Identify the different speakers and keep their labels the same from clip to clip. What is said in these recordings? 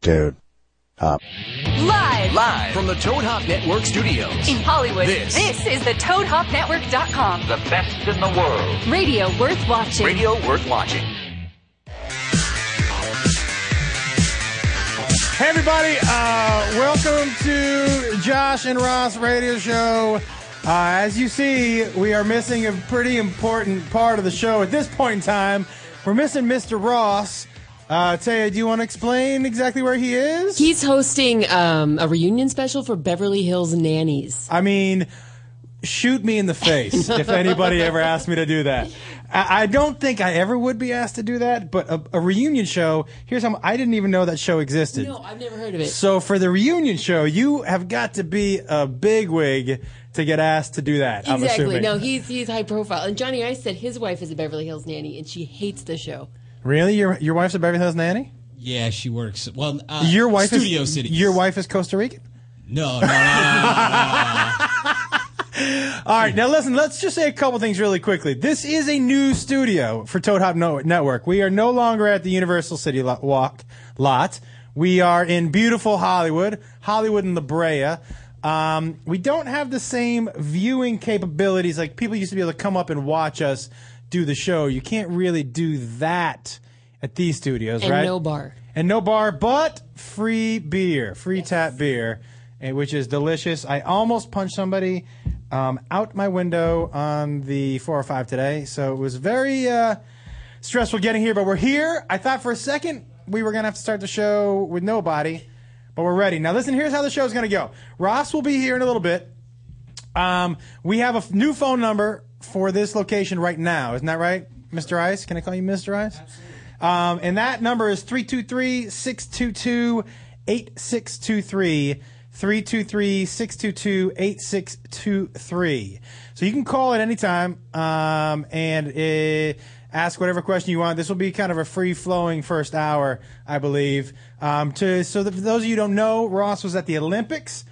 Speaker 1: Dude. Up.
Speaker 2: Live
Speaker 3: Live from the Toad Hop Network studios.
Speaker 2: in Hollywood.
Speaker 3: This.
Speaker 2: is the ToadHopNetwork.com.
Speaker 3: The best in the world.
Speaker 2: Radio worth watching.
Speaker 3: Radio worth watching.
Speaker 4: Hey everybody, uh, welcome to Josh and Ross Radio Show. Uh, as you see, we are missing a pretty important part of the show at this point in time. We're missing Mr. Ross. Uh, Taya, do you want to explain exactly where he is?
Speaker 5: He's hosting um, a reunion special for Beverly Hills Nannies.
Speaker 4: I mean, shoot me in the face if anybody ever asked me to do that. I, I don't think I ever would be asked to do that, but a, a reunion show, here's how I didn't even know that show existed.
Speaker 5: No, I've never heard of it.
Speaker 4: So for the reunion show, you have got to be a bigwig to get asked to do that. I'm
Speaker 5: Exactly.
Speaker 4: assuming.
Speaker 5: No, he's he's high profile. And Johnny Ice said his wife is a Beverly Hills nanny and she hates the show.
Speaker 4: really, your your wife's a Beverly Hills nanny.
Speaker 6: Yeah, she works. Well, uh,
Speaker 4: Your wife
Speaker 6: Studio
Speaker 4: is
Speaker 6: City.
Speaker 4: Your wife is Costa Rican.
Speaker 6: No, no, no, no,
Speaker 4: All right, now listen. Let's just say a couple things really quickly. This is a new studio for Toad Hop No- Network. We are no longer at the Universal City lo- Walk lot. We are in beautiful Hollywood, Hollywood and La Brea. Um, we don't have the same viewing capabilities. Like people used to be able to come up and watch us do the show. You can't really do that at these studios,
Speaker 5: And
Speaker 4: right?
Speaker 5: no bar.
Speaker 4: and no bar, but free beer, free tap beer, eh, which is delicious. I almost punched somebody um, out my window on the four or five today, so it was very uh, stressful getting here. But we're here. I thought for a second we were gonna have to start the show with nobody, but we're ready now. Listen, here's how the show's gonna go. Ross will be here in a little bit. Um, we have a f- new phone number for this location right now. Isn't that right, Mr. Ice? Can I call you Mr. Ice? Um, and that number is 323 622 8623. 323 622 8623. So you can call at any time um, and uh, ask whatever question you want. This will be kind of a free flowing first hour, I believe. Um, to, so, that for those of you who don't know, Ross was at the Olympics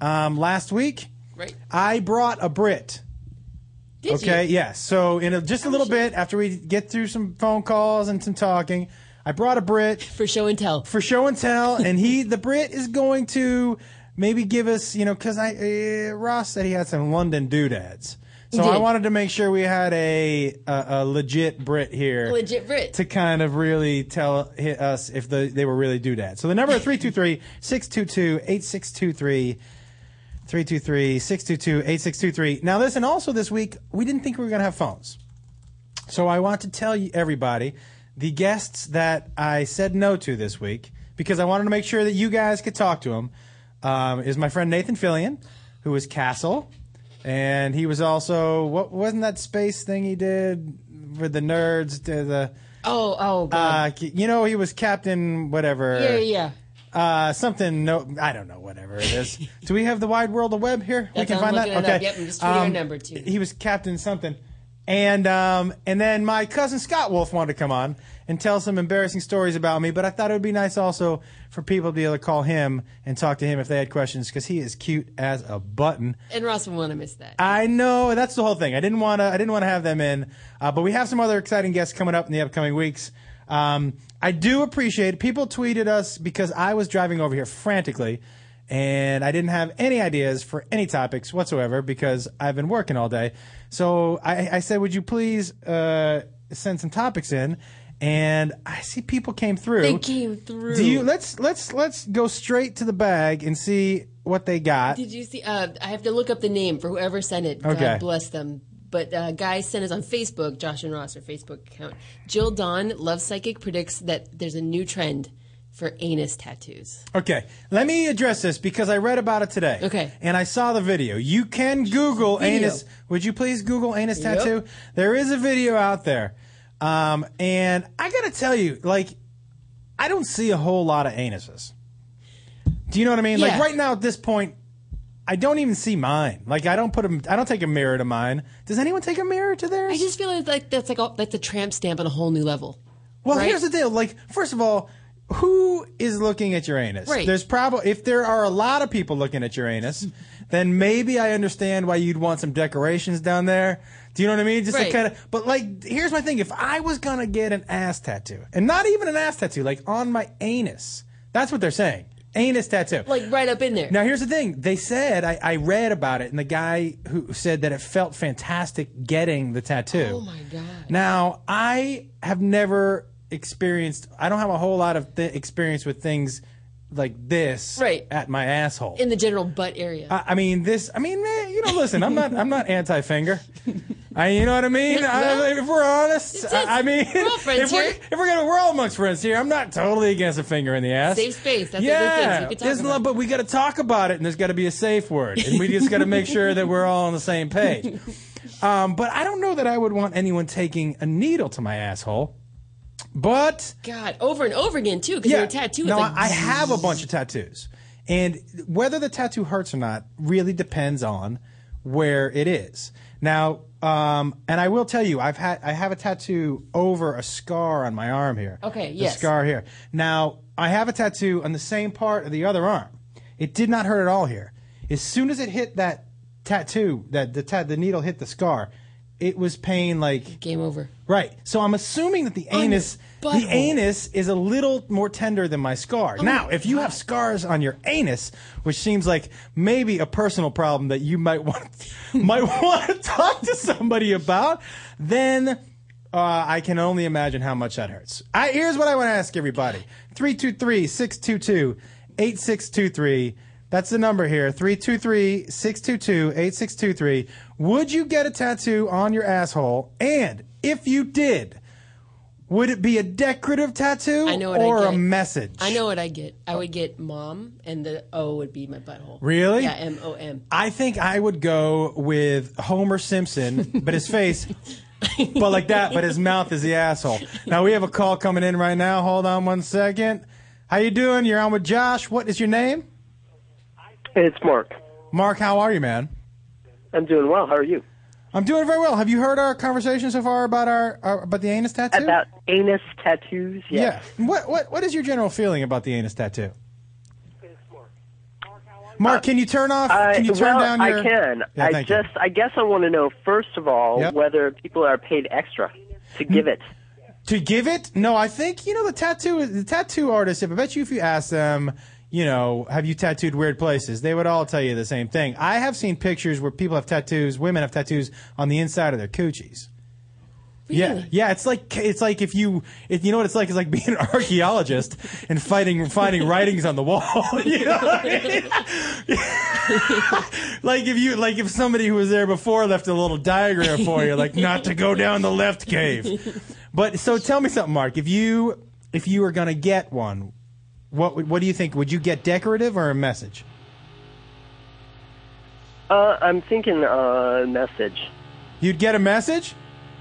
Speaker 4: um, last week.
Speaker 5: Right.
Speaker 4: I brought a Brit.
Speaker 5: Did
Speaker 4: Okay,
Speaker 5: you? Oh,
Speaker 4: yeah. So in a, just a little bit after we get through some phone calls and some talking, I brought a Brit
Speaker 5: For show and tell.
Speaker 4: for show and tell, and he the Brit is going to maybe give us you know because I uh, Ross said he had some London doodads, so
Speaker 5: He
Speaker 4: I
Speaker 5: did.
Speaker 4: wanted to make sure we had a a, a legit Brit here,
Speaker 5: Legit Brit.
Speaker 4: to kind of really tell hit us if the they were really doodads. So the number is 323-622-8623. 323-622-8623. Now listen, also this week, we didn't think we were going to have phones. So I want to tell you everybody the guests that I said no to this week because I wanted to make sure that you guys could talk to them. Um, is my friend Nathan Fillion, who was Castle, and he was also what wasn't that space thing he did with the nerds? The, the
Speaker 5: Oh, oh god.
Speaker 4: uh, you know, he was Captain whatever.
Speaker 5: yeah, yeah, yeah.
Speaker 4: Uh, something. No, I don't know. Whatever it is. Do we have the wide world of web here? we
Speaker 5: That's
Speaker 4: can
Speaker 5: how I'm
Speaker 4: find that.
Speaker 5: looking
Speaker 4: okay.
Speaker 5: it
Speaker 4: Um,
Speaker 5: up. Yep, I'm just tweeting our number, too.
Speaker 4: He was Captain something, and um, and then my cousin Scott Wolf wanted to come on and tell some embarrassing stories about me. But I thought it would be nice also for people to be able to call him and talk to him if they had questions because he is cute as a button.
Speaker 5: And Ross would want to miss that.
Speaker 4: I know that's the whole thing. I didn't want to. I didn't want to have them in, uh, but we have some other exciting guests coming up in the upcoming weeks. Um, I do appreciate people tweeted us because I was driving over here frantically, and I didn't have any ideas for any topics whatsoever because I've been working all day. So I, I said, "Would you please uh, send some topics in?" And I see people came through.
Speaker 5: They came through.
Speaker 4: Do you let's let's let's go straight to the bag and see what they got.
Speaker 5: Did you see? Uh, I have to look up the name for whoever sent it.
Speaker 4: Okay.
Speaker 5: God bless them. But uh, guy sent us on Facebook, Josh and Ross, our Facebook account. Jill Dawn, Love Psychic, predicts that there's a new trend for anus tattoos.
Speaker 4: Okay, let me address this because I read about it today.
Speaker 5: Okay.
Speaker 4: And I saw the video. You can Google
Speaker 5: Video.
Speaker 4: anus. Would you please Google anus
Speaker 5: Yep.
Speaker 4: tattoo? There is a video out there. Um, and I got to tell you, like, I don't see a whole lot of anuses. Do you know what I mean? Like,
Speaker 5: Yeah.
Speaker 4: right now at this point, I don't even see mine. Like, I don't put them, I don't take a mirror to mine. Does anyone take a mirror to theirs?
Speaker 5: I just feel like, like that's like a, that's a tramp stamp on a whole new level.
Speaker 4: Well,
Speaker 5: right?
Speaker 4: here's the deal. Like, first of all, who is looking at your anus?
Speaker 5: Right.
Speaker 4: There's probably if there are a lot of people looking at your anus, then maybe I understand why you'd want some decorations down there. Do you know what I mean? Just to
Speaker 5: Right.
Speaker 4: kind of. But like, here's my thing: if I was gonna get an ass tattoo, and not even an ass tattoo, like on my anus, That's what they're saying. Anus tattoo.
Speaker 5: like right up in there.
Speaker 4: Now, here's the thing. They said, I, I read about it, and the guy who said that it felt fantastic getting the tattoo.
Speaker 5: Oh my God.
Speaker 4: Now, I have never experienced, I don't have a whole lot of th- experience with things like this
Speaker 5: Right.
Speaker 4: at my asshole.
Speaker 5: in the general butt area.
Speaker 4: I I mean, this. I mean, eh, you know. Listen, I'm not. I'm not anti-finger. I, you know what I mean? I,
Speaker 5: Well,
Speaker 4: if we're honest,
Speaker 5: it.
Speaker 4: I, I mean,
Speaker 5: We're all
Speaker 4: if
Speaker 5: friends
Speaker 4: we're
Speaker 5: here.
Speaker 4: if we're gonna we're all amongst friends here, I'm not totally against a finger in the ass.
Speaker 5: Safe space. That's other things
Speaker 4: yeah,
Speaker 5: we could talk
Speaker 4: there's no-
Speaker 5: about.
Speaker 4: but we got to talk about it, and there's got to be a safe word, and we just got to make sure that we're all on the same page. Um, but I don't know that I would want anyone taking a needle to my asshole. But
Speaker 5: God, over and over again too, because you're a tattoo.
Speaker 4: no,
Speaker 5: it's like,
Speaker 4: I I have a bunch of tattoos, and whether the tattoo hurts or not really depends on where it is. Now, um, and I will tell you, I've had I have a tattoo over a scar on my arm here.
Speaker 5: Okay,
Speaker 4: the
Speaker 5: yes.
Speaker 4: scar here. Now, I have a tattoo on the same part of the other arm. It did not hurt at all here. As soon as it hit that tattoo, that the ta- the needle hit the scar, it was pain like
Speaker 5: game over.
Speaker 4: Right. So I'm assuming that the
Speaker 5: On your
Speaker 4: anus the
Speaker 5: butthole. Oh
Speaker 4: anus is a little more tender than my scar. now,
Speaker 5: my
Speaker 4: if you have scars on your anus, which seems like maybe a personal problem that you might want might want to talk to somebody about, then uh, I can only imagine how much that hurts. I, here's what I want to ask everybody 323 622 8623. That's the number here 323 622 8623. Would you get a tattoo on your asshole? And if you did, would it be a decorative tattoo
Speaker 5: I know what I
Speaker 4: or a
Speaker 5: get.
Speaker 4: message?
Speaker 5: I know what I get. I would get mom, and the O would be my butthole.
Speaker 4: Really?
Speaker 5: Yeah, M O M.
Speaker 4: I think I would go with Homer Simpson, but his face, but like that, but his mouth is the asshole. Now we have a call coming in right now. Hold on one second. How you doing? You're on with Josh. What is your name?
Speaker 1: It's Mark.
Speaker 4: Mark, how are you, man?
Speaker 1: I'm doing well. How are you?
Speaker 4: I'm doing very well. Have you heard our conversation so far about our, our about the anus tattoo?
Speaker 1: About anus tattoos?
Speaker 4: yeah. What what what is your general feeling about the anus tattoo? Mark, can you turn off?
Speaker 1: I,
Speaker 4: can you turn
Speaker 1: Uh, well,
Speaker 4: down your?
Speaker 1: I can.
Speaker 4: Yeah,
Speaker 1: I
Speaker 4: thank you.
Speaker 1: just, I guess, I want to know first of all
Speaker 4: Yep.
Speaker 1: whether people are paid extra to give it.
Speaker 4: To give it? No, I think you know the tattoo. The tattoo artist. I bet you, if you ask them, you know, have you tattooed weird places? They would all tell you the same thing. I have seen pictures where people have tattoos. Women have tattoos on the inside of their coochies. Yeah, yeah. It's like it's like if you if you know what it's like. It's like being an archaeologist and fighting finding writings on the wall. You know what I mean? like if you like if somebody who was there before left a little diagram for you, like not to go down the left cave. But so tell me something, Mark. If you if you were gonna get one, what would- what do you think? Would you get decorative or a message?
Speaker 1: Uh, I'm thinking uh, message.
Speaker 4: You'd get a message.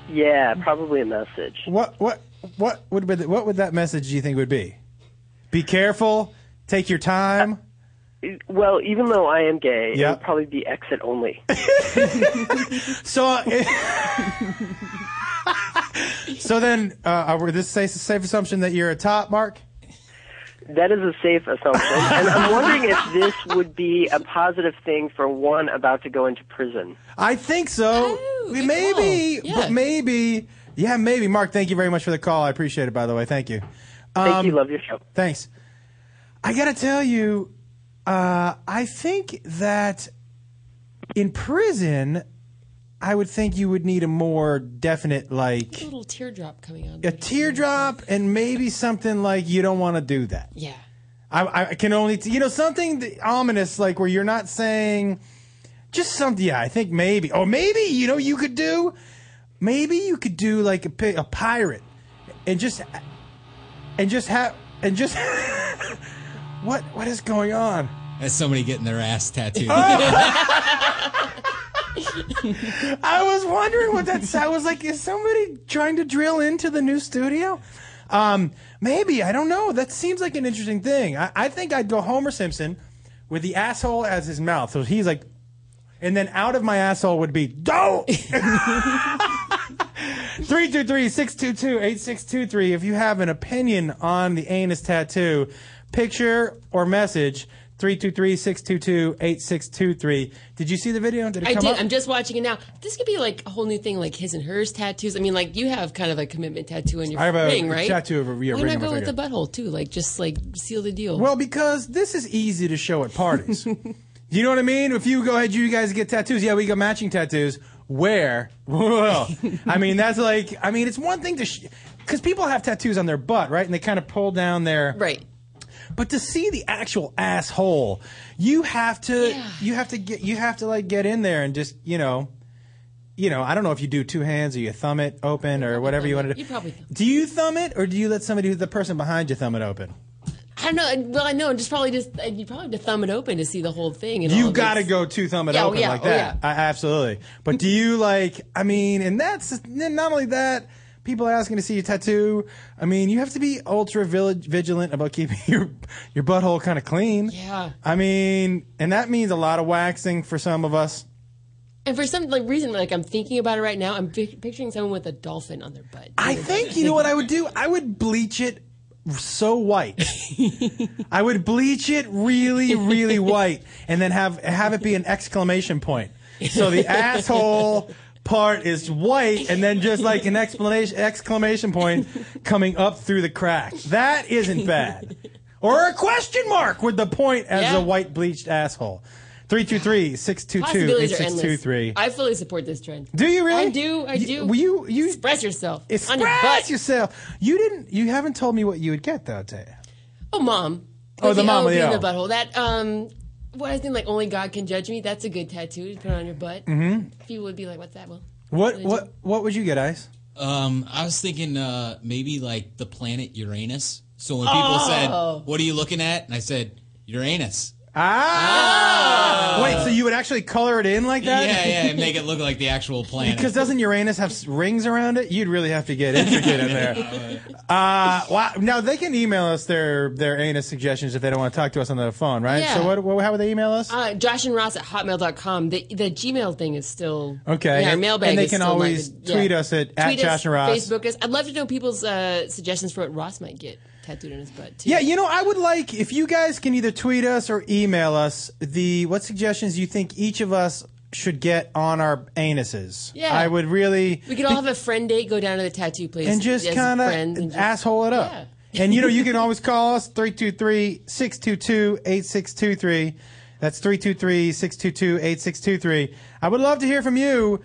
Speaker 1: Yeah, probably a message.
Speaker 4: What what what would be the- what would that message do you think would be? Be careful. Take your time.
Speaker 1: Well, even though I am gay,
Speaker 4: Yeah.
Speaker 1: it would probably be exit only.
Speaker 4: So, uh, so then, uh, are this safe, safe assumption that you're a top, Mark?
Speaker 1: that is a safe assumption, and I'm wondering if this would be a positive thing for one about to go into prison.
Speaker 4: I think so.
Speaker 5: Oh,
Speaker 4: We-
Speaker 5: good
Speaker 4: maybe,
Speaker 5: call. Yeah.
Speaker 4: but maybe, yeah, maybe. Mark, thank you very much for the call. I appreciate it. By the way, thank you. Um,
Speaker 1: Thank you. Love your show.
Speaker 4: Thanks. I gotta tell you, uh, I think that in prison, I would think you would need a more definite, like
Speaker 5: A little teardrop coming out. of
Speaker 4: a
Speaker 5: my-
Speaker 4: teardrop, and maybe something like you don't want to do that.
Speaker 5: Yeah.
Speaker 4: I, I can only, t- you know, something th- ominous, like where you're not saying just something. Yeah, I think maybe, or maybe, you know, you could do, maybe you could do like a, pi- a pirate and just, and just have, and just, what, what is going on? Oh!
Speaker 6: That's somebody getting their ass tattooed.
Speaker 4: I was wondering what that sound was like. Is somebody trying to drill into the new studio? Um, maybe I don't know. That seems like an interesting thing. I, I think I'd go Homer Simpson with the asshole as his mouth, so he's like, and then out of my asshole would be dope. 323-622-8623 if you have an opinion on the anus tattoo picture or message 323 622 8623. Did you see the video? Did it
Speaker 5: I
Speaker 4: come
Speaker 5: did.
Speaker 4: up?
Speaker 5: I'm just watching it now. This could be like a whole new thing, like his and hers tattoos. I mean, like you have kind of a commitment tattoo on your
Speaker 4: I have a
Speaker 5: ring, right?
Speaker 4: tattoo of a- yeah,
Speaker 5: Why
Speaker 4: ring
Speaker 5: not
Speaker 4: on my
Speaker 5: go with
Speaker 4: finger.
Speaker 5: the butthole too? Like just like seal the deal.
Speaker 4: Well, because this is easy to show at parties. you know what I mean? If you go ahead, you guys get tattoos. Yeah, we got matching tattoos. Where? Well, I mean, that's like, I mean, it's one thing to, because people have tattoos on their butt, right? And they kind of pull down their
Speaker 5: right.
Speaker 4: but to see the actual asshole you have to you have to get you have to like get in there and just you know you know i don't know if you do two hands or you thumb it open or whatever you
Speaker 5: thumb
Speaker 4: want to do
Speaker 5: it. You probably thumb it.
Speaker 4: do you thumb it or do you let somebody the person behind you thumb it open
Speaker 5: I don't know. I- Well, I know. Just probably just you probably have to thumb it open to see the whole thing. And all
Speaker 4: you
Speaker 5: of
Speaker 4: gotta
Speaker 5: its-
Speaker 4: go two thumb it
Speaker 5: Yeah, oh,
Speaker 4: open
Speaker 5: yeah,
Speaker 4: like
Speaker 5: oh,
Speaker 4: that
Speaker 5: yeah.
Speaker 4: I, absolutely but do you like i mean and that's n- not only that people are asking to see your tattoo i mean you have to be ultra vil- vigilant about keeping your your butthole kind of clean
Speaker 5: Yeah.
Speaker 4: i mean and that means a lot of waxing for some of us
Speaker 5: And for some like reason, like I'm thinking about it right now, I'm pic- picturing someone with a dolphin on their butt.
Speaker 4: i think you know what i would do i would bleach it so white i would bleach it really really white and then have have it be an exclamation point so the asshole part is white and then just like an explanation exclamation point coming up through the crack that isn't bad or a question mark with the point as
Speaker 5: Yeah.
Speaker 4: a white bleached asshole 323 622
Speaker 5: Possibilities are endless.
Speaker 4: 8623
Speaker 5: I fully support this trend.
Speaker 4: Do you really?
Speaker 5: I do. I
Speaker 4: You-
Speaker 5: do.
Speaker 4: well, you- you-
Speaker 5: express yourself on your
Speaker 4: Express
Speaker 5: butt.
Speaker 4: yourself. You didn't. You haven't told me what you would get though, Taya.
Speaker 5: Oh, mom.
Speaker 4: Oh, the mama,
Speaker 5: opening
Speaker 4: yeah.
Speaker 5: the butthole. That um, what I think like only God can judge me. That's a good tattoo to put on your butt. Mm-hmm. People would be like, "What's that?" Well,
Speaker 4: What what what would you get, Ice?
Speaker 6: Um, I was thinking uh, maybe like the planet Uranus. So when people
Speaker 4: Oh.
Speaker 5: Oh.
Speaker 6: said, "What are you looking at?" and I said, "Uranus."
Speaker 4: Ah! Wait, so you would actually color it in like that?
Speaker 6: yeah, yeah, and make it look like the actual planet.
Speaker 4: Because doesn't Uranus have s- rings around it? You'd really have to get intricate in there. Uh, wow. Now they can email us their their anus suggestions if they don't want to talk to us on the phone, right?
Speaker 5: Yeah.
Speaker 4: So what, what? How would they email us?
Speaker 5: uh, Josh and Ross at hotmail.com. The the Gmail thing is still
Speaker 4: Okay.
Speaker 5: Yeah, our
Speaker 4: And-
Speaker 5: mailbag.
Speaker 4: and they
Speaker 5: is
Speaker 4: can
Speaker 5: still not
Speaker 4: always
Speaker 5: good.
Speaker 4: tweet us at- at
Speaker 5: Tweet us,
Speaker 4: Josh and Ross.
Speaker 5: Facebook us. I'd love to know people's uh, suggestions for what Ross might get tattooed on his butt too.
Speaker 4: Yeah, you know, I would like if you guys can either tweet us or email us the what suggestions you think each of us should get on our anuses.
Speaker 5: Yeah.
Speaker 4: I would really
Speaker 5: we could all have a friend date, go down to the tattoo place,
Speaker 4: and just
Speaker 5: as
Speaker 4: kind
Speaker 5: friends and
Speaker 4: of
Speaker 5: just-
Speaker 4: asshole it up. And you know, you can always call us 323-622-8623. That's 323-622-8623. I would love to hear from you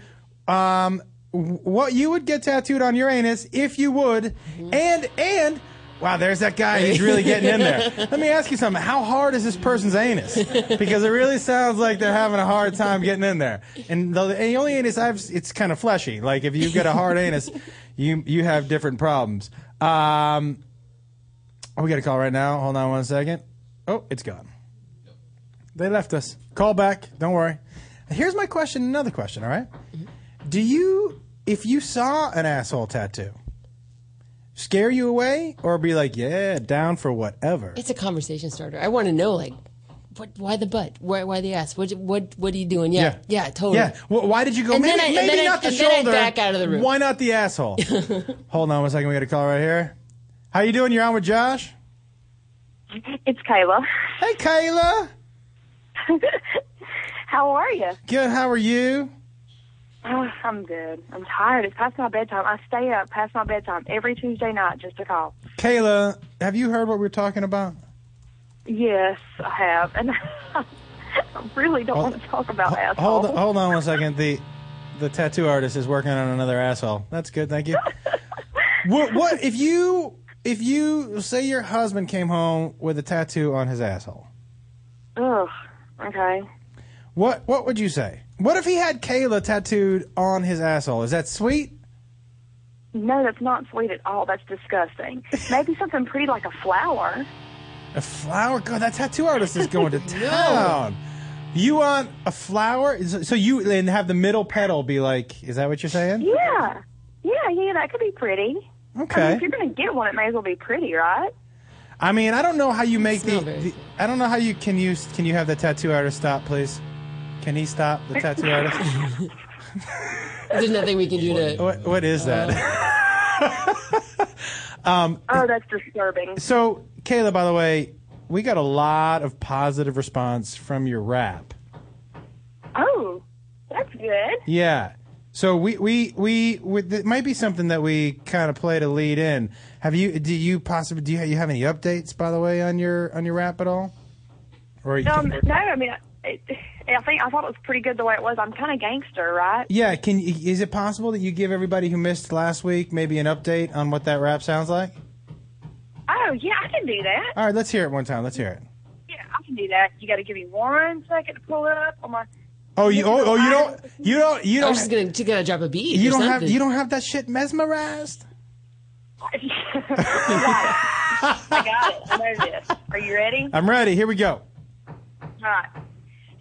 Speaker 4: um w- what you would get tattooed on your anus if you would.
Speaker 5: Mm-hmm.
Speaker 4: And and wow, there's that guy. He's really getting in there. Let me ask you something. How hard is this person's anus? Because it really sounds like they're having a hard time getting in there. And the, and the only anus I've it's kind of fleshy. Like if you've got a hard anus, you you have different problems. Um, oh, we got a call right now. Hold on one second. Oh, it's gone. They left us. Call back. Don't worry. Here's my question. Another question. All right? Do you, if you saw an asshole tattoo, scare you away or be like, yeah, down for whatever?
Speaker 5: It's a conversation starter. I want to know, like, what? Why the butt? Why? Why the ass? What? What? What are you doing? Yeah, yeah, totally.
Speaker 4: Yeah. Wh- why did you go?
Speaker 5: And
Speaker 4: maybe
Speaker 5: then I- and
Speaker 4: maybe
Speaker 5: then I-
Speaker 4: not the
Speaker 5: and then I
Speaker 4: shoulder.
Speaker 5: back out of the room.
Speaker 4: Why not the asshole? Hold on one second. We got a call right here. How you doing? You're on with Josh.
Speaker 7: It's Kayla.
Speaker 4: Hey, Kayla.
Speaker 7: How are you?
Speaker 4: Good. How are you?
Speaker 7: Oh, I'm good. I'm tired. It's past my bedtime. I stay up past my bedtime every Tuesday night just to call.
Speaker 4: Kayla, have you heard what we're talking about?
Speaker 7: Yes, I have, and I really
Speaker 4: Oh.
Speaker 7: don't want to talk about
Speaker 4: Ho-
Speaker 7: assholes.
Speaker 4: Hold, hold on one second. The the tattoo artist is working on another asshole. That's good. Thank you. what, what if you if you say your husband came home with a tattoo on his asshole?
Speaker 7: Ugh. Okay.
Speaker 4: What what would you say? What if he had Kayla tattooed on his asshole? Is that sweet?
Speaker 7: No, that's not sweet at all. That's disgusting. Maybe something pretty like a flower.
Speaker 4: A flower? God, that tattoo artist is going to town. You want a flower? So so you and have the middle petal be like? Is that what you're saying?
Speaker 7: Yeah. Yeah, yeah, that could be pretty. I mean,
Speaker 4: Okay.
Speaker 7: if you're going to get one, it may as well be pretty, right?
Speaker 4: I mean, I don't know how you make the,
Speaker 5: not very
Speaker 4: the- I don't know how you can use. Can you have the tattoo artist stop, please? Can he stop the tattoo artist?
Speaker 5: There's nothing we can do to.
Speaker 4: what, what is that?
Speaker 5: Uh.
Speaker 7: Oh, that's disturbing.
Speaker 4: so, Kayla, by the way, we got a lot of positive response from your rap.
Speaker 7: Oh, that's good.
Speaker 4: Yeah. So we we we, we it might be something that we kind of play to lead in. Have you do you possibly do you, you have any updates by the way on your on your rap at all? Or you
Speaker 7: Um, no, I mean, it, I think I thought it was pretty good the way it was. I'm kind of gangster, right?
Speaker 4: yeah, can you- is it possible that you give everybody who missed last week maybe an update on what that rap sounds like?
Speaker 7: Oh, yeah, I can do that.
Speaker 4: All right, let's hear it one time. Let's hear it.
Speaker 7: Yeah, I can do that. You got to give me one second to pull it up on my.
Speaker 4: Oh, you oh, oh you don't you don't you
Speaker 5: I
Speaker 4: don't
Speaker 5: was just gonna, just gonna drop a beat.
Speaker 4: you
Speaker 5: or
Speaker 4: don't
Speaker 5: something.
Speaker 4: have you don't have that shit mesmerized.
Speaker 7: right. I got it. I know this. Are you ready?
Speaker 4: I'm ready. Here we go.
Speaker 7: All right.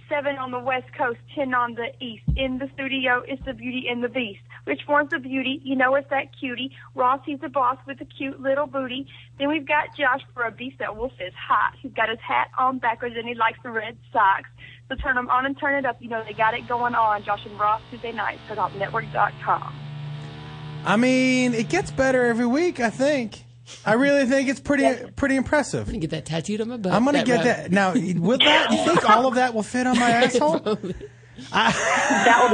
Speaker 7: Seven on the west coast, ten on the east. In the studio, it's the beauty and the beast. Which one's the beauty? You know it's that cutie. Ross, he's the boss with a cute little booty. Then we've got Josh for a beast that wolf is hot. He's got his hat on backwards and he likes the red socks. So turn them on and turn it up. You know they got it going on. Josh and Ross Tuesday nights at HopNetwork.com.
Speaker 4: I mean, it gets better every week. I think. I really think it's pretty pretty impressive.
Speaker 5: Get that tattooed on my butt.
Speaker 4: I'm gonna get
Speaker 5: rap.
Speaker 4: that now. Will that? You think all of that will fit on my asshole?
Speaker 7: That would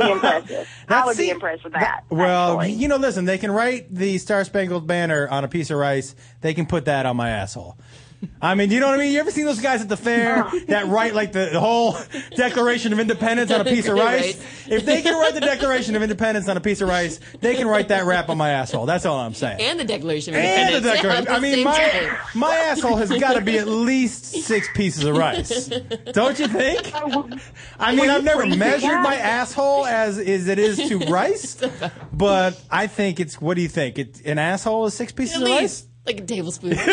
Speaker 7: be impressive. I
Speaker 4: That's-
Speaker 7: would
Speaker 4: see,
Speaker 7: be impressed with that.
Speaker 4: Well,
Speaker 7: actually.
Speaker 4: you know, listen. They can write the Star Spangled Banner on a piece of rice. They can put that on my asshole. I mean, you know what I mean? You ever seen those guys at the fair that write like the whole Declaration of Independence on a piece of rice? If they can write the Declaration of Independence on a piece of rice, they can write that rap on my asshole. That's all I'm saying.
Speaker 5: and the Declaration of
Speaker 4: And the
Speaker 5: Independence.
Speaker 4: Declaration.
Speaker 5: Yeah,
Speaker 4: I
Speaker 5: at the
Speaker 4: mean,
Speaker 5: same
Speaker 4: my,
Speaker 5: time.
Speaker 4: my asshole has got to be at least six pieces of rice. Don't you think? I mean, I've never measured my asshole as is it is to rice, but I think it's. What do you think? It, an asshole is six pieces
Speaker 5: at
Speaker 4: of rice.
Speaker 5: least like a tablespoon.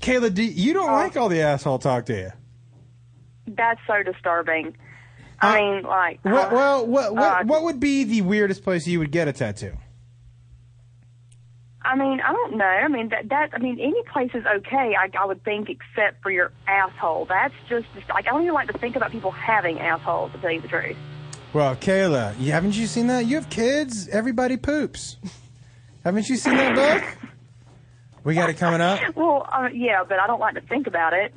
Speaker 4: Kayla, do you
Speaker 5: Uh,
Speaker 4: don't like all the asshole talk, do you?
Speaker 7: That's so disturbing. I mean, like.
Speaker 4: Well,
Speaker 7: uh,
Speaker 4: well what,
Speaker 7: uh,
Speaker 4: what, what would be the weirdest place you would get a tattoo?
Speaker 7: I mean, I don't know. I mean, that that I mean, any place is okay. I, I would think, except for your asshole. That's just like I don't even like to think about people having assholes. To tell you the truth,
Speaker 4: Well, Kayla, you, haven't you seen that? You have kids. Everybody poops. haven't you seen that book? We got it coming up.
Speaker 7: well, uh, yeah, but I don't like to think about it.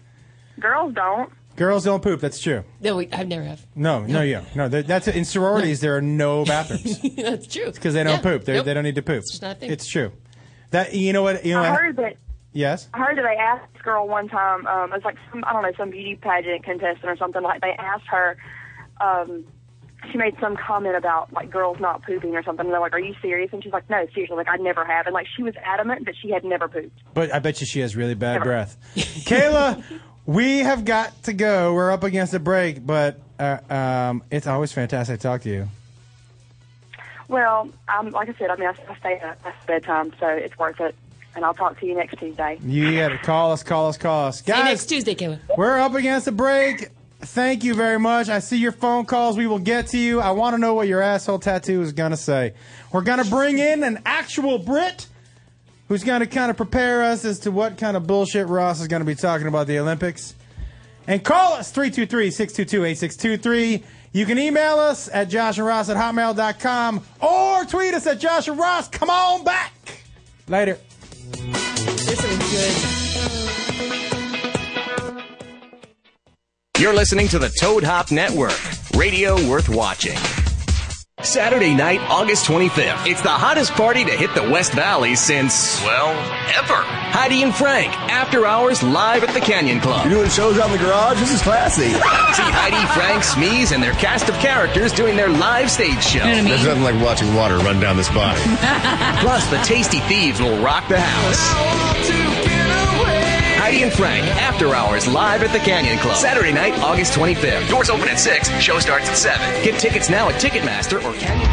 Speaker 7: Girls don't.
Speaker 4: Girls don't poop. That's true.
Speaker 5: no, wait, I've never have.
Speaker 4: No, no, yeah, no. that- That's in sororities. There are no bathrooms
Speaker 5: That's true.
Speaker 4: because they don't
Speaker 5: Yeah.
Speaker 4: poop. They
Speaker 5: Nope.
Speaker 4: they don't need to poop.
Speaker 5: just not a thing.
Speaker 4: It's true. That you know what you know.
Speaker 7: I
Speaker 4: what-
Speaker 7: heard that.
Speaker 4: yes.
Speaker 7: I heard that they asked this girl one time. Um, it's like some I don't know some beauty pageant contestant or something. Like they asked her. Um, she made some comment about like girls not pooping or something. And they're like, "Are you serious?" And she's like, "No, seriously. Like I never have." And like she was adamant that she had never pooped.
Speaker 4: But I bet you she has really bad breath. Kayla, we have got to go. We're up against a break, but uh, um, it's always fantastic to talk to you.
Speaker 7: Well, um, like I said, I mean, I, I stay at past bedtime, so it's worth it. And I'll talk to you next Tuesday.
Speaker 4: You got to call us, call us, call us,
Speaker 5: See you
Speaker 4: guys.
Speaker 5: next Tuesday, Kayla.
Speaker 4: We're up against a break. Thank you very much. I see your phone calls. We will get to you. I want to know what your asshole tattoo is going to say. We're going to bring in an actual Brit who's going to kind of prepare us as to what kind of bullshit Ross is going to be talking about the Olympics. And call us 323 622 8623. You can email us at Josh and Ross at hotmail.com or tweet us at Josh and Ross. Come on back. Later.
Speaker 5: There's some good.
Speaker 3: You're listening to the Toad Hop Network, radio worth watching. Saturday night, August 25th. It's the hottest party to hit the West Valley since, well, ever. Heidi and Frank, after hours live at the Canyon Club.
Speaker 8: Doing shows out in the garage? This is classy.
Speaker 3: See Heidi, Frank, Smeeze, and their cast of characters doing their live stage show.
Speaker 8: There's nothing like watching water run down this body.
Speaker 3: Plus, the Tasty Thieves will rock the house. Heidi and Frank, After Hours, live at the Canyon Club. Saturday night, August 25th. Doors open at 6, show starts at 7. Get tickets now at Ticketmaster or Canyon.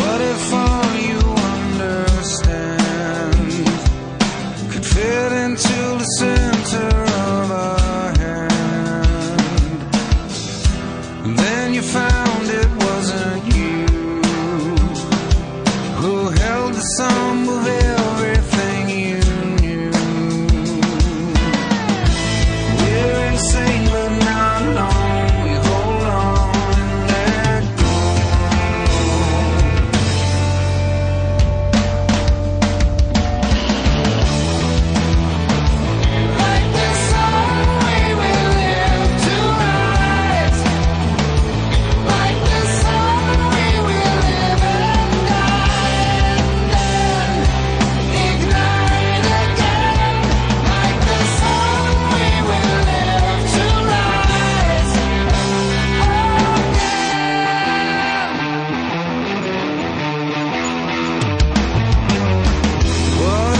Speaker 9: What if all you understand
Speaker 10: Oh,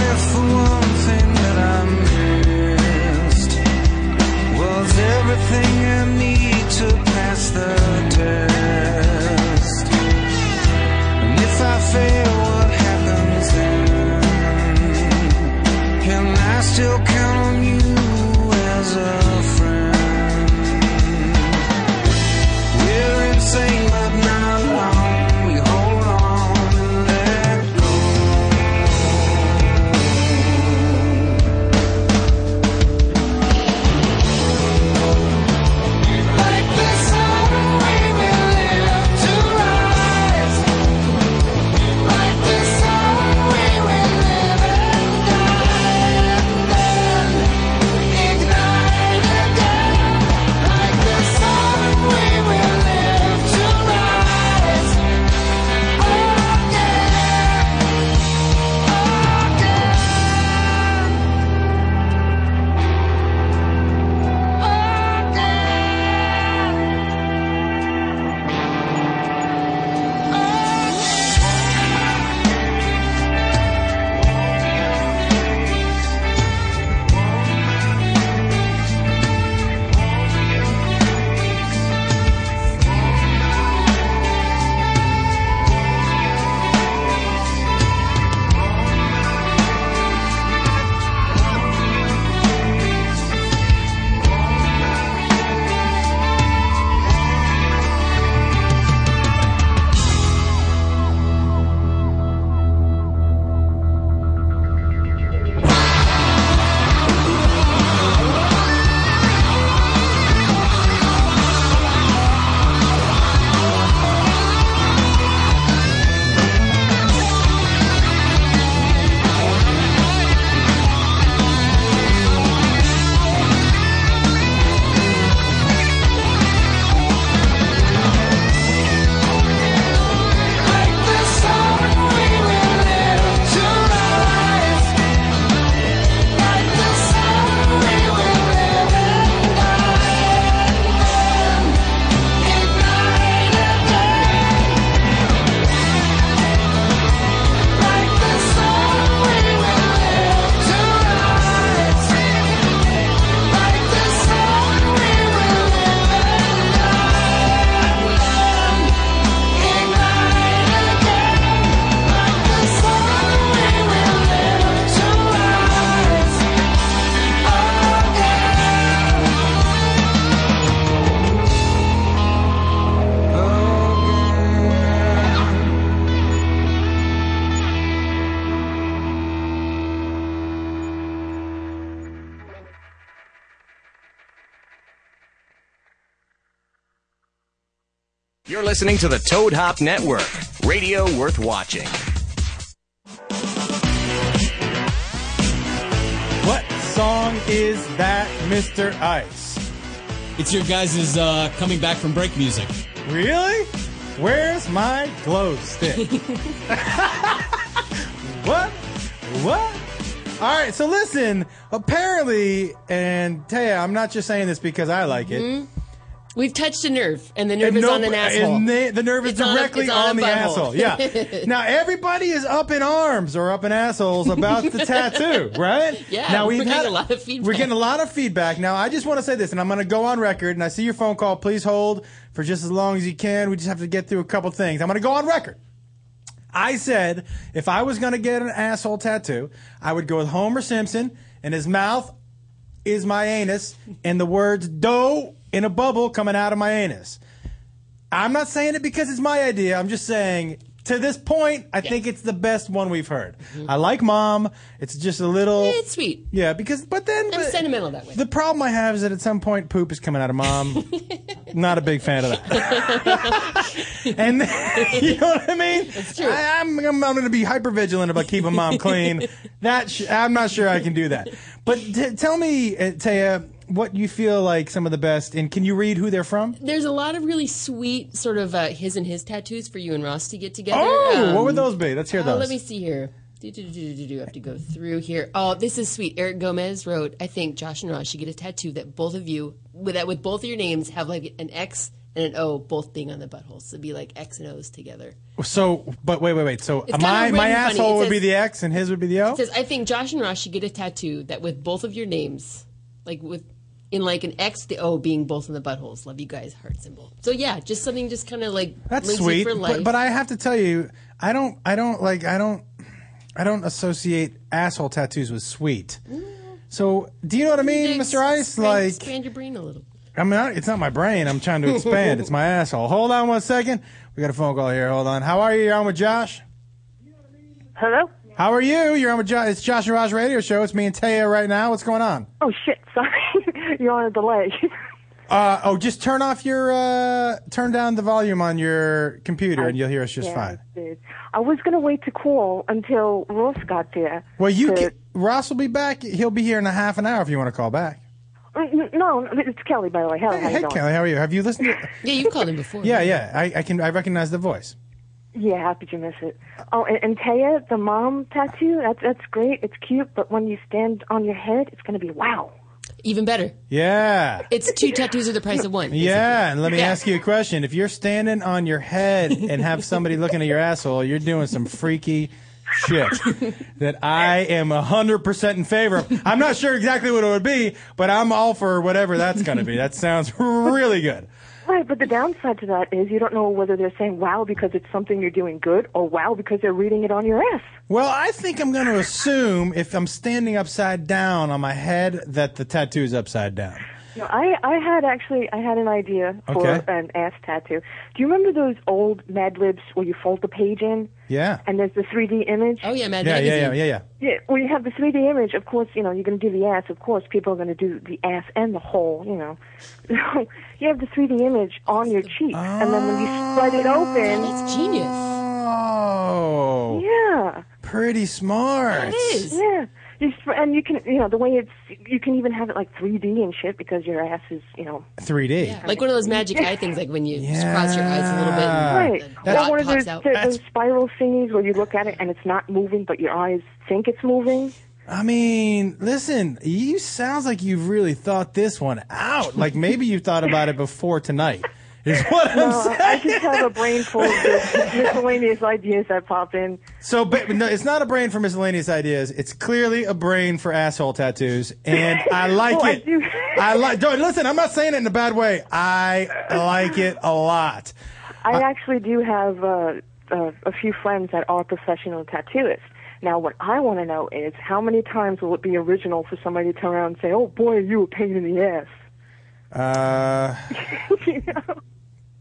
Speaker 3: You're listening to the Toad Hop Network, radio worth watching.
Speaker 4: What song is that, Mr. Ice?
Speaker 6: It's your guys' uh, coming back from break music.
Speaker 4: Really? Where's my glow stick? what? What? All right, so listen. Apparently, and Taya, I'm not just saying this because I like it.
Speaker 5: Mm-hmm. We've touched a nerve, and the nerve is
Speaker 4: no-
Speaker 5: on an asshole.
Speaker 4: and they- the nerve is
Speaker 5: It's on a-
Speaker 4: directly
Speaker 5: it's
Speaker 4: on,
Speaker 5: on a
Speaker 4: the
Speaker 5: butthole.
Speaker 4: asshole. Yeah. now everybody is up in arms or up in assholes about the tattoo, right?
Speaker 5: Yeah,
Speaker 4: Now
Speaker 5: we're getting a lot of feedback.
Speaker 4: We're getting a lot of feedback. Now I just want to say this, and I'm going to go on record. And I see your phone call. Please hold for just as long as you can. We just have to get through a couple things. I'm going to go on record. I said if I was going to get an asshole tattoo, I would go with Homer Simpson and his mouth is my anus and the words dough in a bubble coming out of my anus. I'm not saying it because it's my idea. I'm just saying to this point, I think it's the best one we've heard. I like mom. It's just a little.
Speaker 5: It's sweet.
Speaker 4: yeah, because but then
Speaker 5: I'm
Speaker 4: but-
Speaker 5: sentimental that way.
Speaker 4: The problem I have is that at some point poop is coming out of mom. not a big fan of that. and you know what I mean? It's
Speaker 5: true.
Speaker 4: I, I'm, I'm, going to be hyper vigilant about keeping mom clean. that sh- I'm not sure I can do that. But t- tell me, uh, Taya, what you feel like some of the best, and can you read who they're from?
Speaker 5: There's a lot of really sweet sort of uh, his and his tattoos for you and Ross to get together.
Speaker 4: Oh,
Speaker 5: Um,
Speaker 4: what would those be? Let's hear
Speaker 5: Oh,
Speaker 4: those.
Speaker 5: let me see here. Do, do, do, do, do, do. I have to go through here. Oh, this is sweet. Eric Gomez wrote, I think Josh and Ross should get a tattoo that both of you, with that with both of your names, have like an X and an O both being on the buttholes. So it'd be like X and O's together.
Speaker 4: So, but wait, wait, wait. So
Speaker 5: It's
Speaker 4: my
Speaker 5: kinda
Speaker 4: my
Speaker 5: written funny.
Speaker 4: asshole
Speaker 5: It
Speaker 4: would be
Speaker 5: says-
Speaker 4: the X, and his would be the O.
Speaker 5: It says, I think Josh and Ross should get a tattoo that with both of your names, like with in like an X, the O being both in the buttholes. Love you guys, heart symbol. So yeah, just something just kind of like
Speaker 4: That's
Speaker 5: lives you
Speaker 4: sweet.
Speaker 5: for life.
Speaker 4: But, but I have to tell you, I don't, I don't like, I don't, I don't associate asshole tattoos with sweet.
Speaker 5: Mm.
Speaker 4: So, do you know what I mean,
Speaker 5: Ex-
Speaker 4: Mr. Ice?
Speaker 5: expand,
Speaker 4: Like,
Speaker 5: expand your brain a little.
Speaker 4: I mean, I- it's not my brain. I'm trying to expand. it's my asshole. Hold on one second. We got a phone call here. Hold on. How are you? You're on with Josh.
Speaker 9: Hello?
Speaker 4: How are you? You're on with Josh. It's Josh and Ross Radio Show. It's me and Taya right now. What's going on?
Speaker 9: Oh, shit. Sorry. You're on a delay.
Speaker 4: Uh, oh, just turn off your, uh, turn down the volume on your computer, and you'll hear us just
Speaker 9: Yeah,
Speaker 4: fine.
Speaker 9: dude. I was going to wait to call until Ross got there.
Speaker 4: Well, you
Speaker 9: to-
Speaker 4: can, Ross will be back. He'll be here in a half an hour if you want to call back.
Speaker 9: Mm, mm, No, it's Kelly, by the way. Hello, how
Speaker 4: Hey,
Speaker 9: you
Speaker 4: hey
Speaker 9: doing?
Speaker 4: Kelly, how are you? Have you listened? to
Speaker 5: Yeah, you've called him before.
Speaker 4: Yeah, yeah. I, I can. I recognize the voice.
Speaker 9: Yeah, how could you miss it? Oh, and, and Taya, the mom tattoo, that's, that's great. It's cute, but when you stand on your head, it's going to be wow.
Speaker 5: Even better.
Speaker 4: Yeah,
Speaker 5: It's two tattoos are the price of one.
Speaker 4: yeah. And let me
Speaker 5: Yeah.
Speaker 4: ask you a question: If you're standing on your head and have somebody looking at your asshole, you're doing some freaky shit that I am hundred percent in favor of. I'm not sure exactly what it would be, but I'm all for whatever that's going to be. That sounds really good.
Speaker 9: Right, but the downside to that is you don't know whether they're saying wow because it's something you're doing good or wow because they're reading it on your ass.
Speaker 4: Well, I think I'm going to assume if I'm standing upside down on my head that the tattoo is upside down.
Speaker 9: No, I, I had actually I had an idea for
Speaker 4: Okay.
Speaker 9: an ass tattoo. Do you remember those old Mad Libs where you fold the page in?
Speaker 4: Yeah.
Speaker 9: And there's the 3D image.
Speaker 5: Oh yeah, Mad
Speaker 4: Yeah,
Speaker 5: Magazine.
Speaker 4: yeah, yeah, yeah, yeah.
Speaker 9: Yeah, well, you have the 3D image. Of course, you know you're going to do the ass. Of course, people are going to do the ass and the whole. You know, so you have the 3D image on your cheek, and then when you spread it open,
Speaker 5: Oh, That's genius.
Speaker 4: Oh,
Speaker 9: yeah,
Speaker 4: pretty smart.
Speaker 5: It is.
Speaker 9: yeah. You sp- and you can, you know, the way it's, you can even have it like 3D and shit because your ass is, you know,
Speaker 4: 3D.
Speaker 5: Like one of those magic eye things, like when you just cross your eyes a little bit.
Speaker 4: Ah,
Speaker 5: And
Speaker 9: Right.
Speaker 5: The
Speaker 9: Or
Speaker 5: dot
Speaker 9: one of
Speaker 5: pops
Speaker 9: those,
Speaker 5: out.
Speaker 9: th- those spiral thingies where you look at it and it's not moving, but your eyes think it's moving.
Speaker 4: I mean, listen, you sounds like you've really thought this one out. Like maybe you thought about it before tonight. Is what I'm
Speaker 9: Uh,
Speaker 4: saying.
Speaker 9: I just have a brain full of just miscellaneous ideas that pop in.
Speaker 4: So, but no, it's not a brain for miscellaneous ideas. It's clearly a brain for asshole tattoos, and I like
Speaker 9: Oh, I
Speaker 4: it.
Speaker 9: do.
Speaker 4: I like. don't- Listen, I'm not saying it in a bad way. I like it a lot.
Speaker 9: I actually do have uh, uh, a few friends that are professional tattooists. Now, what I want to know is how many times will it be original for somebody to turn around and say, "Oh boy, are you a pain in the ass."
Speaker 4: Uh,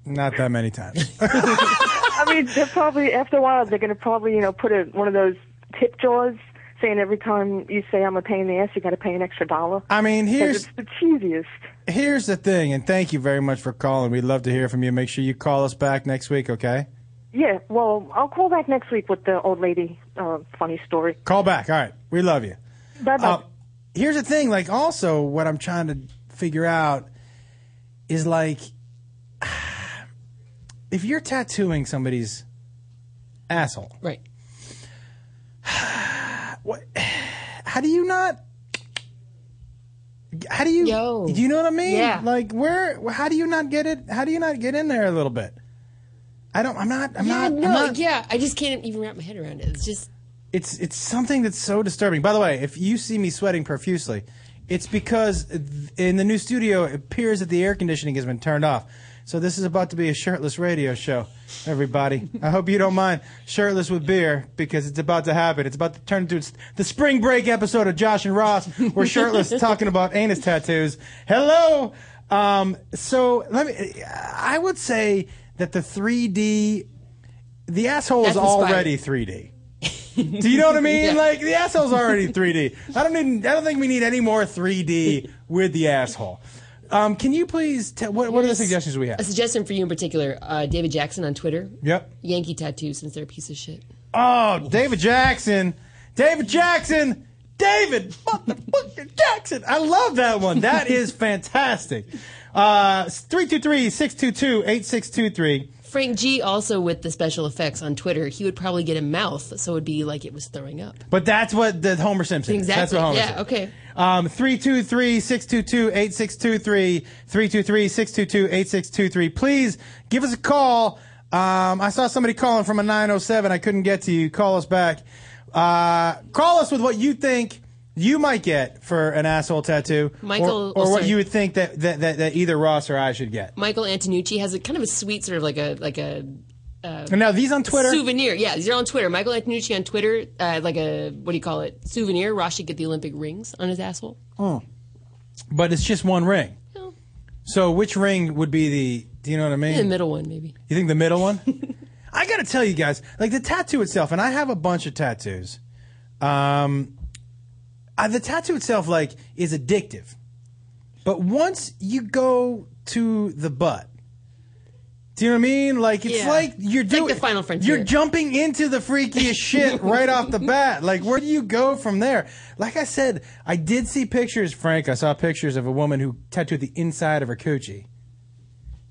Speaker 4: not that many times.
Speaker 9: I mean, they're probably after a while they're going to probably you know put a, one of those tip jaws saying every time you say I'm a pain in the ass, you got to pay an extra dollar.
Speaker 4: I mean,
Speaker 9: 'Cause
Speaker 4: here's
Speaker 9: it's the cheesiest.
Speaker 4: here's the thing, and thank you very much for calling. We'd love to hear from you. Make sure you call us back next week, okay?
Speaker 9: Yeah, well, I'll call back next week with the old lady uh, funny story.
Speaker 4: Call back. All right. We love you.
Speaker 9: Bye bye.
Speaker 4: Uh, here's the thing like, also, what I'm trying to figure out is like, if you're tattooing somebody's asshole,
Speaker 5: Right.
Speaker 4: how do you not? How do you?
Speaker 5: Yo.
Speaker 4: Do you know what I mean?
Speaker 5: Yeah.
Speaker 4: Like where? How do you not get it? How do you not get in there a little bit? I don't. I'm not. I'm
Speaker 5: Yeah,
Speaker 4: not. I'm
Speaker 5: no,
Speaker 4: not-
Speaker 5: yeah. I just can't even wrap my head around it. It's just
Speaker 4: It's it's something that's so disturbing. By the way, if you see me sweating profusely, it's because th- in the new studio it appears that the air conditioning has been turned off. So this is about to be a shirtless radio show, everybody. I hope you don't mind shirtless with beer because it's about to happen. It's about to turn into it's the spring break episode of Josh and Ross. We're shirtless talking about anus tattoos. Hello. Um, so let me. I would say that the 3D, the asshole
Speaker 5: That's
Speaker 4: is already 3D. Do you know what I mean? Like the asshole's already 3D. I don't need. I don't think we need any more 3D with the asshole. Um, can you please tell what, what are the suggestions we
Speaker 5: a
Speaker 4: have?
Speaker 5: suggestion for you in particular. Uh, David Jackson on Twitter.
Speaker 4: Yep.
Speaker 5: Yankee tattoo since they're a piece of shit.
Speaker 4: Oh, David Jackson, David Jackson, David motherfucking Jackson. I love that one. That is fantastic. Uh, 323-622-8623.
Speaker 5: Frank G also with the special effects on Twitter. He would probably get a mouth, so it'd be like it was throwing up.
Speaker 4: But that's what the Homer Simpson. is. That's
Speaker 5: Exactly.
Speaker 4: what Homer
Speaker 5: Yeah,
Speaker 4: Simpson.
Speaker 5: okay.
Speaker 4: Um, 323-622-8623, 323-622-8623. Please give us a call. Um, I saw somebody calling from a 907. I couldn't get to you. Call us back. Uh, call us with what you think you might get for an asshole tattoo. or-
Speaker 5: Michael-
Speaker 4: Or,
Speaker 5: oh,
Speaker 4: what
Speaker 5: sorry.
Speaker 4: you would think that, that, that, that either Ross or I should get.
Speaker 5: Michael Antonucci has a kind of a sweet sort of like a like a uh,
Speaker 4: And now these on Twitter.
Speaker 5: souvenir. Yeah, these are on Twitter. Michael Antonucci on Twitter, uh, like a what do you call it? Souvenir. Ross should get the Olympic rings on his asshole.
Speaker 4: oh, But it's just one ring.
Speaker 5: No.
Speaker 4: So which ring would be the, do you know what I mean?
Speaker 5: The middle one, maybe.
Speaker 4: You think the middle one? I got to tell you guys, like the tattoo itself, and I have a bunch of tattoos. Um, I, the tattoo itself, like, is addictive. But once you go to the butt, do you know what I mean? Like it's
Speaker 5: Yeah.
Speaker 4: like you're
Speaker 5: It's like
Speaker 4: doing
Speaker 5: the Final Frontier.
Speaker 4: You're jumping into the freakiest shit right off the bat. Like where do you go from there? Like I said, I did see pictures, Frank. I saw pictures of a woman who tattooed the inside of her coochie.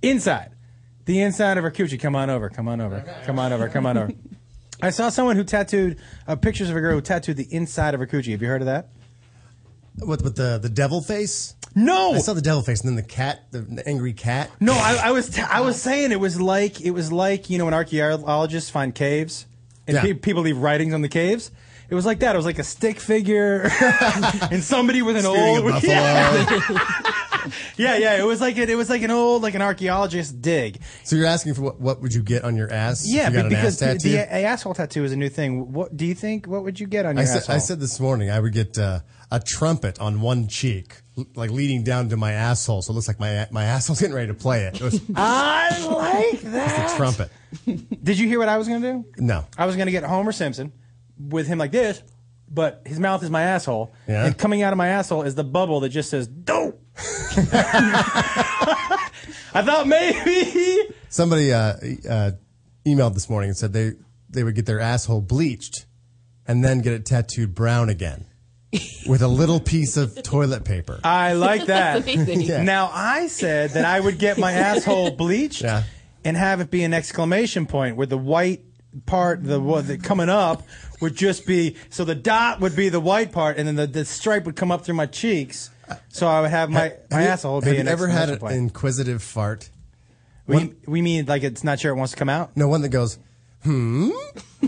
Speaker 4: Inside, the inside of her coochie. Come on over. Come on over. Come on over. Come on over. I saw someone who tattooed uh, pictures of a girl who tattooed the inside of her coochie. Have you heard of that?
Speaker 11: What with the the devil face?
Speaker 4: No.
Speaker 11: I saw the devil face, and then the cat, the, the angry cat.
Speaker 4: No, I, I was t- I was saying it was like it was like you know when archaeologists find caves and
Speaker 11: Yeah.
Speaker 4: pe- people leave writings on the caves. It was like that. It was like a stick figure and somebody with an
Speaker 11: Shooting a
Speaker 4: old
Speaker 11: buffalo.
Speaker 4: yeah yeah. It was like it, it was like an old like an archaeologist dig.
Speaker 11: So you're asking for what? What would you get on your ass? if
Speaker 4: Yeah,
Speaker 11: you got
Speaker 4: be-
Speaker 11: an
Speaker 4: because
Speaker 11: ass
Speaker 4: the,
Speaker 11: tattoo.
Speaker 4: the a- asshole tattoo is a new thing. What do you think? What would you get on your
Speaker 11: I said,
Speaker 4: asshole?
Speaker 11: I said this morning I would get uh, a trumpet on one cheek, l- like leading down to my asshole, so it looks like my my asshole's getting ready to play it. It was the
Speaker 4: I like that.
Speaker 11: trumpet.
Speaker 4: Did you hear what I was going to do?
Speaker 11: No.
Speaker 4: I was going to get Homer Simpson with him like this, but his mouth is my asshole.
Speaker 11: Yeah.
Speaker 4: And coming out of my asshole is the bubble that just says, dope. I thought maybe.
Speaker 11: Somebody uh, e- uh, emailed this morning and said they they would get their asshole bleached, and then get it tattooed brown again, with a little piece of toilet paper.
Speaker 4: I like that.
Speaker 5: Amazing.
Speaker 11: Yeah.
Speaker 4: Now, I said that I would get my asshole bleached
Speaker 11: Yeah.
Speaker 4: and have it be an exclamation point where the white part, the, wa- the coming up, would just be so the dot would be the white part, and then the, the stripe would come up through my cheeks. So I would have my, my
Speaker 11: Have you-
Speaker 4: asshole be
Speaker 11: Have
Speaker 4: an
Speaker 11: you ever had
Speaker 4: exclamation
Speaker 11: an
Speaker 4: point.
Speaker 11: inquisitive fart?
Speaker 4: We, we mean like it's not sure it wants to come out.
Speaker 11: No, one that goes, "Hmm?"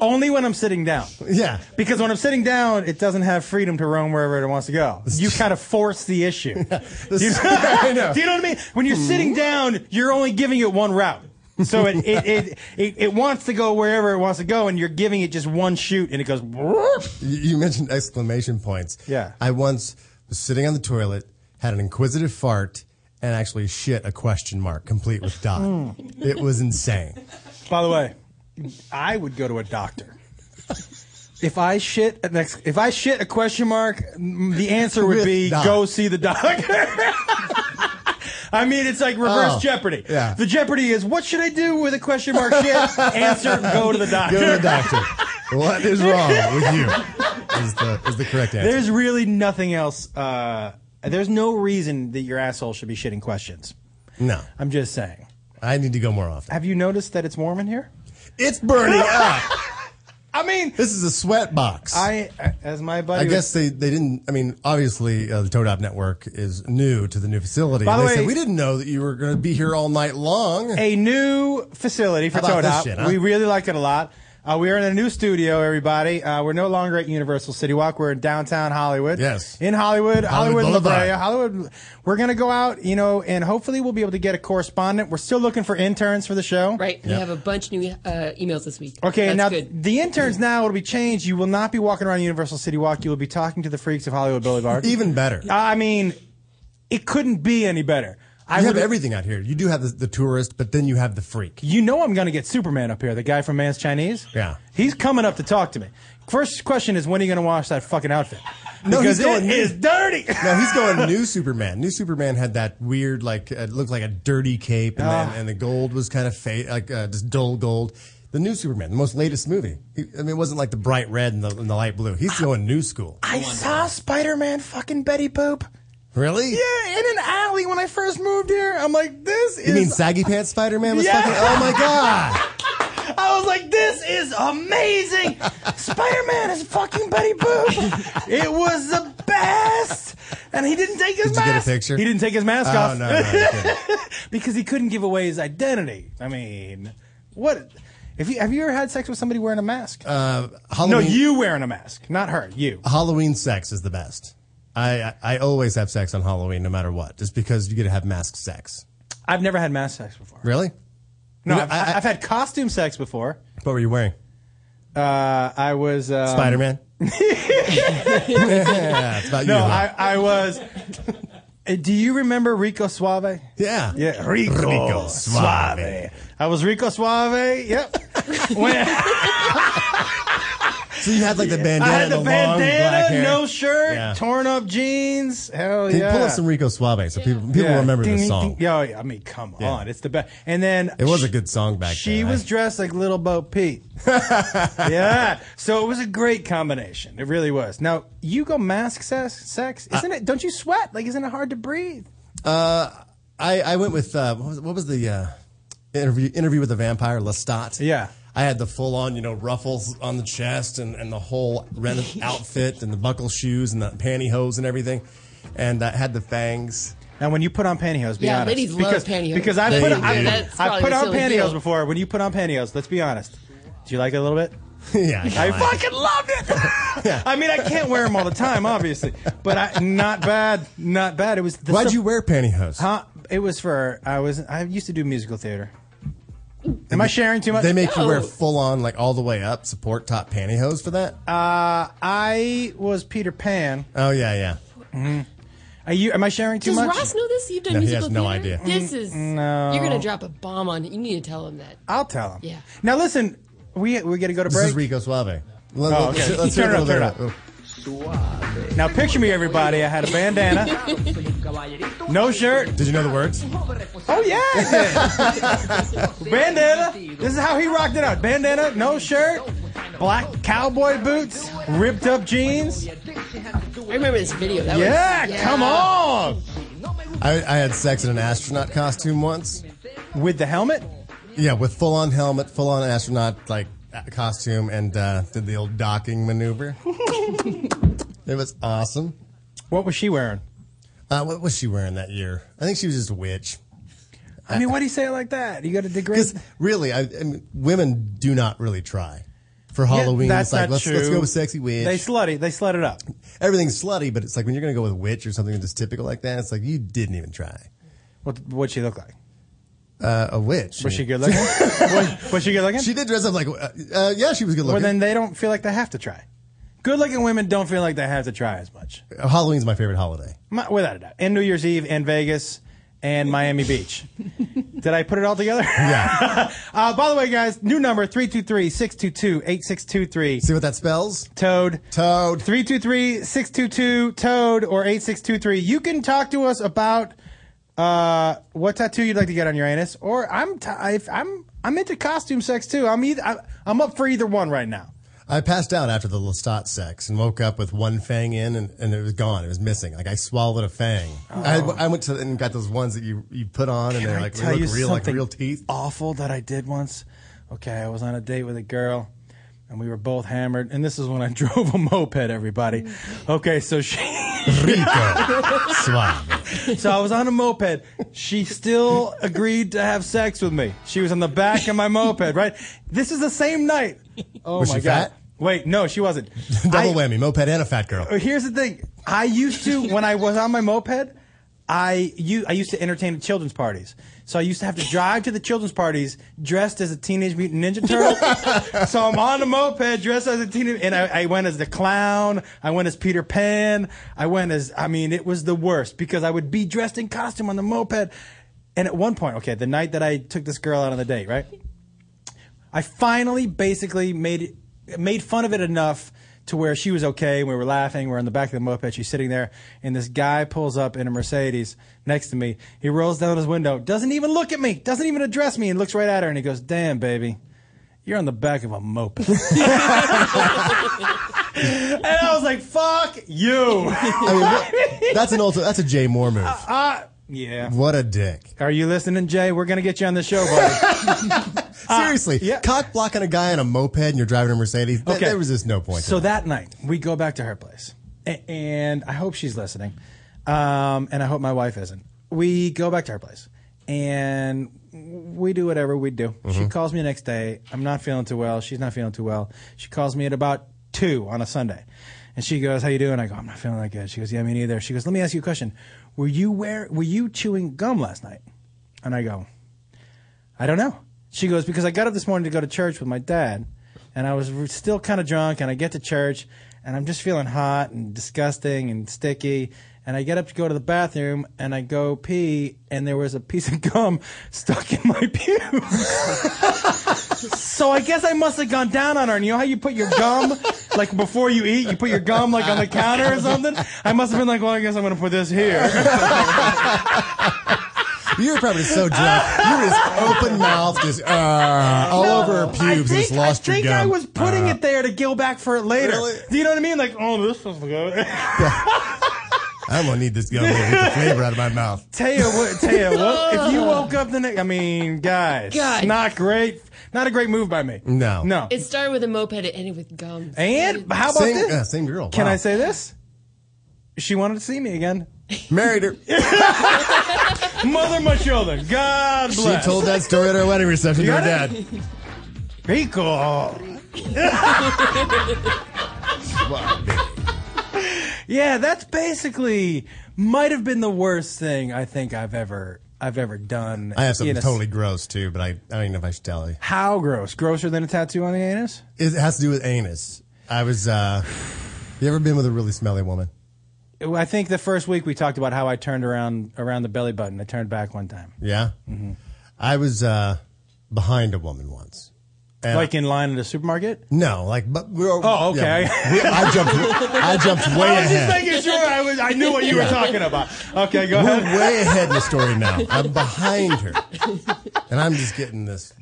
Speaker 4: Only when I'm sitting down,
Speaker 11: yeah.
Speaker 4: because when I'm sitting down, it doesn't have freedom to roam wherever it wants to go. You kind of force the issue. Do you,
Speaker 11: I know. Hmm?
Speaker 4: Do you know what I mean? When you're sitting down, you're only giving it one route. So it it, it, it it wants to go wherever it wants to go, and you're giving it just one shoot, and it goes. "Whoop."
Speaker 11: You you mentioned exclamation points.
Speaker 4: Yeah.
Speaker 11: I once was sitting on the toilet, had an inquisitive fart, and actually shit a question mark complete with dot.
Speaker 4: Hmm.
Speaker 11: it was insane.
Speaker 4: By the way, I would go to a doctor. If I shit a next, if I shit a question mark, m- the answer would
Speaker 11: With
Speaker 4: be
Speaker 11: Doc.
Speaker 4: go see the doctor. I mean, it's like reverse
Speaker 11: Oh,
Speaker 4: Jeopardy.
Speaker 11: yeah.
Speaker 4: The Jeopardy is what should I do with a question mark shit? Answer go to the doctor.
Speaker 11: Go to the doctor. what is wrong with you? Is the is the correct answer?
Speaker 4: There's really nothing else. Uh, there's no reason that your asshole should be shitting questions.
Speaker 11: no.
Speaker 4: I'm just saying.
Speaker 11: I need to go more often.
Speaker 4: Have you noticed that it's warm in here?
Speaker 11: It's burning up.
Speaker 4: I mean,
Speaker 11: this is a sweat box.
Speaker 4: I, as my buddy,
Speaker 11: I
Speaker 4: was-
Speaker 11: guess they, they didn't. I mean, obviously, uh, the Toad Hop Network is new to the new facility.
Speaker 4: By
Speaker 11: And
Speaker 4: the
Speaker 11: they
Speaker 4: way-
Speaker 11: said, we didn't know that you were going to be here all night long.
Speaker 4: a new facility for
Speaker 11: How about
Speaker 4: Toad
Speaker 11: this
Speaker 4: Hop.
Speaker 11: shit, huh?
Speaker 4: We really liked it a lot. Uh, we are in a new studio, everybody. Uh, we're no longer at Universal City Walk. We're in downtown Hollywood.
Speaker 11: Yes.
Speaker 4: In Hollywood, Hollywood,
Speaker 11: Hollywood
Speaker 4: La
Speaker 11: Boulevard.
Speaker 4: Brea, Hollywood. We're going to go out, you know, and hopefully we'll be able to get a correspondent. We're still looking for interns for the show.
Speaker 5: Right. We
Speaker 11: Yeah.
Speaker 5: have a bunch new uh, emails this week.
Speaker 4: Okay,
Speaker 5: That's
Speaker 4: now
Speaker 5: good.
Speaker 4: the interns now it'll be changed. You will not be walking around Universal City Walk. You will be talking to the freaks of Hollywood Boulevard.
Speaker 11: Even better.
Speaker 4: I mean, it couldn't be any better. I
Speaker 11: you have
Speaker 4: would-
Speaker 11: everything out here. You do have the, the tourist, but then you have the freak.
Speaker 4: You know I'm going to get Superman up here, the guy from Man's Chinese.
Speaker 11: Yeah.
Speaker 4: He's coming up to talk to me. First question is when are you going to wash that fucking outfit?
Speaker 11: No, he's
Speaker 4: Because it
Speaker 11: going-
Speaker 4: is dirty.
Speaker 11: No, he's going new Superman. New Superman had that weird, like uh, it looked like a dirty cape, and,
Speaker 4: Ah.
Speaker 11: then, and the gold was kind of fade, like uh, just dull gold. The new Superman, the most latest movie. He, I mean, it wasn't like the bright red and the, and the light blue.
Speaker 4: Ah.
Speaker 11: He's going new school.
Speaker 4: I saw Spider-Man fucking Betty Boop.
Speaker 11: Really?
Speaker 4: Yeah, in an alley when I first moved here. I'm like, this
Speaker 11: You mean
Speaker 4: is
Speaker 11: saggy pants Spider Man was
Speaker 4: Yeah.
Speaker 11: fucking? Oh my god!
Speaker 4: I was like, this is amazing. Spider Man is fucking Betty Boop. It was the best. And he didn't take his
Speaker 11: Did you
Speaker 4: mask.
Speaker 11: get a picture?
Speaker 4: He didn't take his mask
Speaker 11: Oh
Speaker 4: off
Speaker 11: no! no, okay.
Speaker 4: because he couldn't give away his identity. I mean, what? If you, have you ever had sex with somebody wearing a mask? no,
Speaker 11: Uh, Halloween,
Speaker 4: you wearing a mask, not her. You.
Speaker 11: Halloween sex is the best. I, I I always have sex on Halloween, no matter what, just because you get to have mask sex.
Speaker 4: I've never had mask sex before.
Speaker 11: Really?
Speaker 4: No,
Speaker 11: You know,
Speaker 4: I've,
Speaker 11: I- I-
Speaker 4: I've had costume sex before.
Speaker 11: What were you wearing?
Speaker 4: Uh, I was um,
Speaker 11: Spider Man. yeah, it's about
Speaker 4: No,
Speaker 11: you. huh?
Speaker 4: I, I was. Uh, Do you remember Rico Suave?
Speaker 11: yeah,
Speaker 4: Yeah, Rico,
Speaker 11: Rico Suave.
Speaker 4: I was Rico Suave. Yep. when
Speaker 11: So you had like the bandana,
Speaker 4: I had the
Speaker 11: and long black
Speaker 4: bandana,
Speaker 11: hair.
Speaker 4: no shirt,
Speaker 11: Yeah.
Speaker 4: torn up jeans. Hell
Speaker 11: Can you
Speaker 4: Oh, yeah.
Speaker 11: pull up some Rico Suave so people people
Speaker 4: Yeah.
Speaker 11: remember
Speaker 4: Ding,
Speaker 11: the
Speaker 4: ding,
Speaker 11: song.
Speaker 4: ding. Yeah, yeah, I mean, come on, it's the best. And then
Speaker 11: It was
Speaker 4: she-
Speaker 11: a good song back
Speaker 4: She
Speaker 11: then. I-
Speaker 4: was dressed like Little Bo Peep. yeah, so it was a great combination. It really was. Now you go mask sex, sex isn't it? Don't you sweat? Like, isn't it hard to breathe?
Speaker 11: Uh, I, I went with uh, what, was, what was the uh, interview interview with the vampire Lestat?
Speaker 4: Yeah.
Speaker 11: I had the full on, you know, ruffles on the chest and, and the whole red outfit and the buckle shoes and the pantyhose and everything, and I had the fangs.
Speaker 4: And when you put on pantyhose, be
Speaker 5: Yeah,
Speaker 4: honest.
Speaker 5: ladies love
Speaker 4: because,
Speaker 5: pantyhose.
Speaker 4: Because I
Speaker 11: They
Speaker 4: put
Speaker 11: do.
Speaker 4: I,
Speaker 5: That's
Speaker 4: I
Speaker 5: probably
Speaker 4: put
Speaker 5: the
Speaker 4: on
Speaker 5: silly
Speaker 4: pantyhose
Speaker 5: deal.
Speaker 4: before. When you put on pantyhose, let's be honest. Do you like it a little bit?
Speaker 11: yeah, I,
Speaker 4: I
Speaker 11: know, I-
Speaker 4: fucking loved it. I mean, I can't wear them all the time, obviously, but I, not bad, not bad. It was. The
Speaker 11: Why'd
Speaker 4: sub-
Speaker 11: you wear pantyhose?
Speaker 4: Huh? It was for I was I used to do musical theater. Am I sharing too much?
Speaker 11: They make you wear
Speaker 5: No.
Speaker 11: full on, like all the way up, support top pantyhose for that.
Speaker 4: Uh, I was Peter Pan.
Speaker 11: oh yeah, yeah.
Speaker 4: Mm-hmm. Are you? Am I sharing too
Speaker 5: Does
Speaker 4: much?
Speaker 5: Ross know this? You've done
Speaker 11: No, he
Speaker 5: musical
Speaker 11: has no
Speaker 5: theater?
Speaker 11: idea.
Speaker 5: This is.
Speaker 4: Mm,
Speaker 5: You're going to drop a bomb on it. You need to tell him that.
Speaker 4: I'll tell him.
Speaker 5: Yeah.
Speaker 4: Now listen, we we got to go to
Speaker 11: This
Speaker 4: break.
Speaker 11: is Rico Suave. Let,
Speaker 4: Oh,
Speaker 11: let's-
Speaker 4: okay.
Speaker 11: let's
Speaker 4: Turn
Speaker 11: hear a
Speaker 4: it up, turn
Speaker 11: little bit
Speaker 4: it
Speaker 11: of-
Speaker 4: now picture me, everybody. I had a bandana, no shirt.
Speaker 11: Did you know the words?
Speaker 4: Oh yeah, I did. bandana. This is how he rocked it out. Bandana, no shirt, black cowboy boots, ripped up jeans.
Speaker 5: I remember this video. That
Speaker 4: Yeah,
Speaker 5: was,
Speaker 4: come on.
Speaker 11: I, I had sex in an astronaut costume once.
Speaker 4: With the helmet.
Speaker 11: Yeah, with full on helmet, full on astronaut like a- costume, and uh, did the old docking maneuver. it was awesome.
Speaker 4: What was she wearing?
Speaker 11: Uh, what was she wearing that year? I think she was just a witch.
Speaker 4: I mean, why do you say it like that? You got to degrade.
Speaker 11: Because really, I, I mean, women do not really try for Halloween.
Speaker 4: Yeah,
Speaker 11: it's like
Speaker 4: not
Speaker 11: let's let's
Speaker 4: true.
Speaker 11: go with sexy witch.
Speaker 4: They slutty. They slut it up.
Speaker 11: Everything's slutty, but it's like when you're gonna go with witch or something that's typical like that. It's like you didn't even try.
Speaker 4: What what she look like?
Speaker 11: Uh, a witch.
Speaker 4: Was she good looking? was, was she good looking?
Speaker 11: She did dress up like. Uh, uh, yeah, she was good
Speaker 4: well,
Speaker 11: looking.
Speaker 4: then they don't feel like they have to try. Good looking women don't feel like they have to try as much,
Speaker 11: Halloween's my favorite holiday.
Speaker 4: My- without a doubt. And New Year's Eve and Vegas and Miami Beach. Did I put it all together? Yeah. uh, by the way, guys, new number 323 622 8623. See
Speaker 11: what that spells?
Speaker 4: Toad.
Speaker 11: Toad.
Speaker 4: 323 622 Toad or 8623. You can talk to us about uh, what tattoo you'd like to get on your anus, or I'm t- if I'm I'm into costume sex too. I'm either I, I'm up for either one right now.
Speaker 11: I passed out after the Lestat sex and woke up with one fang in and, and it was gone. It was missing. Like I swallowed a fang. I, had,
Speaker 4: Oh.
Speaker 11: I went to and got those ones that you, you put on and
Speaker 4: Can
Speaker 11: they're
Speaker 4: I
Speaker 11: like
Speaker 4: tell
Speaker 11: they
Speaker 4: you
Speaker 11: look real, like
Speaker 4: something
Speaker 11: real teeth.
Speaker 4: Awful that I did once. Okay, I was on a date with a girl, and we were both hammered. And this is when I drove a moped. Everybody, okay, so she so I was on a moped. She still agreed to have sex with me. She was on the back of my moped, right? This is the same night. Oh
Speaker 11: Was
Speaker 4: my
Speaker 11: she
Speaker 4: god.
Speaker 11: fat?
Speaker 4: Wait, no, she wasn't.
Speaker 11: Double whammy, moped and a fat girl.
Speaker 4: Uh, Here's the thing. I used to when I was on my moped, I you I used to entertain at children's parties. So I used to have to drive to the children's parties dressed as a teenage mutant ninja turtle. so I'm on a moped dressed as a teenage and I, I went as the clown, I went as Peter Pan, I went as I mean, it was the worst because I would be dressed in costume on the moped. And at one point, okay, the night that I took this girl out on the date, right? I finally basically made it, made fun of it enough to where she was okay. We were laughing. We're in the back of the moped. She's sitting there, and this guy pulls up in a Mercedes next to me. He rolls down his window, doesn't even look at me, doesn't even address me, and looks right at her. And he goes, "Damn, baby, you're on the back of a moped." and I was like, "Fuck you."
Speaker 11: I mean, what- that's an ulti- that's a Jay Moore move.
Speaker 4: Uh, yeah.
Speaker 11: What a dick.
Speaker 4: Are you listening, Jay? We're gonna get you on the show, buddy. Uh,
Speaker 11: Seriously, cock blocking a guy on a moped and you're driving a Mercedes. th-
Speaker 4: Okay.
Speaker 11: there was just no point.
Speaker 4: So that night, we go back to her place, A- and I hope she's listening, um, and I hope my wife isn't. We go back to her place, and we do whatever we do. She
Speaker 12: Mhm.
Speaker 4: calls me the next day. I'm not feeling too well. She's not feeling too well. She calls me at about two on a Sunday, and she goes, "How you doing?" I go, "I'm not feeling that good." She goes, "Yeah, me neither." She goes, "Let me ask you a question. Were you where? Were you chewing gum last night?" And I go, I don't know. She goes, because I got up this morning to go to church with my dad, and I was re- still kind of drunk, and I get to church, and I'm just feeling hot and disgusting and sticky. And I get up to go to the bathroom, and I go pee, and there was a piece of gum stuck in my pubes. so I guess I must have gone down on her. And you know how you put your gum, like before you eat, you put your gum like on the counter or something. I must have been like, well, I guess I'm gonna put this here.
Speaker 11: you were probably so drunk. you were just open mouth, just uh, all
Speaker 4: No,
Speaker 11: over her pubes
Speaker 4: I
Speaker 11: and
Speaker 4: think,
Speaker 11: just lost
Speaker 4: I think
Speaker 11: your gum.
Speaker 4: I was putting
Speaker 11: Uh,
Speaker 4: it there to go back for it later. Do you know what I mean? Like, oh, this was good.
Speaker 11: I'm gonna need this gum to get the flavor out of my mouth.
Speaker 4: Taya, what, Taya, what, if you woke up the next, I mean, guys,
Speaker 5: Guys.
Speaker 4: not great, not a great move by me.
Speaker 11: No,
Speaker 4: no.
Speaker 5: It started with a moped. It ended with gums.
Speaker 4: And how about
Speaker 5: Same-
Speaker 4: this?
Speaker 5: uh,
Speaker 11: same girl.
Speaker 4: Can
Speaker 11: Wow.
Speaker 4: I say this? She wanted to see me again.
Speaker 11: Married her.
Speaker 4: Mother, my children. God
Speaker 11: She
Speaker 4: bless.
Speaker 11: told that story at her wedding reception
Speaker 4: You
Speaker 11: to her
Speaker 4: got
Speaker 11: dad.
Speaker 4: it? Rico. Yeah, that's basically might have been the worst thing I think I've ever I've ever done.
Speaker 11: I have
Speaker 4: You
Speaker 11: something
Speaker 4: know,
Speaker 11: totally gross too, but I, I don't even know if I should tell you.
Speaker 4: How gross? Grosser than a tattoo on the anus?
Speaker 11: It has to do with anus. I was. uh You ever been with a really smelly woman?
Speaker 4: I think the first week we talked about how I turned around around the belly button. I turned back one time,
Speaker 11: Yeah.
Speaker 4: Mm-hmm.
Speaker 11: I was uh behind a woman once. And-
Speaker 4: like in line at a supermarket.
Speaker 11: no, like but we were.
Speaker 4: Oh, okay.
Speaker 11: yeah. We- I jumped. I jumped way
Speaker 4: I was
Speaker 11: ahead.
Speaker 4: just making sure I was. I knew what you were
Speaker 11: Yeah.
Speaker 4: talking about. Okay, go
Speaker 11: We're
Speaker 4: ahead.
Speaker 11: way ahead in the story now. I'm behind her, and I'm just getting this.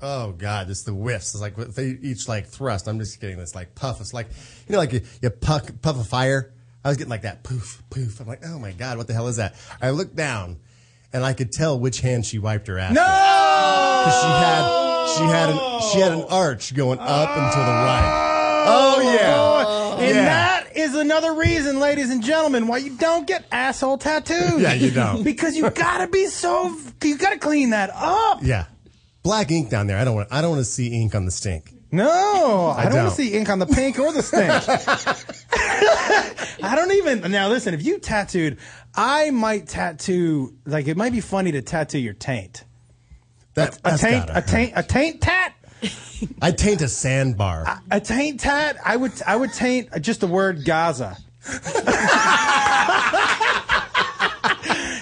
Speaker 11: Oh God, it's the whiffs. It's like with- they each like thrust. I'm just getting this like puff. It's like you know, like you, you puff puff of fire. I was getting like that poof poof. I'm like, oh my God, what the hell is that? I looked down, and I could tell which hand she wiped her ass. No, she had she had an she had
Speaker 4: Oh!
Speaker 11: an arch going up and to the
Speaker 4: Ah!
Speaker 11: right. Oh yeah,
Speaker 4: And
Speaker 11: yeah.
Speaker 4: that is another reason, ladies and gentlemen, why you don't get asshole tattoos.
Speaker 11: Yeah, you don't.
Speaker 4: Because you gotta be so. You gotta clean that up.
Speaker 11: Yeah. Black ink down there. I don't want. I don't want to see ink on the stink.
Speaker 4: No, I,
Speaker 11: I
Speaker 4: don't, want
Speaker 11: don't.
Speaker 4: to see ink on the pink or the stink. I don't even. Now, listen, if you tattooed, I might tattoo, like, it might be funny to tattoo your taint.
Speaker 11: That,
Speaker 4: A
Speaker 11: that's
Speaker 4: taint,
Speaker 11: gotta
Speaker 4: a taint, a taint tat.
Speaker 11: I taint a sandbar.
Speaker 4: A taint tat. I would, I would taint just the word Gaza.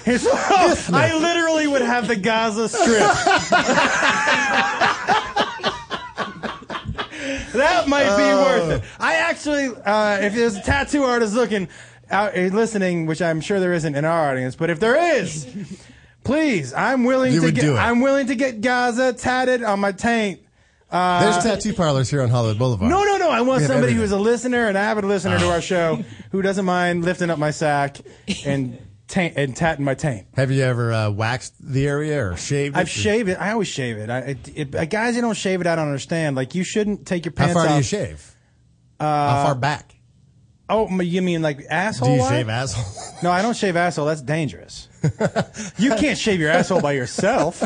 Speaker 4: It's- I literally would have the Gaza Strip. that might be
Speaker 11: Oh,
Speaker 4: worth it. I actually, uh, if there's a tattoo artist looking out uh, listening, which I'm sure there isn't in our audience, but if there is, please, I'm willing
Speaker 11: You
Speaker 4: to
Speaker 11: would
Speaker 4: get.
Speaker 11: do it.
Speaker 4: I'm willing to get Gaza tatted on my taint. Uh,
Speaker 11: There's tattoo parlors here on Hollywood Boulevard.
Speaker 4: no, no, no. I want
Speaker 11: We have
Speaker 4: somebody
Speaker 11: everything. Ah.
Speaker 4: who's a listener, an avid listener to our show, who doesn't mind lifting up my sack and taint, and tatting my taint.
Speaker 11: Have you ever uh, waxed the area or shaved?
Speaker 4: I've
Speaker 11: it?
Speaker 4: shaved it. I always shave it. I, it, it uh, guys who don't shave it, I don't understand. Like you shouldn't take your
Speaker 11: How
Speaker 4: pants
Speaker 11: far
Speaker 4: off.
Speaker 11: do you shave?
Speaker 4: Uh,
Speaker 11: How far back?
Speaker 4: Oh, m- you mean like asshole?
Speaker 11: Do you
Speaker 4: wide?
Speaker 11: shave asshole?
Speaker 4: No, I don't shave asshole. That's dangerous. you can't shave your asshole by yourself.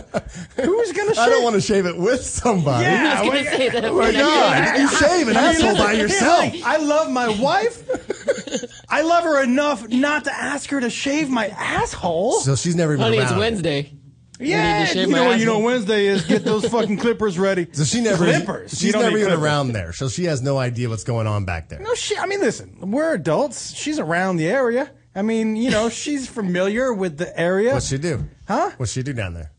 Speaker 4: Who's gonna shave?
Speaker 11: I don't want to shave it with somebody.
Speaker 4: Yeah,
Speaker 5: I was gonna
Speaker 4: wait- Oh
Speaker 5: say that.
Speaker 11: my God, you shave an
Speaker 4: I mean,
Speaker 11: asshole by
Speaker 4: listen,
Speaker 11: yourself.
Speaker 4: like, I love my wife. I love her enough not to ask her to shave my asshole.
Speaker 11: So she's never even
Speaker 5: Honey,
Speaker 11: around.
Speaker 5: it's Wednesday. I need
Speaker 4: yeah,
Speaker 5: to
Speaker 4: you
Speaker 5: shave
Speaker 4: know
Speaker 5: my
Speaker 4: what you know
Speaker 5: asshole.
Speaker 4: Wednesday is get those fucking clippers ready.
Speaker 11: So she never
Speaker 4: clippers. You
Speaker 11: She's
Speaker 4: don't
Speaker 11: never
Speaker 4: need
Speaker 11: even
Speaker 4: clippers.
Speaker 11: around there, so she has no idea what's going on back there.
Speaker 4: No shit. I mean, listen, we're adults. She's around the area. I mean, you know, she's familiar with the area.
Speaker 11: What's she do?
Speaker 4: Huh?
Speaker 11: What's she do down there?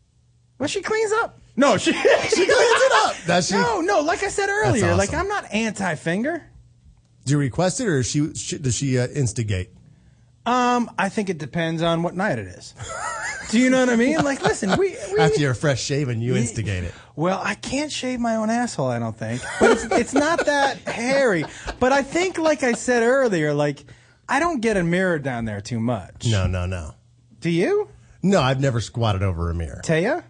Speaker 4: Well, she cleans up. No, she she cleans
Speaker 11: She cleans it up. That's she.
Speaker 4: No, no. Like I said earlier, like
Speaker 11: awesome.
Speaker 4: I'm not anti-finger.
Speaker 11: Do you request it, or is she, she does she uh, instigate?
Speaker 4: Um, I think it depends on what night it is. Do you know what I mean? Like, listen, we, we
Speaker 11: After you're fresh shaven, you instigate it.
Speaker 4: Well, I can't shave my own asshole, I don't think. But it's, it's not that hairy. But I think, like I said earlier, like, I don't get a mirror down there too much.
Speaker 11: No, no, no,
Speaker 4: Do you?
Speaker 11: no. I've never squatted over a mirror.
Speaker 4: Taya?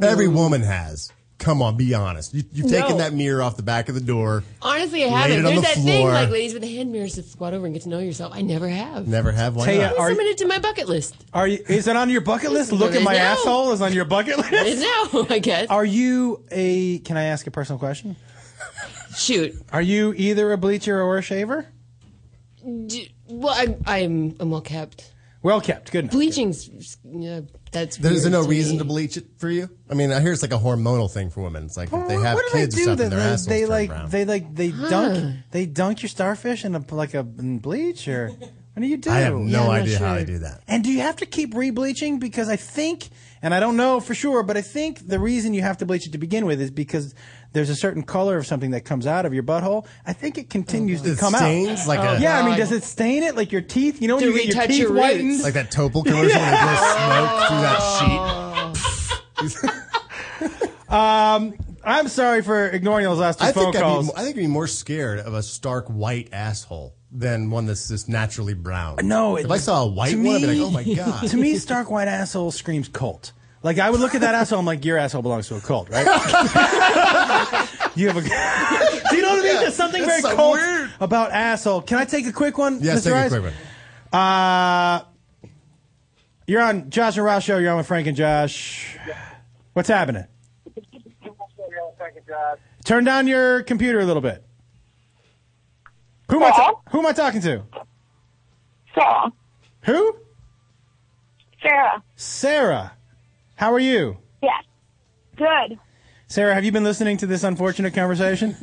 Speaker 11: Every woman has. Come on, be honest. You, you've taken
Speaker 5: No.
Speaker 11: that mirror off the back of the door.
Speaker 5: Honestly, I
Speaker 11: Laid
Speaker 5: haven't.
Speaker 11: it on
Speaker 5: There's
Speaker 11: the
Speaker 5: that thing
Speaker 11: floor.
Speaker 5: like ladies with the hand mirrors to squat over and get to know yourself. I never have.
Speaker 11: Never have one.
Speaker 4: Taya,
Speaker 5: I
Speaker 4: are-
Speaker 5: submitted to my bucket list.
Speaker 4: Are you, is it on your bucket list? Look at my
Speaker 5: No.
Speaker 4: asshole is on your bucket list?
Speaker 5: No, I guess.
Speaker 4: Are you a, can I ask a personal question?
Speaker 5: Shoot.
Speaker 4: Are you either a bleacher or a shaver?
Speaker 5: D- Well, I'm I'm I'm well kept.
Speaker 4: Well kept, good enough.
Speaker 5: Bleaching's yeah, that's.
Speaker 11: There's
Speaker 5: weird
Speaker 11: no
Speaker 5: to
Speaker 11: reason
Speaker 5: me.
Speaker 11: to bleach it for you. I mean, I hear it's like a hormonal thing for women. It's like if they have
Speaker 4: what do
Speaker 11: kids
Speaker 4: they do
Speaker 11: or something,
Speaker 4: that
Speaker 11: their
Speaker 4: they,
Speaker 11: assholes
Speaker 4: they
Speaker 11: turn
Speaker 4: like
Speaker 11: brown.
Speaker 4: they like they dunk they dunk your starfish in a like a in bleach or what do you do?
Speaker 11: I have no
Speaker 5: I'm not
Speaker 11: idea how I
Speaker 5: sure.
Speaker 11: do that.
Speaker 4: And do you have to keep re-bleaching? Because I think, and I don't know for sure, but I think the reason you have to bleach it to begin with is because there's a certain color of something that comes out of your butthole. I think it continues to
Speaker 11: It
Speaker 4: come
Speaker 11: stains
Speaker 4: out.
Speaker 11: like a
Speaker 4: yeah, I mean,
Speaker 5: Oh, God.
Speaker 4: does it stain it like your teeth? You know when
Speaker 5: To
Speaker 4: you get your
Speaker 5: retouch
Speaker 4: teeth
Speaker 5: your roots.
Speaker 4: whitened?
Speaker 11: like that Topol commercial when it blows smoke through that
Speaker 4: Um, I'm sorry for ignoring those last
Speaker 11: sheet.
Speaker 4: two
Speaker 11: I
Speaker 4: phone
Speaker 11: think I'd be,
Speaker 4: calls.
Speaker 11: mo- I think I'd be more scared of a stark white asshole than one that's just naturally brown.
Speaker 4: No, it-
Speaker 11: if I saw a white
Speaker 4: to
Speaker 11: one, I'd be like,
Speaker 4: me-
Speaker 11: oh my god.
Speaker 4: to me, stark white asshole screams cult. Like I would look at that asshole, I'm like, your asshole belongs to a cult, right? you have a. Do you know what I mean? There's something very
Speaker 11: That's so
Speaker 4: cult
Speaker 11: weird.
Speaker 4: about asshole. Can I take a quick one,
Speaker 11: yes,
Speaker 4: Mr.
Speaker 11: take a
Speaker 4: Rice?
Speaker 11: quick one.
Speaker 4: Uh, you're on Josh and Ross show. You're on with Frank and Josh. What's happening? Turn down your computer a little bit. Who am I, ta- who am I talking to?
Speaker 7: Sarah.
Speaker 4: Who?
Speaker 7: Sarah.
Speaker 4: Sarah. How are you?
Speaker 7: Yes. Good.
Speaker 4: Sarah, have you been listening to this unfortunate conversation?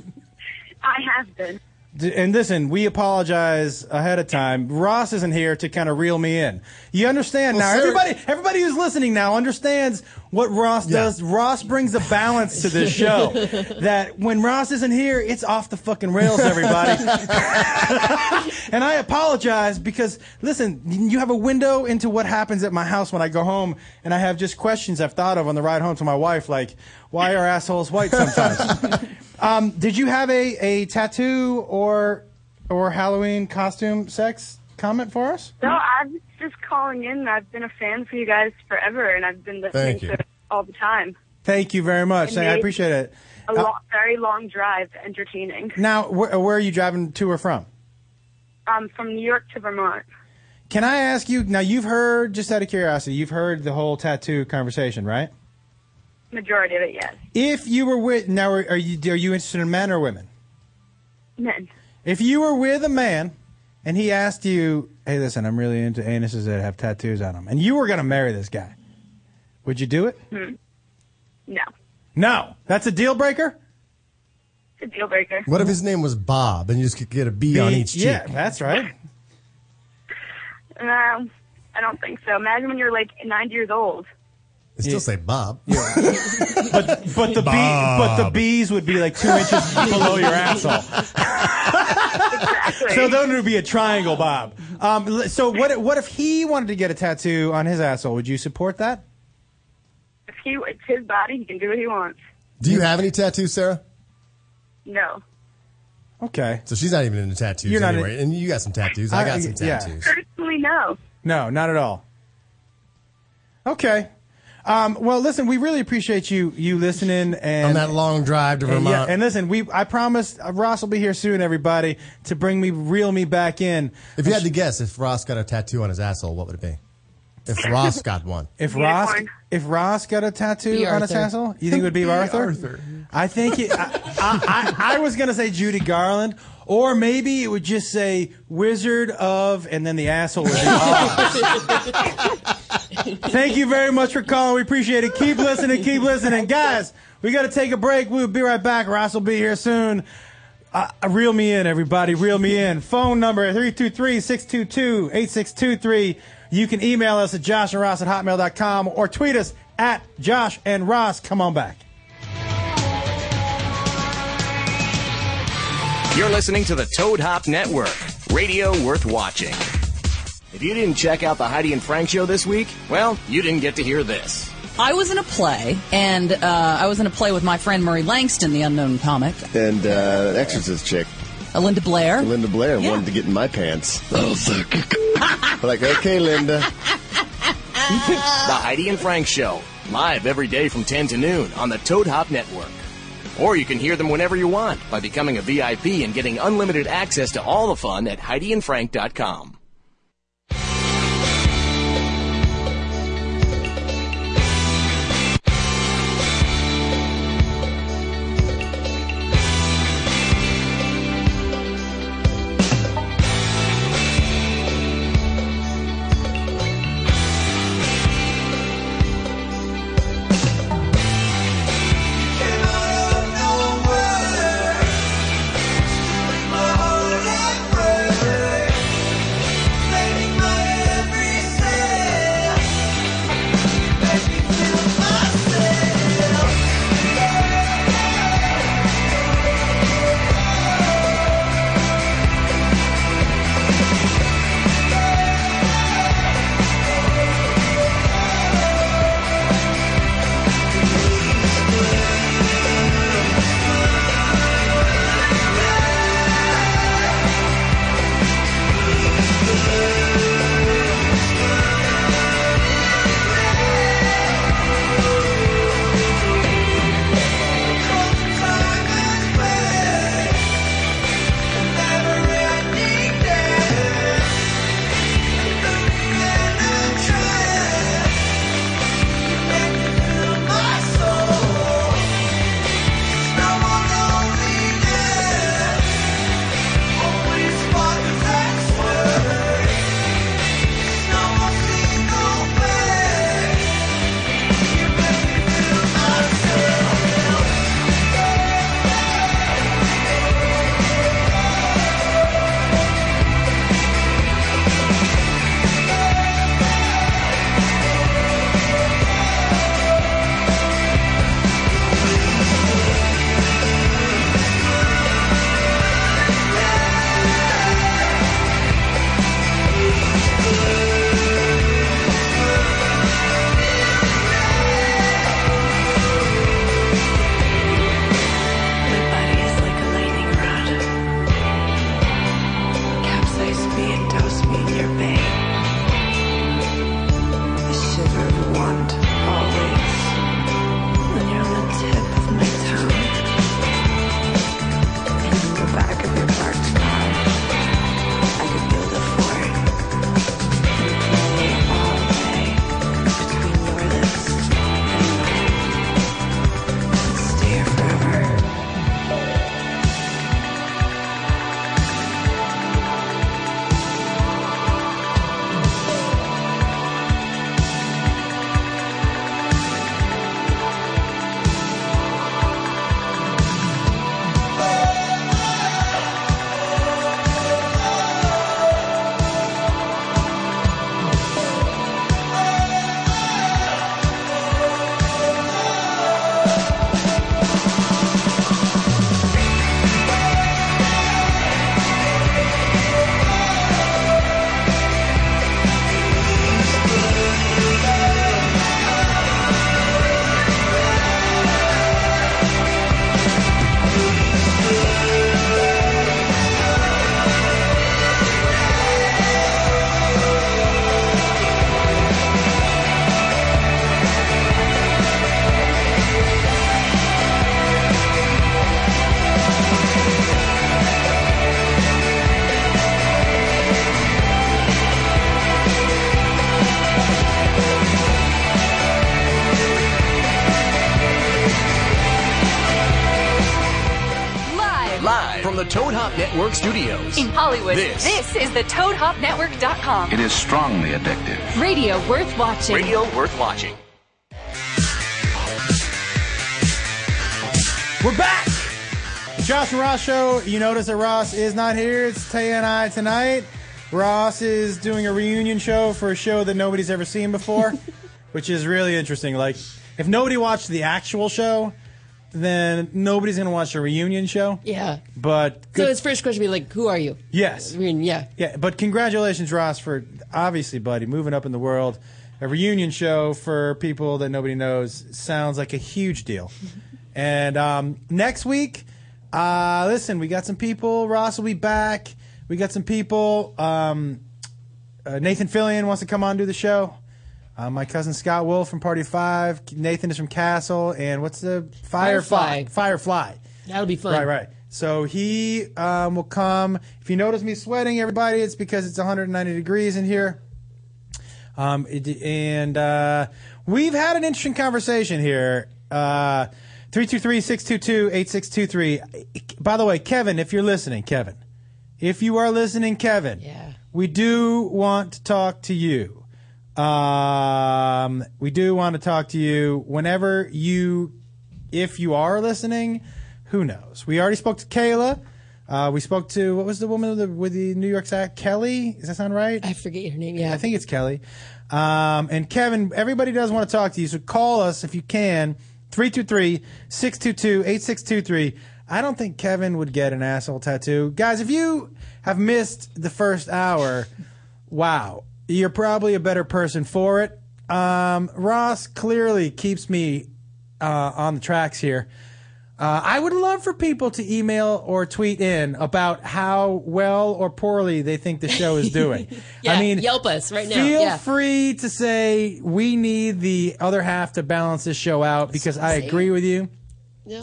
Speaker 7: I have been.
Speaker 4: D- and listen, we apologize ahead of time. Ross isn't here to kind of reel me in. You understand now.
Speaker 11: Sarah-
Speaker 4: everybody, everybody who's listening now understands what Ross
Speaker 11: Yeah.
Speaker 4: does. Ross brings a balance to this show. that when Ross isn't here, it's off the fucking rails, everybody. and I apologize because listen, you have a window into what happens at my house when I go home, and I have just questions I've thought of on the ride home to my wife, like why are assholes white sometimes? um, did you have a, a tattoo or or Halloween costume sex comment for us?
Speaker 7: No,
Speaker 5: Mm-hmm.
Speaker 7: I'm just calling in. I've been a fan for you guys forever, and I've been listening
Speaker 11: Thank you.
Speaker 7: to it all the time.
Speaker 4: Thank you very much. I
Speaker 7: Indeed.
Speaker 4: appreciate it.
Speaker 7: A
Speaker 4: Uh,
Speaker 7: lo very long drive, entertaining.
Speaker 4: now, wh- where are you driving to or from?
Speaker 7: Um, from New York to Vermont.
Speaker 4: Can I ask you now? You've heard, just out of curiosity, you've heard the whole tattoo conversation, right?
Speaker 7: Majority of it, yes.
Speaker 4: If you were with now, are are you are you interested in men or women?
Speaker 7: Men.
Speaker 4: If you were with a man and he asked you, "Hey, listen, I'm really into anuses that have tattoos on them," and you were going to marry this guy, would you do it?
Speaker 7: No.
Speaker 4: No, that's a deal breaker.
Speaker 7: It's a deal breaker.
Speaker 11: What if his name was Bob and you just could get a B on each cheek?
Speaker 4: yeah, that's right.
Speaker 7: Um, I don't think so. Imagine when you're like 90 years old.
Speaker 11: They still say Bob.
Speaker 4: But the bee, but the bees would be like two inches below your asshole. So then it would be a triangle, Bob. Um, l- so what? if- What if he wanted to get a tattoo on his asshole? Would you support that?
Speaker 7: If he, it's his body. He can do what he wants.
Speaker 11: Do you have any tattoos, Sarah?
Speaker 7: No.
Speaker 4: Okay.
Speaker 11: So she's not even into tattoos
Speaker 4: You're not
Speaker 11: anyway.
Speaker 4: in-
Speaker 11: and you got some tattoos. I,
Speaker 4: I-
Speaker 11: got some
Speaker 4: yeah.
Speaker 11: tattoos.
Speaker 7: Personally, no.
Speaker 4: No, not at all. Okay. Um, well, listen, we really appreciate you you listening and
Speaker 11: On that long drive to
Speaker 4: and, yeah,
Speaker 11: Vermont.
Speaker 4: and listen, we I promise uh, Ross will be here soon, everybody, to bring me reel me back in. Uh,
Speaker 11: if you had to guess, if Ross got a tattoo on his asshole, what would it be? If Ross got one.
Speaker 4: If Ross if Ross got a tattoo
Speaker 11: B.
Speaker 4: on his
Speaker 11: Arthur.
Speaker 4: asshole, you think it would be
Speaker 11: B.
Speaker 4: Arthur?
Speaker 11: Arthur.
Speaker 4: I think it, I, I, I, I was gonna say Judy Garland, or maybe it would just say Wizard of, and then the asshole would be Oz. Thank you very much for calling. We appreciate it. Keep listening. Keep listening, guys. We got to take a break. We'll be right back. Ross will be here soon. Uh, reel me in, everybody. Reel me in. Phone number 323-622-8623. You can email us at josh and ross at hotmail.com or tweet us at josh and ross. Come on back.
Speaker 3: You're listening to the Toad Hop Network, radio worth watching. If you didn't check out the Heidi and Frank show this week, well, you didn't get to hear this.
Speaker 12: I was in a play, and uh, I was in a play with my friend Murray Langston, the unknown comic,
Speaker 8: And uh, an exorcist chick.
Speaker 12: Linda Blair.
Speaker 8: Linda Blair wanted to get in my pants. Oh, suck. like, okay, Linda.
Speaker 3: The Heidi and Frank Show, live every day from 10 to noon on the Toad Hop Network. Or you can hear them whenever you want by becoming a VIP and getting unlimited access to all the fun at HeidiandFrank.com.
Speaker 13: My heart
Speaker 3: Toad Hop Network studios.
Speaker 2: In Hollywood,
Speaker 3: This.
Speaker 2: is the ToadHopNetwork.com.
Speaker 3: is strongly addictive.
Speaker 2: Radio worth watching.
Speaker 3: Radio worth watching.
Speaker 4: We're back. Josh and Ross show. You notice that Ross is not here. It's Taya and I tonight. Ross is doing a reunion show for a show that nobody's ever seen before, which is really interesting. Like, if nobody watched the actual show, then nobody's going to watch the reunion show.
Speaker 5: Yeah.
Speaker 4: But
Speaker 5: So
Speaker 4: good-
Speaker 5: his first question would be like, "Who are you?"
Speaker 4: Yes.
Speaker 5: yeah.
Speaker 4: Yeah, but congratulations, Ross, for obviously, buddy, moving up in the world. A reunion show for people that nobody knows sounds like a huge deal. and um, next week, uh, listen, we got some people. Ross will be back. We got some people. Um, uh, Nathan Fillion wants to come on and do the show. Uh, my cousin Scott Wolf from Party Five. Nathan is from Castle, and what's the Firefly? Firefly.
Speaker 5: That'll be fun.
Speaker 4: Right, right. So he um, will come. If you notice me sweating, everybody, it's because it's 190 degrees in here. Um, it- and uh, we've had an interesting conversation here. Uh, 323-622-8623. By the way, Kevin, if you're listening, Kevin, if you are listening, Kevin, yeah. we do want to talk to you. Um, we do want to talk to you whenever you, if you are listening, who knows? We already spoke to Kayla. Uh, we spoke to what was the woman with the, with the New York sack? Kelly? Does that sound right? I
Speaker 5: forget her name. Yeah,
Speaker 4: I think it's Kelly. Um, and Kevin, everybody does want to talk to you, so call us if you can. 323-622-8623. I don't think Kevin would get an asshole tattoo. Guys, if you have missed the first hour, wow, you're probably a better person for it. Um, Ross clearly keeps me uh, on the tracks here. Uh, I would love for people to email or tweet in about how well or poorly they think the show is doing.
Speaker 5: Yeah,
Speaker 4: I mean,
Speaker 5: Yelp us right now.
Speaker 4: Feel
Speaker 5: yeah.
Speaker 4: free to say we need the other half to balance this show out because I
Speaker 5: Same.
Speaker 4: agree with you.
Speaker 5: Yeah.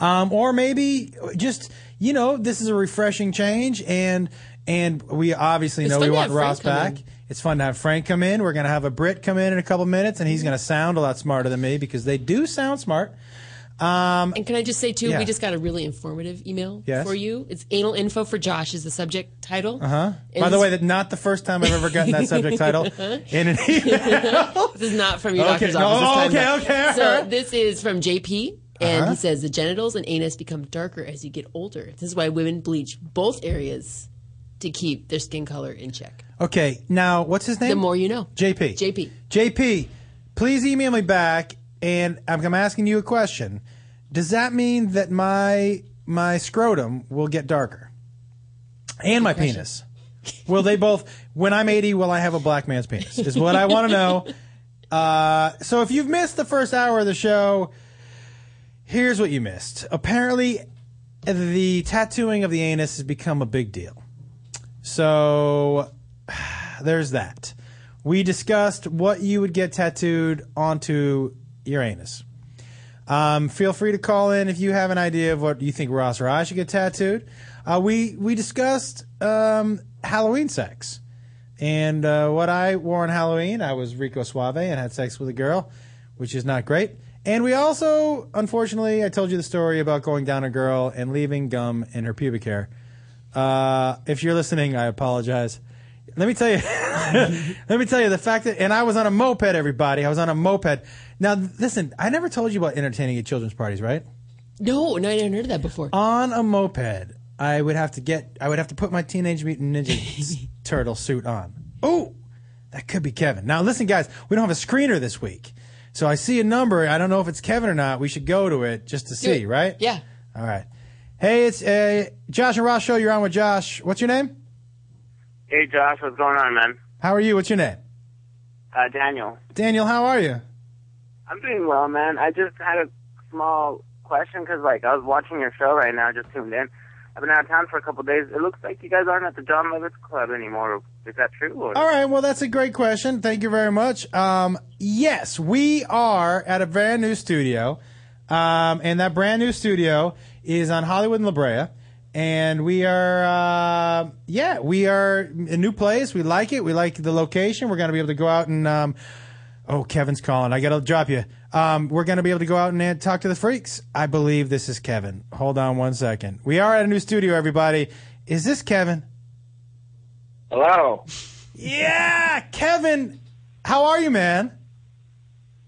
Speaker 4: Um, or maybe just you know this is a refreshing change and and we obviously
Speaker 13: It's
Speaker 4: know
Speaker 13: fun
Speaker 4: we
Speaker 13: to
Speaker 4: want
Speaker 13: have Frank
Speaker 4: Ross
Speaker 13: come
Speaker 4: back.
Speaker 13: in.
Speaker 4: It's fun to have Frank come in. We're going to have a Brit come in in a couple minutes, and
Speaker 13: Mm-hmm.
Speaker 4: he's going to sound a lot smarter than me because they do sound smart. Um,
Speaker 5: And can I just say too,
Speaker 4: Yeah.
Speaker 5: we just got a really informative email
Speaker 4: Yes.
Speaker 5: for you. It's anal info for Josh is the subject title.
Speaker 4: Uh huh.
Speaker 5: And
Speaker 4: By the
Speaker 5: this-
Speaker 4: way, that not the first time I've ever gotten that subject title in an email.
Speaker 5: this is not from your
Speaker 4: Okay,
Speaker 5: doctor's
Speaker 4: no,
Speaker 5: office. This
Speaker 4: okay,
Speaker 5: time,
Speaker 4: okay, all
Speaker 5: So
Speaker 4: right.
Speaker 5: this is from JP, and
Speaker 4: Uh-huh.
Speaker 5: he says the genitals and anus become darker as you get older. This is why women bleach both areas to keep their skin color in check.
Speaker 4: Okay, now what's his name?
Speaker 5: The more you know.
Speaker 4: JP.
Speaker 5: JP.
Speaker 4: JP, please email me back, and I'm, I'm asking you a question. Does that mean that my my scrotum will get darker, and my
Speaker 13: question.
Speaker 4: penis? Will they both? When I'm 80, will I have a black man's penis? Is what I want to know. Uh, so if you've missed the first hour of the show, here's what you missed. Apparently, the tattooing of the anus has become a big deal. So there's that. We discussed what you would get tattooed onto your anus. Um, feel free to call in if you have an idea of what you think Ross or I should get tattooed. Uh, we we discussed um, Halloween sex and uh, what I wore on Halloween. I was Rico Suave and had sex with a girl, which is not great. And we also, unfortunately, I told you the story about going down a girl and leaving gum in her pubic hair. Uh, if you're listening, I apologize. Let me tell you. let me tell you the fact that, and I was on a moped. Everybody, I was on a moped. Now, th- listen, I never told you about entertaining at children's parties, right?
Speaker 5: No, no, I never heard of that before.
Speaker 4: On a moped, I would have to get. I would have to put my teenage mutant ninja s- turtle suit on. Oh, that could be Kevin. Now, listen, guys, we don't have a screener this week, so I see a number. I don't know if it's Kevin or not. We should go to it just to
Speaker 5: Do
Speaker 4: see,
Speaker 5: it.
Speaker 4: right?
Speaker 5: Yeah.
Speaker 4: All right. Hey, it's uh, Josh and Ross show. You're on with Josh. What's your name?
Speaker 14: Hey Josh, what's going on, man?
Speaker 4: How are you? What's your name?
Speaker 14: Uh, Daniel.
Speaker 4: Daniel, how are you?
Speaker 14: I'm doing well, man. I just had a small question 'cause like, I was watching your show right now, just tuned in. I've been out of town for a couple days. It looks like you guys aren't at the John Lovitz Club anymore. Is that true? Or?
Speaker 4: All right. Well, that's a great question. Thank you very much. Um, yes, we are at a brand new studio, um, and that brand new studio is on Hollywood and La Brea. And we are, uh, yeah, we are a new place. We like it. We like the location. We're going to be able to go out and um, Oh, Kevin's calling. I got to drop you. Um, we're going to be able to go out and uh, talk to the freaks. I believe this is Kevin. Hold on one second. We are at a new studio, everybody. Is this Kevin?
Speaker 13: Hello.
Speaker 4: Yeah, Kevin. How are you, man?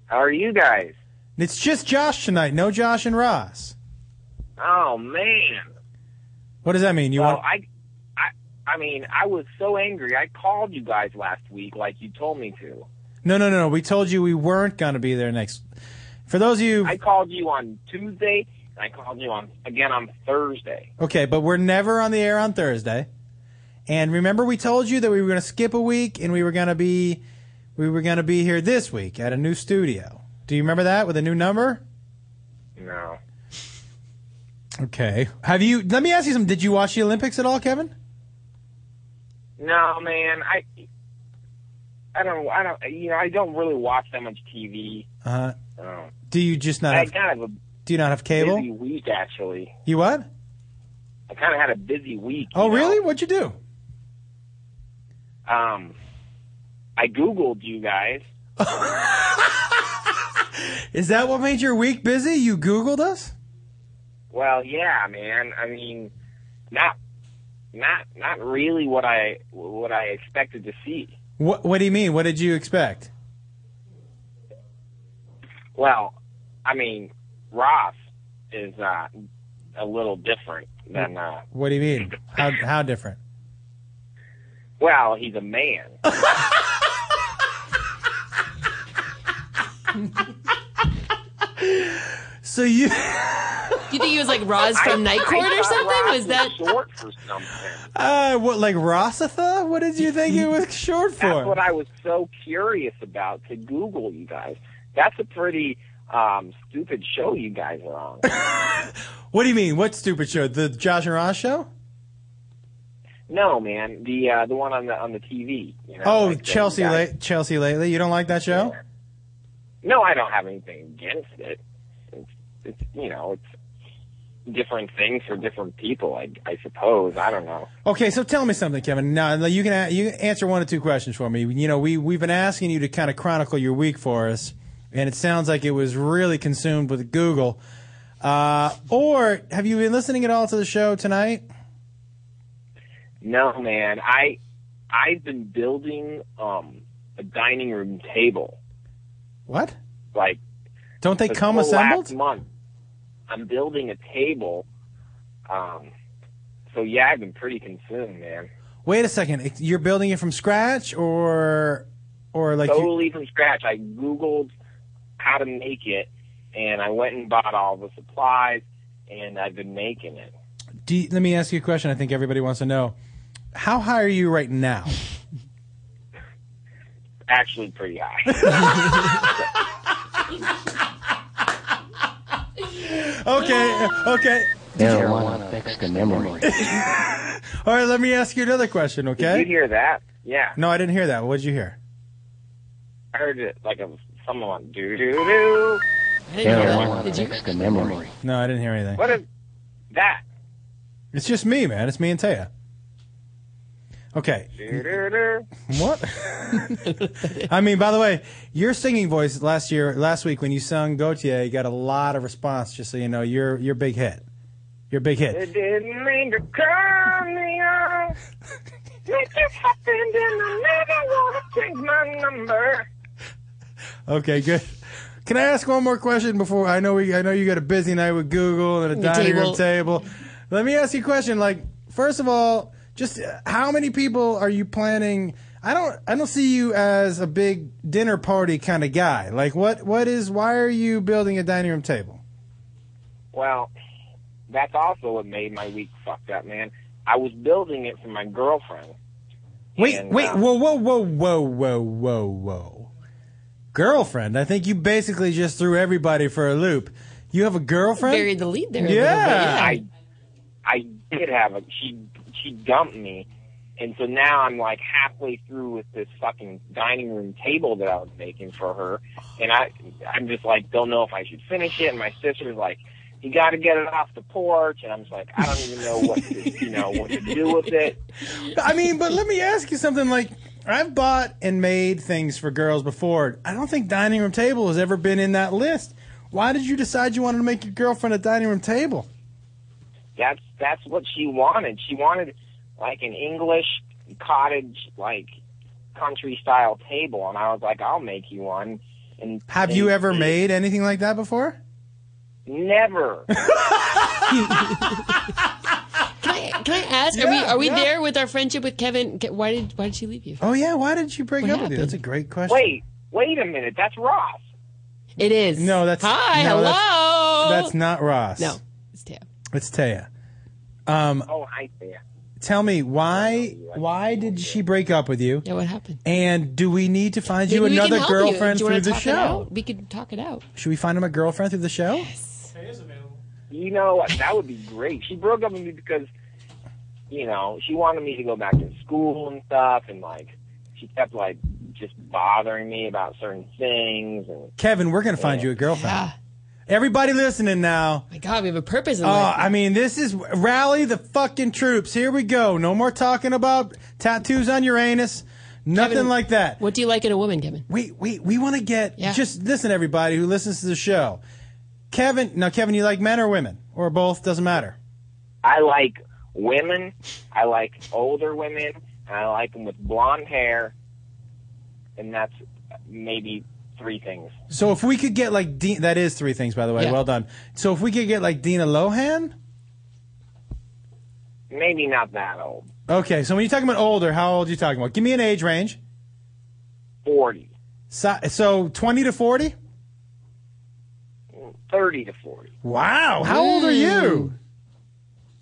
Speaker 13: How are you guys?
Speaker 4: It's just Josh tonight. No Josh and Ross.
Speaker 13: Oh man.
Speaker 4: What does that mean? You
Speaker 13: Well,
Speaker 4: want?
Speaker 13: I, I, I mean, I was so angry. I called you guys last week, like you told me to.
Speaker 4: No, no, no, no. We told you we weren't going to be there next. For those of you,
Speaker 13: I called you on Tuesday, and I called you on again on Thursday.
Speaker 4: okay, but we're never on the air on Thursday. And remember, we told you that we were going to skip a week and we were going to be, we were going to be here this week at a new studio. Do you remember that with a new number?
Speaker 13: No.
Speaker 4: Okay. Have you? Let me ask you something. Did you watch the Olympics at all, Kevin?
Speaker 13: No, man. I. I don't. I don't. You know, I don't really watch that much TV.
Speaker 4: Uh,
Speaker 13: Um,
Speaker 4: do you just not?
Speaker 13: I
Speaker 4: Have,
Speaker 13: kind of have a
Speaker 4: do you not have
Speaker 13: busy
Speaker 4: cable?
Speaker 13: week actually.
Speaker 4: You what?
Speaker 13: I kind of had a busy week.
Speaker 4: Oh, really? What'd you do?
Speaker 13: Um, I googled you guys.
Speaker 4: Is that what made your week busy? You Googled us?
Speaker 13: Well, yeah, man. I mean, not not not really what I what I expected to see.
Speaker 4: What What do you mean? What did you expect?
Speaker 13: Well, I mean, Ross is uh, a little different than. Uh,
Speaker 4: What do you mean? How How different?
Speaker 13: well, he's a man.
Speaker 4: So you
Speaker 5: Do you think he was like Roz from Night Court or something? Was that
Speaker 13: short for something?
Speaker 4: uh what like Rossatha? What did you think it was short
Speaker 13: That's
Speaker 4: for?
Speaker 13: what I was so curious about to Google you guys. That's a pretty um, stupid show you guys are on.
Speaker 4: What do you mean? What stupid show? The Josh and Ross show?
Speaker 13: no, man, the uh, the one on the on the TV. You know,
Speaker 4: oh,
Speaker 13: like the
Speaker 4: Chelsea
Speaker 13: guy-
Speaker 4: La- Chelsea lately. You don't like that show?
Speaker 13: No, I don't have anything against it. It's, it's you know, it's different things for different people. I, I suppose. I don't know.
Speaker 4: Okay, so tell me something, Kevin. Now now you can a- you can answer one or two questions for me. You know, we we've been asking you to kind of chronicle your week for us, and it sounds like it was really consumed with Google. Uh, or have you been listening at all to the show tonight?
Speaker 13: No, man, I I've been building um a dining room table
Speaker 4: What?
Speaker 13: like
Speaker 4: Don't they
Speaker 13: this
Speaker 4: come
Speaker 13: whole
Speaker 4: assembled?
Speaker 13: Last month, I'm building a table. Um, so yeah, I've been pretty consumed, man.
Speaker 4: Wait a second. it- You're building it from scratch, or or like you,
Speaker 13: totally from scratch. I googled how to make it, and I went and bought all the supplies, and I've been making it.
Speaker 4: do you- let me ask you a question. I think everybody wants to know. How high are you right now?
Speaker 13: Actually, pretty high.
Speaker 4: Okay, okay.
Speaker 15: Marijuana affects the memory.
Speaker 4: All right, let me ask you another question, okay?
Speaker 13: Did you hear that? Yeah,
Speaker 4: No, I didn't hear that. What did you hear?
Speaker 13: I heard it like a someone doo doo doo.
Speaker 15: Marijuana affects the memory.
Speaker 4: No, I didn't hear anything.
Speaker 13: What is that?
Speaker 4: It's just me, man. It's me and Taya. Okay.
Speaker 13: Doo doo doo.
Speaker 4: What? I mean, by the way, your singing voice last year, last week when you sung Gautier, you got a lot of response. Just so you know, you're you're a big hit. You're a big hit.
Speaker 13: It didn't mean to come here. It just happened, and I never want to change my number.
Speaker 4: Okay, good. Can I ask one more question before I know we I know you got a busy night with Google and a
Speaker 16: The
Speaker 4: dining room
Speaker 16: table.
Speaker 4: table. Let me ask you a question. Like, first of all, just uh, how many people are you planning? I don't I don't see you as a big dinner party kind of guy. Like, what what is why are you building a dining room table?
Speaker 13: Well, that's also what made my week fucked up, man. I was building it for my girlfriend.
Speaker 4: Wait,
Speaker 13: And,
Speaker 4: wait,
Speaker 13: uh,
Speaker 5: um,
Speaker 4: whoa, whoa, whoa, whoa, whoa, whoa, whoa. Girlfriend, I think you basically just threw everybody for a loop. You have a girlfriend?
Speaker 5: buried the lead there? a little bit,
Speaker 4: yeah.
Speaker 13: I I did have a she she dumped me, and so now I'm like halfway through with this fucking dining room table that I was making for her, and I I'm just like don't know if I should finish it, and my sister's like. You got to get it off the porch, and I'm just like, I don't even know what to, you know what to do with it.
Speaker 4: I mean, but let me ask you something like I've bought and made things for girls before. I don't think dining room table has ever been in that list. Why did you decide you wanted to make your girlfriend a dining room table?
Speaker 13: That's that's what she wanted. She wanted like an English cottage, like country style table, and I was like, I'll make you one. And
Speaker 4: Have
Speaker 13: and
Speaker 4: you ever
Speaker 13: she-
Speaker 4: made anything like that before?
Speaker 13: Never.
Speaker 5: Can I, can I ask? are we
Speaker 4: Yeah,
Speaker 5: are we
Speaker 4: yeah.
Speaker 5: there with our friendship with Kevin? Ke- Why did why did she leave you?
Speaker 4: Oh yeah, why did she break
Speaker 5: What
Speaker 4: up with you?
Speaker 5: happened?
Speaker 4: That's a great question.
Speaker 13: Wait, wait a minute. That's Ross.
Speaker 5: It is.
Speaker 4: No, that's
Speaker 5: Hi,
Speaker 4: no, that's-
Speaker 5: hello.
Speaker 4: That's, not Ross.
Speaker 5: No, it's Teo.
Speaker 4: it's Taya. Um,
Speaker 13: Oh, I see.
Speaker 4: tell me why why did she break up with you?
Speaker 5: Yeah, what happened?
Speaker 4: And do we need to find you
Speaker 5: Maybe we can
Speaker 4: another
Speaker 5: help you.
Speaker 4: girlfriend
Speaker 5: Do you
Speaker 4: through
Speaker 5: wanna
Speaker 4: the
Speaker 5: talk it
Speaker 4: show?
Speaker 5: out? We could talk it out.
Speaker 4: Should we find him a girlfriend through the show?
Speaker 13: You know what? That would be great. She broke up with me because, you know, she wanted me to go back to school and stuff, and like, she kept like just bothering me about certain things. And
Speaker 4: Kevin, we're going to find you a girlfriend. Everybody listening now.
Speaker 5: My God, we have a purpose in
Speaker 4: Oh,
Speaker 5: life.
Speaker 4: I mean, this is rally the fucking troops. Here we go. No more talking about tattoos on your anus. Nothing
Speaker 5: Kevin,
Speaker 4: like that.
Speaker 5: What do you like in a woman, Kevin?
Speaker 4: Wait, wait. We want to get
Speaker 5: Yeah.
Speaker 4: just listen, everybody who listens to the show. Kevin, now, Kevin, you like men or women or both? Doesn't matter.
Speaker 13: I like women. I like older women. And I like them with blonde hair, and that's maybe three things.
Speaker 4: So if we could get like Dean, that is three things, by the way.
Speaker 13: Yeah.
Speaker 4: Well done. So if we could get like Dina Lohan.
Speaker 13: Maybe not that old.
Speaker 4: Okay, so when you're talking about older, how old are you talking about? Give me an age range.
Speaker 13: Forty.
Speaker 4: So, so 20 to 40?
Speaker 13: Thirty to forty.
Speaker 4: Wow, how old are
Speaker 5: Mm.
Speaker 4: you?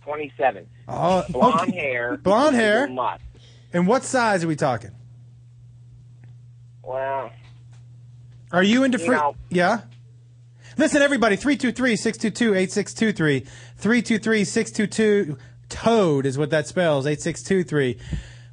Speaker 13: Twenty-seven.
Speaker 4: Oh,
Speaker 13: Blonde
Speaker 4: okay.
Speaker 13: hair.
Speaker 4: Blonde hair.
Speaker 13: Mutt.
Speaker 4: And what size are we talking?
Speaker 13: Well,
Speaker 4: Are you into
Speaker 13: You
Speaker 4: free?
Speaker 13: know-
Speaker 4: Yeah. Listen, everybody, 323 622 8623. 323 622 Toad is what that spells, 8623.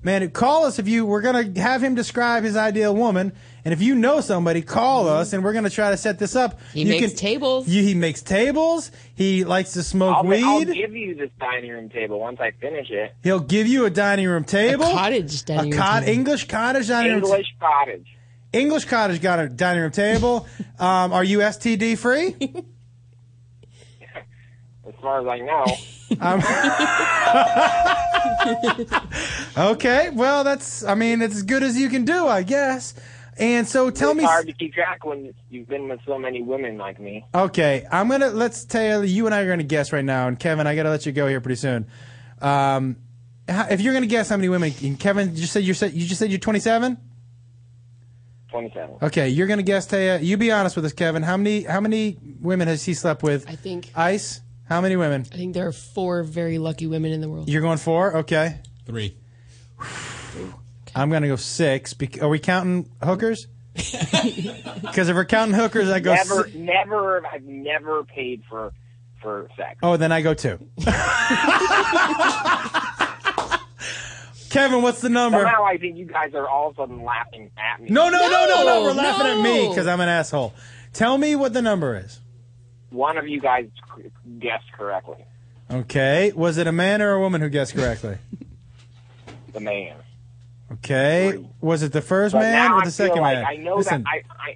Speaker 4: Man, call us if you. We're going to have him describe his ideal woman. And if you know somebody, call us and we're going to try to set this up.
Speaker 5: He
Speaker 4: You
Speaker 5: makes
Speaker 4: can-
Speaker 5: tables.
Speaker 4: You, he makes tables. He likes to smoke
Speaker 13: I'll,
Speaker 4: weed.
Speaker 13: I'll give you this dining room table once I finish it.
Speaker 4: He'll give you a dining room table, a
Speaker 5: cottage dining
Speaker 4: a
Speaker 5: room
Speaker 4: cot-
Speaker 5: table.
Speaker 4: English cottage dining room,
Speaker 13: English cottage.
Speaker 4: t- English cottage got a dining room table. um, are you STD free?
Speaker 13: As far as I know.
Speaker 4: Um, okay, well that's I mean it's as good as you can do, I guess. And so tell
Speaker 13: it's
Speaker 4: me,
Speaker 13: hard to keep track when you've been with so many women like me.
Speaker 4: okay, I'm gonna let's tell you, you and I are gonna guess right now, and Kevin, I gotta let you go here pretty soon. Um, how- if you're gonna guess how many women, and Kevin, you said you're sa- you just said you're 27.
Speaker 13: Twenty-seven.
Speaker 4: Okay, you're gonna guess, Taya. You be honest with us, Kevin. How many how many women has he slept with?
Speaker 5: I think
Speaker 4: Ice. How many women?
Speaker 5: I think there are four very lucky women in the world.
Speaker 4: You're going four. Okay.
Speaker 6: Three.
Speaker 4: I'm gonna go six. Bec- are we counting hookers? Because if we're counting hookers, I go. s-
Speaker 13: Never, never. I've never paid for for sex.
Speaker 4: oh, then I go two. Kevin, what's the number?
Speaker 13: Somehow I think you guys are all of a sudden laughing at me.
Speaker 4: No, no, no, no, no. We're
Speaker 13: No,
Speaker 4: laughing at me
Speaker 13: no.
Speaker 4: because I'm an asshole. Tell me what the number is.
Speaker 13: One of you guys c- guessed correctly.
Speaker 4: Okay. Was it a man or a woman who guessed correctly?
Speaker 13: The man.
Speaker 4: Okay. Was it the first
Speaker 13: But
Speaker 4: man
Speaker 13: now
Speaker 4: or
Speaker 13: I
Speaker 4: the
Speaker 13: feel
Speaker 4: second
Speaker 13: like
Speaker 4: man?
Speaker 13: I know
Speaker 4: Listen,
Speaker 13: that I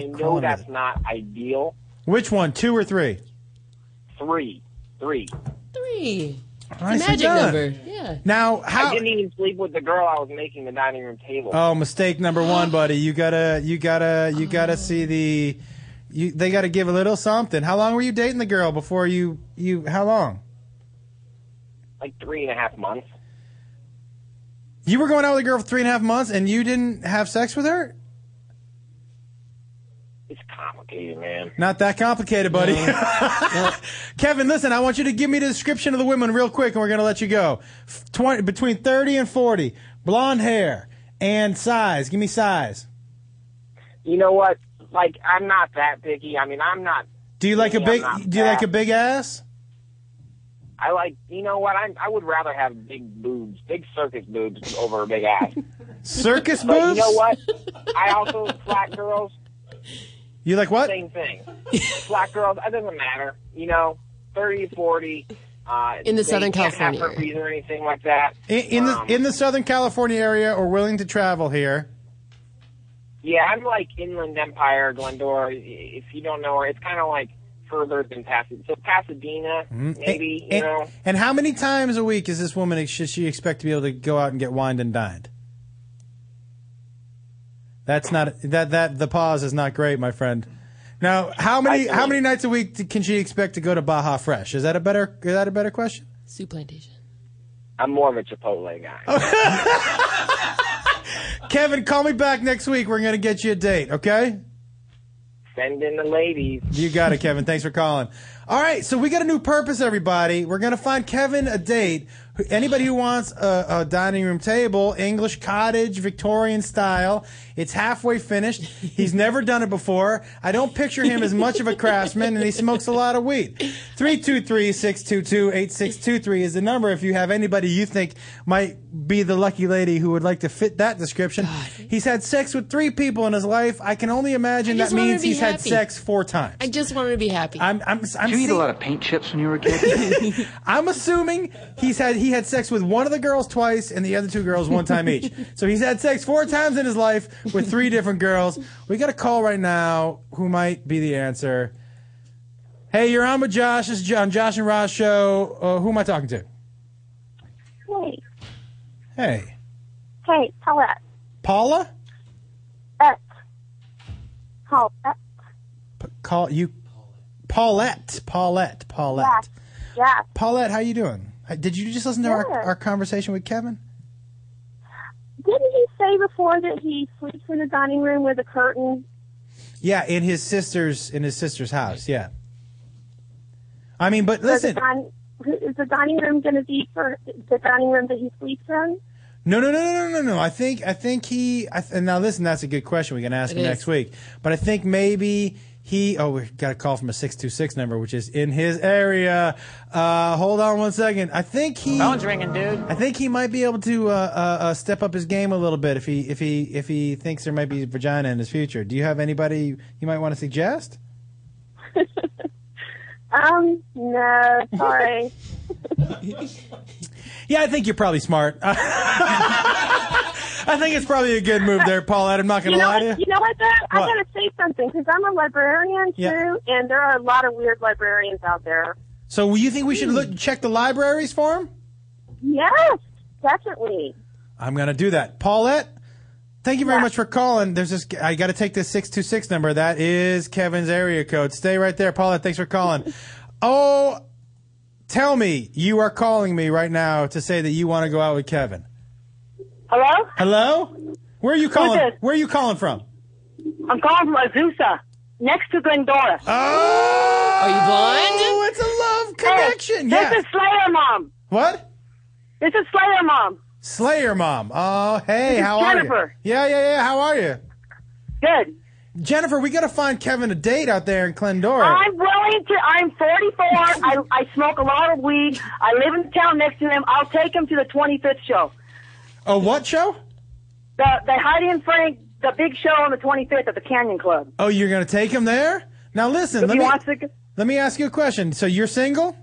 Speaker 13: I, I know
Speaker 4: calling it
Speaker 13: that's not ideal.
Speaker 4: which one? Two or three?
Speaker 13: Three, three.
Speaker 5: Three.
Speaker 4: Nicely
Speaker 5: It's a magic
Speaker 4: done.
Speaker 5: number. Yeah.
Speaker 4: Now, how?
Speaker 13: I didn't even sleep with the girl I was making the dining room table.
Speaker 4: Oh, mistake number one, buddy. You gotta, you gotta, you gotta see the. You, they gotta give a little something. How long were you dating the girl before you? You how long?
Speaker 13: Like three and a half months.
Speaker 4: You were going out with a girl for three and a half months, and you didn't have sex with her.
Speaker 13: It's complicated, man.
Speaker 4: Not that complicated, buddy. Kevin, listen, I want you to give me the description of the women real quick, and we're gonna let you go. F- 20, between thirty and forty, blonde hair and size. Give me size.
Speaker 13: You know what? Like I'm not that picky. I mean, I'm not.
Speaker 4: Do you like a
Speaker 13: Yeah,
Speaker 4: big?
Speaker 13: not
Speaker 4: Do you like
Speaker 13: bad.
Speaker 4: a big ass?
Speaker 13: I like. You know what? I I would rather have big boobs, big circus boobs, over a big ass.
Speaker 4: Circus
Speaker 13: But you
Speaker 4: boobs?
Speaker 13: know what? I also flat girls.
Speaker 4: You like what?
Speaker 13: Same thing. Flat girls. It doesn't matter. You know, thirty, forty. Uh,
Speaker 5: In the
Speaker 13: they
Speaker 5: Southern
Speaker 13: can't
Speaker 5: California
Speaker 13: have herpes or anything like that.
Speaker 4: In, in the
Speaker 13: Um,
Speaker 4: in the Southern California area, or willing to travel here.
Speaker 13: Yeah, I'm like Inland Empire, Glendora. If you don't know where, it's kind of like further than Pasadena. So Pasadena,
Speaker 4: Mm.
Speaker 13: maybe,
Speaker 4: And,
Speaker 13: you know.
Speaker 4: and how many times a week is this woman should she expect to be able to go out and get wined and dined? That's not that that the pause is not great, my friend. Now, how many how many nights a week t- can she expect to go to Baja Fresh? Is that a better is that a better question?
Speaker 5: Soup plantation.
Speaker 13: I'm more of a Chipotle guy.
Speaker 4: Oh. Kevin, call me back next week. We're going to get you a date, okay?
Speaker 13: Send in the ladies.
Speaker 4: You got it, Kevin. Thanks for calling. All right, so we got a new purpose, everybody. We're going to find Kevin a date. Who- Anybody who wants a, a dining room table, English cottage, Victorian style. It's halfway finished. He's never done it before. I don't picture him as much of a craftsman, and he smokes a lot of weed. 323 622 8623 is the number if you have anybody you think might be the lucky lady who would like to fit that description. He's had sex with three people in his life. I can only imagine that
Speaker 5: I just want her to
Speaker 4: means
Speaker 5: be
Speaker 4: he's had
Speaker 5: happy.
Speaker 4: sex four times.
Speaker 5: I just wanted to be happy.
Speaker 4: I'm I'm I'm,
Speaker 5: Did you eat a
Speaker 4: see-
Speaker 5: lot
Speaker 15: of paint chips when you were a kid?
Speaker 4: I'm assuming he's had he had sex with one of the girls twice and the other two girls one time each. So he's had sex four times in his life with three different girls. We got a call right now who might be the answer. Hey, you're on with Josh. This is John Josh and Ross show. Uh, who am I talking to?
Speaker 16: Hey,
Speaker 4: Hey,
Speaker 16: hey, Paulette.
Speaker 4: Paula.
Speaker 16: That. Paul. That.
Speaker 4: Call you, Paulette. Paulette. Paulette.
Speaker 16: Yeah.
Speaker 4: Paulette, how you doing? Uh, Did you just listen to
Speaker 16: Good.
Speaker 4: our, our conversation with Kevin?
Speaker 16: Didn't he say before that he sleeps in the dining room with a curtain?
Speaker 4: Yeah, in his sister's in his sister's house. Yeah. I mean, but
Speaker 16: So the
Speaker 4: listen,
Speaker 16: din- Is the dining room going to be for the dining room that he sleeps in?
Speaker 4: no, no, no, no, no, no, no. I think I think he. I th- and now listen, that's a good question. We can ask
Speaker 16: It
Speaker 4: him
Speaker 16: is.
Speaker 4: next week. But I think maybe he. Oh, we got a call from a six two six number, which is in his area. Uh, hold on one second. I think he.
Speaker 10: Phone's ringing, dude.
Speaker 4: I think he might be able to uh, uh, uh, step up his game a little bit if he if he if he thinks there might be vagina in his future. Do you have anybody you might want to suggest?
Speaker 16: Um, no, sorry.
Speaker 4: Yeah, I think you're probably smart. I think it's probably a good move there, Paulette. I'm not going
Speaker 16: you
Speaker 4: to
Speaker 16: know
Speaker 4: lie
Speaker 16: what,
Speaker 4: to
Speaker 16: You
Speaker 4: you.
Speaker 16: know what, though? I
Speaker 4: What?
Speaker 16: gotta say something because I'm a librarian
Speaker 4: Yeah.
Speaker 16: too, and there are a lot of weird librarians out there.
Speaker 4: So you think we should look check the libraries for him?
Speaker 16: Yes, definitely.
Speaker 4: I'm going to do that. Paulette, thank you very much for calling. There's this I got to take this 626 number. That is Kevin's area code. Stay right there, Paulette. Thanks for calling. oh, tell me you are calling me right now to say that you want to go out with Kevin.
Speaker 17: Hello?
Speaker 4: Hello? Where are you
Speaker 17: Who's
Speaker 4: calling?
Speaker 17: this?
Speaker 4: Where are you calling from?
Speaker 17: I'm calling from Azusa, next to Glendora.
Speaker 4: Oh!
Speaker 17: Are you blind?
Speaker 4: Oh, it's a love connection.
Speaker 17: Hey,
Speaker 4: yes.
Speaker 17: This is Slayer Mom.
Speaker 4: What?
Speaker 17: This is Slayer Mom.
Speaker 4: Slayer mom. Oh, hey,
Speaker 17: This is
Speaker 4: how are
Speaker 17: Jennifer.
Speaker 4: you? Yeah, yeah, yeah. How are you?
Speaker 17: Good.
Speaker 4: Jennifer, we got to find Kevin a date out there in Glendora.
Speaker 17: I'm willing to. I'm 44. I, I smoke a lot of weed. I live in the town next to him. I'll take him to the 25th show.
Speaker 4: A what show?
Speaker 17: The the Heidi and Frank, the big show on the 25th at the Canyon Club.
Speaker 4: Oh, you're going to take him there? Now listen,
Speaker 17: If
Speaker 4: let
Speaker 17: he
Speaker 4: me
Speaker 17: wants to-
Speaker 4: let me ask you a question. So you're single?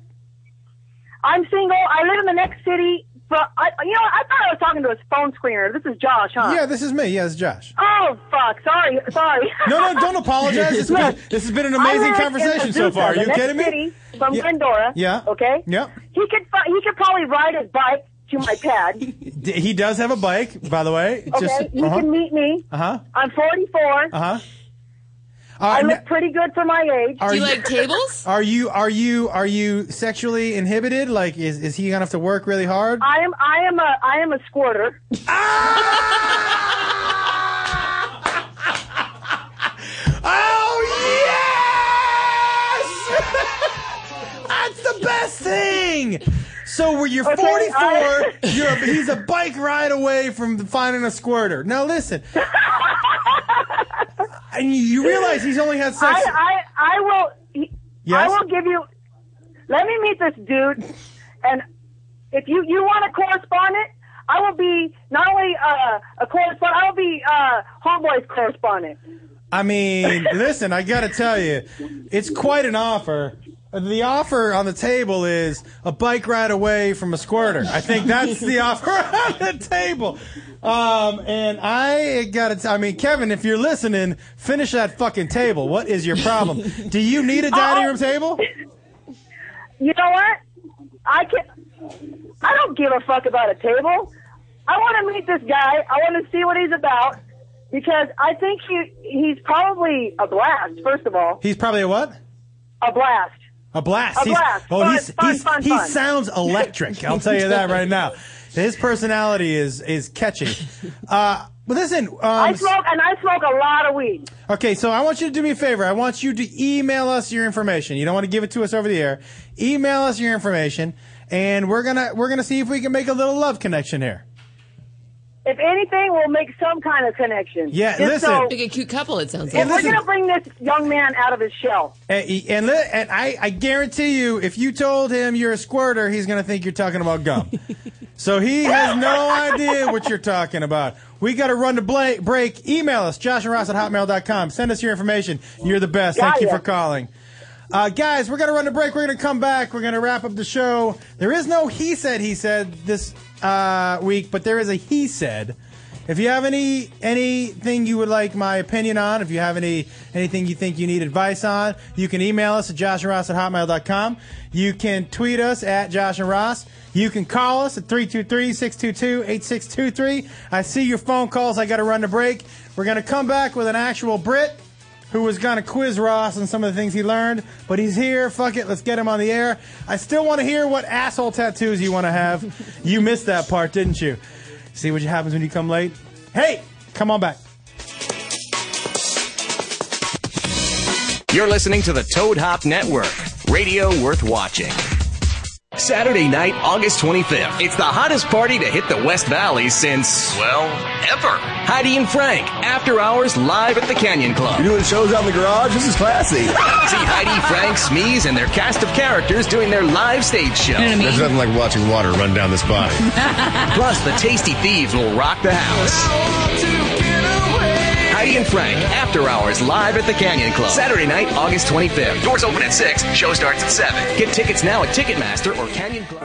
Speaker 17: I'm single. I live in the next city. But I, you know, what? I thought I was talking to a phone screener. This is Josh, huh?
Speaker 4: Yeah, this is me. Yeah, it's Josh.
Speaker 17: Oh fuck! Sorry, sorry.
Speaker 4: No, no, don't apologize. It's been-
Speaker 17: Look,
Speaker 4: this has been an amazing
Speaker 17: I live in
Speaker 4: conversation so
Speaker 17: Azusa,
Speaker 4: far. Are
Speaker 17: the
Speaker 4: you
Speaker 17: next
Speaker 4: kidding me?
Speaker 17: City from
Speaker 4: Yeah.
Speaker 17: Glendora.
Speaker 4: Yeah.
Speaker 17: Okay.
Speaker 4: Yep.
Speaker 17: He could fi- he could probably ride his bike to my pad.
Speaker 4: D- He does have a bike, by the way.
Speaker 17: Okay. you can meet me.
Speaker 4: Uh-huh.
Speaker 17: I'm 44.
Speaker 4: Uh-huh.
Speaker 17: I
Speaker 4: Uh,
Speaker 17: look pretty good for my age.
Speaker 4: Are Are you are you are you sexually inhibited? Like, is is he gonna have to work really hard?
Speaker 17: I am I am a I am a squirter.
Speaker 4: Oh yes! That's the best thing. So where you're
Speaker 17: Okay,
Speaker 4: 44,
Speaker 17: I-
Speaker 4: you're a, he's a bike ride away from finding a squirter. Now listen, and you- you realize he's only had sex.
Speaker 17: I, I, I will. I
Speaker 4: Yes?
Speaker 17: will give you. Let me meet this dude, and if you you want a correspondent, I will be not only uh, a correspondent. I will be uh, homeboy's correspondent.
Speaker 4: I mean, listen, I got to tell you, it's quite an offer. The offer on the table is a bike ride away from a squirter. I think that's the offer on the table. Um, and I gotta, t- I mean, Kevin, if you're listening, finish that fucking table. What is your problem? Do you need a dining room table?
Speaker 17: You know what? I can. I don't give a fuck about a table. I want to meet this guy. I want to see what he's about because I think he he's probably a blast. First of all,
Speaker 4: He's probably a what?
Speaker 17: a blast.
Speaker 4: A blast.
Speaker 17: A
Speaker 4: He's-
Speaker 17: blast.
Speaker 4: Oh,
Speaker 17: Fun,
Speaker 4: he's,
Speaker 17: fun,
Speaker 4: he's,
Speaker 17: fun,
Speaker 4: he
Speaker 17: fun.
Speaker 4: sounds electric. I'll tell you that right now. His personality is is catchy. Uh, but listen, um,
Speaker 17: I smoke and I smoke a lot of weed.
Speaker 4: Okay, so I want you to do me a favor. I want you to email us your information. You don't want to give it to us over the air. Email us your information, and we're gonna we're gonna see if we can make a little love connection here.
Speaker 17: If anything, we'll make some kind of connection.
Speaker 4: Yeah,
Speaker 17: Just
Speaker 4: listen.
Speaker 17: So,
Speaker 4: Make
Speaker 5: a cute couple. It sounds
Speaker 4: like.
Speaker 17: And we're
Speaker 4: Listen.
Speaker 17: gonna bring this young man out of his shell.
Speaker 4: And, and, li- and I, I guarantee you, if you told him you're a squirter, he's going to think you're talking about gum. so he has no idea what you're talking about. We got to run to bla- break. Email us, Josh and Ross at hotmail.com. Send us your information. You're the best. Thank you for calling. Uh, guys, we're going to run to break. We're going to come back. We're going to wrap up the show. There is no he said, he said this uh, week, but there is a he said. If you have any anything you would like my opinion on, if you have any anything you think you need advice on, you can email us at Josh and Ross at hotmail.com. You can tweet us at Josh and Ross. You can call us at 323-622-8623. I see your phone calls. I got to run to break. We're going to come back with an actual Brit who was going to quiz Ross on some of the things he learned, but he's here. Fuck it. Let's get him on the air. I still want to hear what asshole tattoos you want to have. you missed that part, didn't you? See what happens when you come late? Hey, come on back.
Speaker 3: You're listening to the Toad Hop Network, radio worth watching. Saturday night, August 25th. It's the hottest party to hit the West Valley since, well, ever. Heidi and Frank, after hours live at the Canyon Club.
Speaker 8: You're doing shows out in the garage? This is classy.
Speaker 3: See Heidi, Frank, Smeeze, and their cast of characters doing their live stage show.
Speaker 8: There's nothing like watching water run down this body.
Speaker 3: Plus, the Tasty Thieves will rock the house. Heidi and Frank, After Hours, live at the Canyon Club. Saturday night, August 25th. Doors open at 6, show starts at 7. Get tickets now at Ticketmaster or Canyon Club.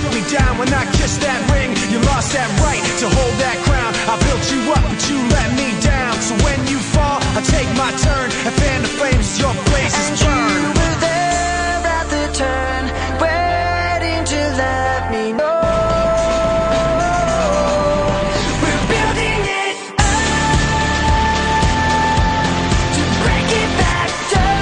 Speaker 10: only dime when I kissed that ring. You lost that right to hold that crown. I built you up, but you let me down. So when you fall, I take my turn and fan the flames. as Your place is burned. You were there at the turn, waiting to let me know. We're building it up to break it back down.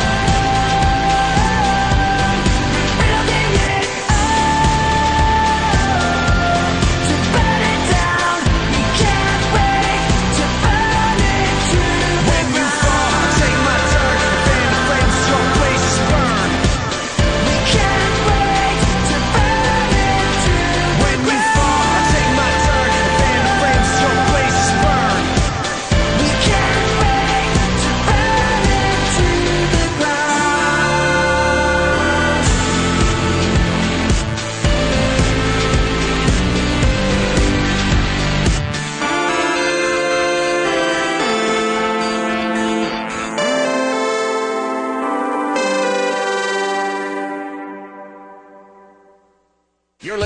Speaker 3: You're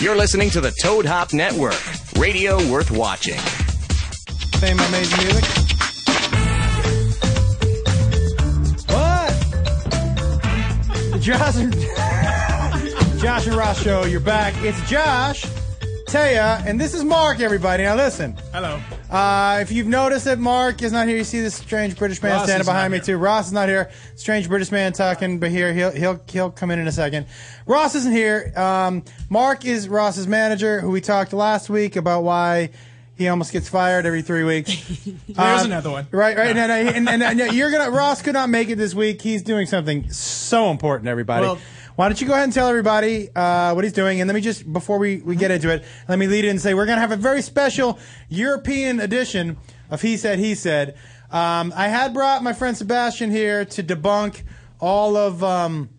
Speaker 3: You're listening to the Toad Hop Network, radio worth watching.
Speaker 4: Fame amazing music. What? Josh and Josh and Ross show, you're back. It's Josh, Taya, and this is Mark. Everybody, now listen.
Speaker 18: Hello.
Speaker 4: Uh, if you've noticed that Mark is not here, you see this strange British man
Speaker 18: Ross
Speaker 4: standing
Speaker 18: is not
Speaker 4: behind me
Speaker 18: here.
Speaker 4: too. Ross is not here. Strange British man talking, but here he'll he'll he'll come in in a second. Ross isn't here. Um, Mark is Ross's manager, who we talked last week about why he almost gets fired every three weeks.
Speaker 18: There's
Speaker 4: Um,
Speaker 18: another one.
Speaker 4: Right, right, and, and, and, and, you're gonna Ross could not make it this week. He's doing something so important. Everybody,
Speaker 18: Well-
Speaker 4: why don't you go ahead and tell everybody uh, what he's doing? And let me just before we, we get into it, let me lead in and say we're gonna have a very special European edition of He Said He Said. Um, I had brought my friend Sebastian here to debunk all of um,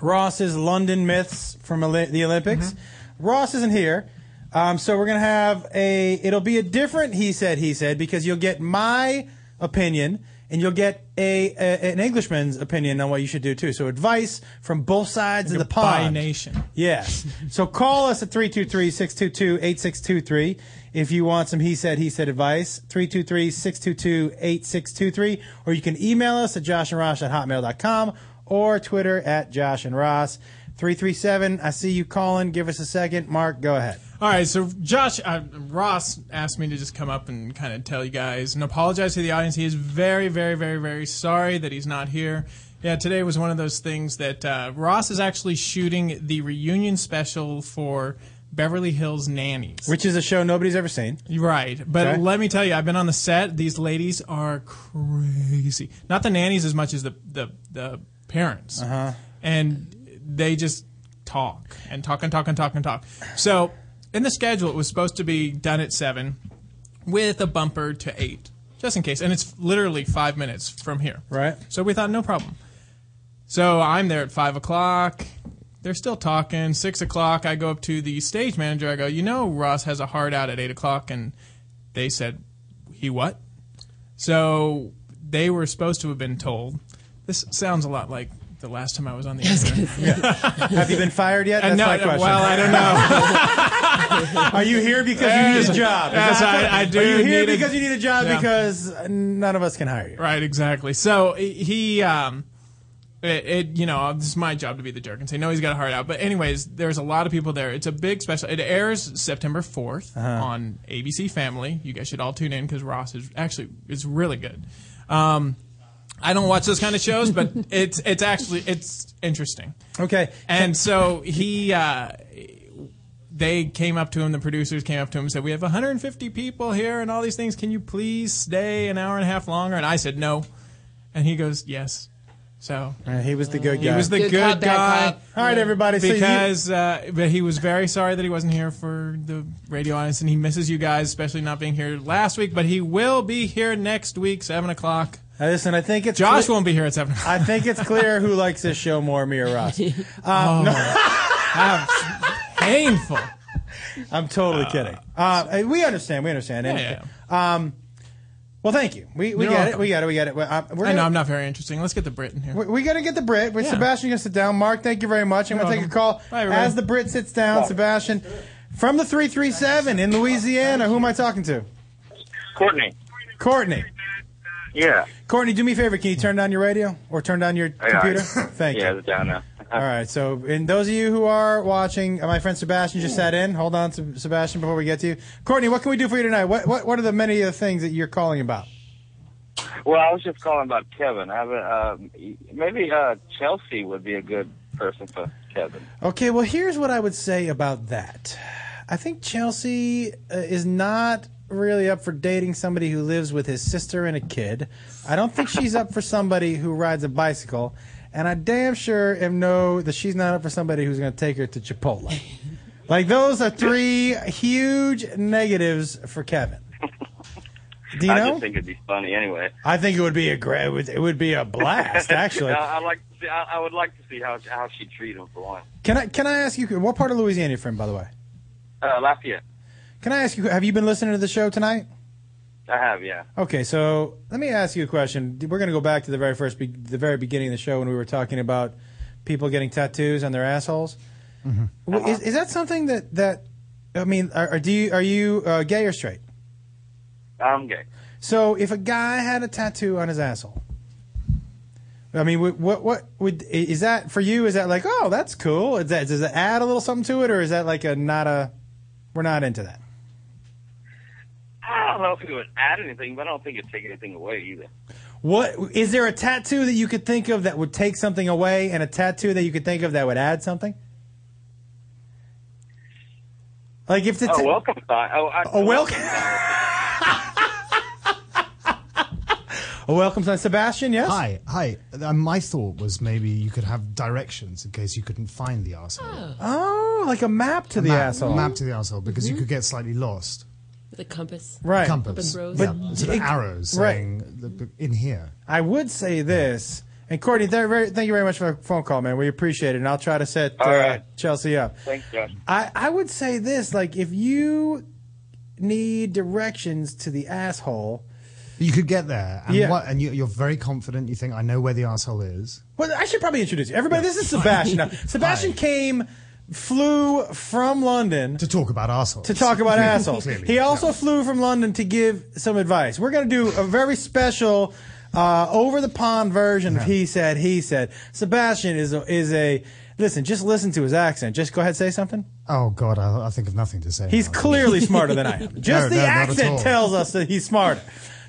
Speaker 4: Ross's London myths from Oli- the Olympics. Ross isn't here. Um, so we're gonna have a. It'll be a different he said he said because you'll get my opinion and you'll get a, a an Englishman's opinion on what you should do too. So advice from both sides of the pond.
Speaker 18: By nation.
Speaker 4: Yes. so call us at 323 622 8623 if you want some he said, he said advice. 323 622 8623. Or you can email us at Josh and Ross at hotmail.com or Twitter at Josh and Ross. 337, I see you calling. Give us a second. Mark, go ahead.
Speaker 18: All right, so Josh uh, Ross asked me to just come up and kind of tell you guys and apologize to the audience. He is very, very, very, very sorry that he's not here. Yeah, today was one of those things that uh, Ross is actually shooting the reunion special for Beverly Hills Nannies.
Speaker 4: Which is a show nobody's ever seen.
Speaker 18: Right, but
Speaker 4: Okay.
Speaker 18: let me tell you, I've been on the set. These ladies are crazy. Not the nannies as much as the the, the parents,
Speaker 4: Uh-huh.
Speaker 18: and they just talk and talk and talk and talk and talk. So in the schedule, it was supposed to be done at seven, with a bumper to eight, just in case. And it's literally five minutes from here.
Speaker 4: Right.
Speaker 18: So we thought no problem. So I'm there at five o'clock. They're still talking. Six o'clock, I go up to the stage manager. I go, you know, Ross has a hard out at eight o'clock, and they said, he what? So they were supposed to have been told. This sounds a lot like the last time I was on the air.
Speaker 4: Have you been fired yet?
Speaker 18: Uh,
Speaker 4: That's
Speaker 18: no,
Speaker 4: my
Speaker 18: no,
Speaker 4: question.
Speaker 18: well, I don't know.
Speaker 4: Are you here because you need a
Speaker 18: There's-
Speaker 4: job? Is
Speaker 18: Yes,
Speaker 4: that-
Speaker 18: I, I do.
Speaker 4: Are you here
Speaker 18: need a-
Speaker 4: because you need a job
Speaker 18: Yeah.
Speaker 4: because none of us can hire you?
Speaker 18: Right, exactly. So he um, It, it you know this is my job to be the jerk and say no he's got a heart out. But anyways, there's a lot of people there. It's a big special. It airs September 4th on ABC Family. You guys should all tune in because Ross is actually is really good. Um, I don't watch those kind of shows, but it's it's actually it's interesting.
Speaker 4: Okay.
Speaker 18: And so he, uh, they came up to him. The producers came up to him and said, "We have 150 people here, and all these things. Can you please stay an hour and a half longer?" And I said, "No," and he goes, "Yes." So
Speaker 4: Uh, he was the good
Speaker 18: he
Speaker 4: guy.
Speaker 18: was the good, guy.
Speaker 4: All right, everybody. So you-
Speaker 18: Because uh, but he was very sorry that he wasn't here for the radio audience, and he misses you guys, especially not being here last week. But he will be here next week, seven o'clock.
Speaker 4: Uh, Listen, I think it's
Speaker 18: Josh
Speaker 4: cle-
Speaker 18: won't be here at seven.
Speaker 4: I think it's clear who likes this show more, me or Ross. Um,
Speaker 18: Oh, painful.
Speaker 4: I'm totally kidding. Uh, we understand. We understand. And,
Speaker 18: Yeah,
Speaker 4: Um, well, thank you. We, we
Speaker 18: You're
Speaker 4: got it.
Speaker 18: welcome.
Speaker 4: We got it. We got it. Well, uh, we're
Speaker 18: I know
Speaker 4: gonna-
Speaker 18: I'm not very interesting. Let's get the Brit in here.
Speaker 4: We, we got to get the Brit. Wait,
Speaker 18: Yeah.
Speaker 4: Sebastian, you're going to sit down. Mark, thank you very much. I'm
Speaker 18: You're
Speaker 4: going to take a
Speaker 18: welcome.
Speaker 4: call
Speaker 18: Bye, everybody.
Speaker 4: as the Brit sits down.
Speaker 18: Bye.
Speaker 4: Sebastian from the 337 in Louisiana. Who am I talking to?
Speaker 19: Courtney.
Speaker 4: Courtney.
Speaker 19: Yeah.
Speaker 4: Courtney, do me a favor. Can you turn down your radio or turn down your computer? Thank
Speaker 19: yeah,
Speaker 4: you.
Speaker 19: it's down now.
Speaker 4: All right. So, and those of you who are watching, uh, my friend Sebastian just sat in. Hold on, Seb- Sebastian, before we get to you. Courtney, what can we do for you tonight? What what, what are the many of the things that you're calling about?
Speaker 19: Well, I was just calling about Kevin. I haven't, uh, maybe uh, Chelsea would be a good person for Kevin.
Speaker 4: Okay, well, here's what I would say about that. I think Chelsea uh, is not really up for dating somebody who lives with his sister and a kid. I don't think she's up for somebody who rides a bicycle, and I damn sure am no that she's not up for somebody who's going to take her to Chipotle. like those are three huge negatives for Kevin. Do you
Speaker 19: I
Speaker 4: know?
Speaker 19: just think it'd be funny anyway.
Speaker 4: I think it would be a great, it would- it would be a blast actually.
Speaker 19: I, I like. to see- I, I would like to see how how she treat him for one.
Speaker 4: Can I can I ask you what part of Louisiana you're from by the way?
Speaker 19: Uh, Lafayette,
Speaker 4: Can I ask you have you been listening to the show tonight?
Speaker 19: I have. Yeah.
Speaker 4: Okay, so let me ask you a question. We're going to go back to the very first, be- the very beginning of the show when we were talking about people getting tattoos on their assholes. W Is, is that something that that I mean, are, are do you are you uh, gay or straight?
Speaker 19: I'm gay.
Speaker 4: So if a guy had a tattoo on his asshole, I mean, what what, what would i- is that for you? Is that like, oh, that's cool? Is that does it add a little something to it, or is that like a not a? We're not into that.
Speaker 19: I don't know if it would add anything, but I don't think it'd take anything away either.
Speaker 4: What is there a tattoo that you could think of that would take something away, and a tattoo that you could think of that would add something? Like if the
Speaker 19: oh,
Speaker 4: ta-
Speaker 19: welcome sign. Oh, I,
Speaker 4: A welcome- a welcome sign, Uh, Sebastian. Yes.
Speaker 20: Hi, hi. Uh, My thought was maybe you could have directions in case you couldn't find the asshole.
Speaker 4: Oh, like a map to
Speaker 20: A
Speaker 4: the
Speaker 20: map,
Speaker 4: asshole. Mm-hmm.
Speaker 20: Map to the asshole because
Speaker 5: Mhm.
Speaker 20: you could get slightly lost.
Speaker 5: With a compass.
Speaker 4: Right.
Speaker 20: Compass. yeah. Sort of arrows
Speaker 4: Right.
Speaker 20: saying "Look, in here.
Speaker 4: I would say this, and Courtney, thank you very- thank you very much for the phone call, man. We appreciate it, and I'll try to set uh,
Speaker 19: All right.
Speaker 4: Chelsea up.
Speaker 19: Thanks, Josh.
Speaker 4: I, I would say this, like if you need directions to the asshole,
Speaker 20: You could get there, and,
Speaker 4: Yeah.
Speaker 20: what, and you, you're very confident. You think I know where the asshole is.
Speaker 4: Well, I should probably introduce you. Everybody, this is Sebastian. Now, Sebastian came, flew from London
Speaker 20: to talk about assholes.
Speaker 4: To talk about
Speaker 20: Clearly,
Speaker 4: assholes.
Speaker 20: clearly,
Speaker 4: He also flew from London to give some advice. We're going to do a very special. Uh, over the pond version of he said he said Sebastian is a, is a listen just listen to his accent just go ahead say something
Speaker 20: Oh God, I, I think of nothing to say.
Speaker 4: He's
Speaker 20: now.
Speaker 4: clearly smarter than I am. Just
Speaker 20: No,
Speaker 4: the
Speaker 20: no, not at all.
Speaker 4: accent tells us that he's smarter.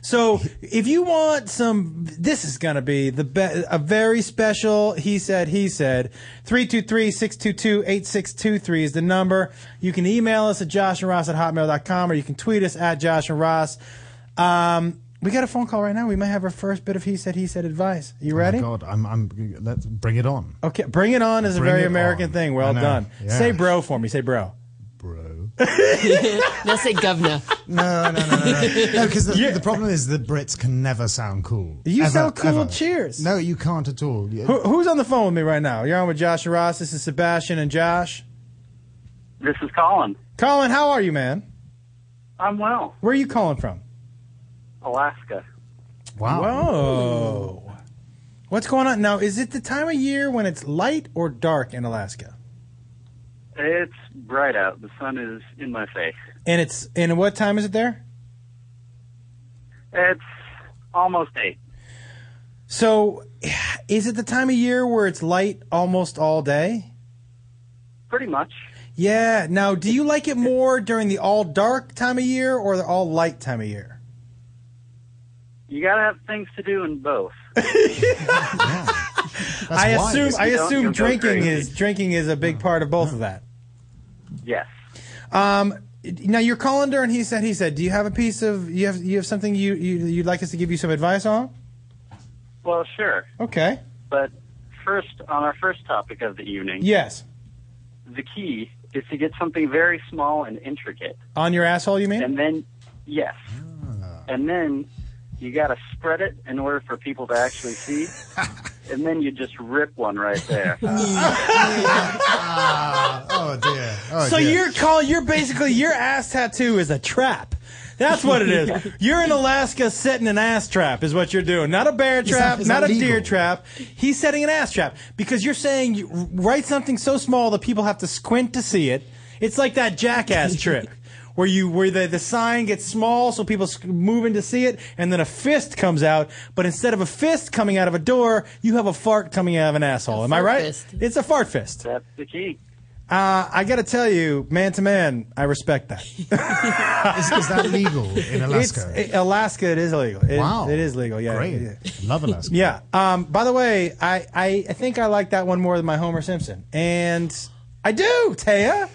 Speaker 4: So if you want some, this is going to be the be- a very special. He said, he said, 323-622-8623 is the number. You can email us at Josh and Ross at hotmail.com or you can tweet us at Josh and Ross. Um, we got a phone call right now. We might have our first bit of he said, he said advice. You ready?
Speaker 20: Oh my God, I'm, I'm. Let's bring it on.
Speaker 4: Okay. Bring it on is a
Speaker 20: Bring
Speaker 4: very
Speaker 20: it
Speaker 4: American
Speaker 20: on.
Speaker 4: thing. Well
Speaker 20: I know.
Speaker 4: done.
Speaker 20: Yeah.
Speaker 4: Say bro for me. Say bro.
Speaker 5: now say governor.
Speaker 20: No, no, no, no. No, because the, the problem is the Brits can never sound cool.
Speaker 4: You
Speaker 20: Ever,
Speaker 4: sound cool.
Speaker 20: ever.
Speaker 4: Cheers.
Speaker 20: No, you can't at all. You-
Speaker 4: Who, who's on the phone with me right now? You're on with Josh and Ross. This is Sebastian and Josh.
Speaker 21: This is Colin.
Speaker 4: Colin, how are you, man?
Speaker 21: I'm well.
Speaker 4: Where are you calling from?
Speaker 21: Alaska.
Speaker 4: Wow. Whoa. What's going on now? Is it the time of year when it's light or dark in Alaska?
Speaker 21: It's bright out. The sun is in my face.
Speaker 4: And it's and what time is it there?
Speaker 21: It's almost eight.
Speaker 4: So, is it the time of year where it's light almost all day?
Speaker 21: Pretty much.
Speaker 4: Yeah. Now, do you like it more during the all dark time of year or the all light time of year?
Speaker 21: You gotta have things to do in both.
Speaker 4: I
Speaker 21: wise.
Speaker 4: assume I
Speaker 21: You don't-
Speaker 4: assume
Speaker 21: you'll go
Speaker 4: drinking
Speaker 21: crazy.
Speaker 4: is drinking is a big part of both of that.
Speaker 21: Yes.
Speaker 4: Um, now your colander and he said he said, do you have a piece of you have you have something you, you you'd like us to give you some advice on?
Speaker 21: Well, sure.
Speaker 4: Okay.
Speaker 21: But first, on our first topic of the evening,
Speaker 4: Yes.
Speaker 21: the key is to get something very small and intricate.
Speaker 4: On your asshole, you mean?
Speaker 21: And then, yes.
Speaker 20: Ah.
Speaker 21: And then you got to spread it in order for people to actually see. and then you just rip one right there.
Speaker 11: oh dear.
Speaker 4: so you're call you're basically your ass tattoo is a trap. That's what it is. You're in Alaska setting an ass trap is what you're doing. Not a bear
Speaker 10: It's
Speaker 4: trap,
Speaker 10: not- it's
Speaker 4: not,
Speaker 10: not
Speaker 4: a deer
Speaker 10: legal.
Speaker 4: trap. He's setting an ass trap because you're saying you write something so small that people have to squint to see it. It's like that jackass trick. Where you where the, the sign gets small so people s- move in to see it, and then a fist comes out. But instead of a fist coming out of a door, you have a fart coming out of an asshole. Am I
Speaker 21: fart
Speaker 4: right?
Speaker 21: fist.
Speaker 4: It's a fart fist.
Speaker 21: That's the key.
Speaker 4: Uh, I got to tell you, man to man, I respect that.
Speaker 20: Is, is that legal in Alaska?
Speaker 4: It's, it- Alaska, it is illegal. It-
Speaker 20: Wow.
Speaker 4: it is legal. Yeah,
Speaker 20: Great.
Speaker 4: Yeah.
Speaker 20: Love Alaska.
Speaker 4: Yeah. Um, by the way, I, I, I think I like that one more than my Homer Simpson, and I do, Taya.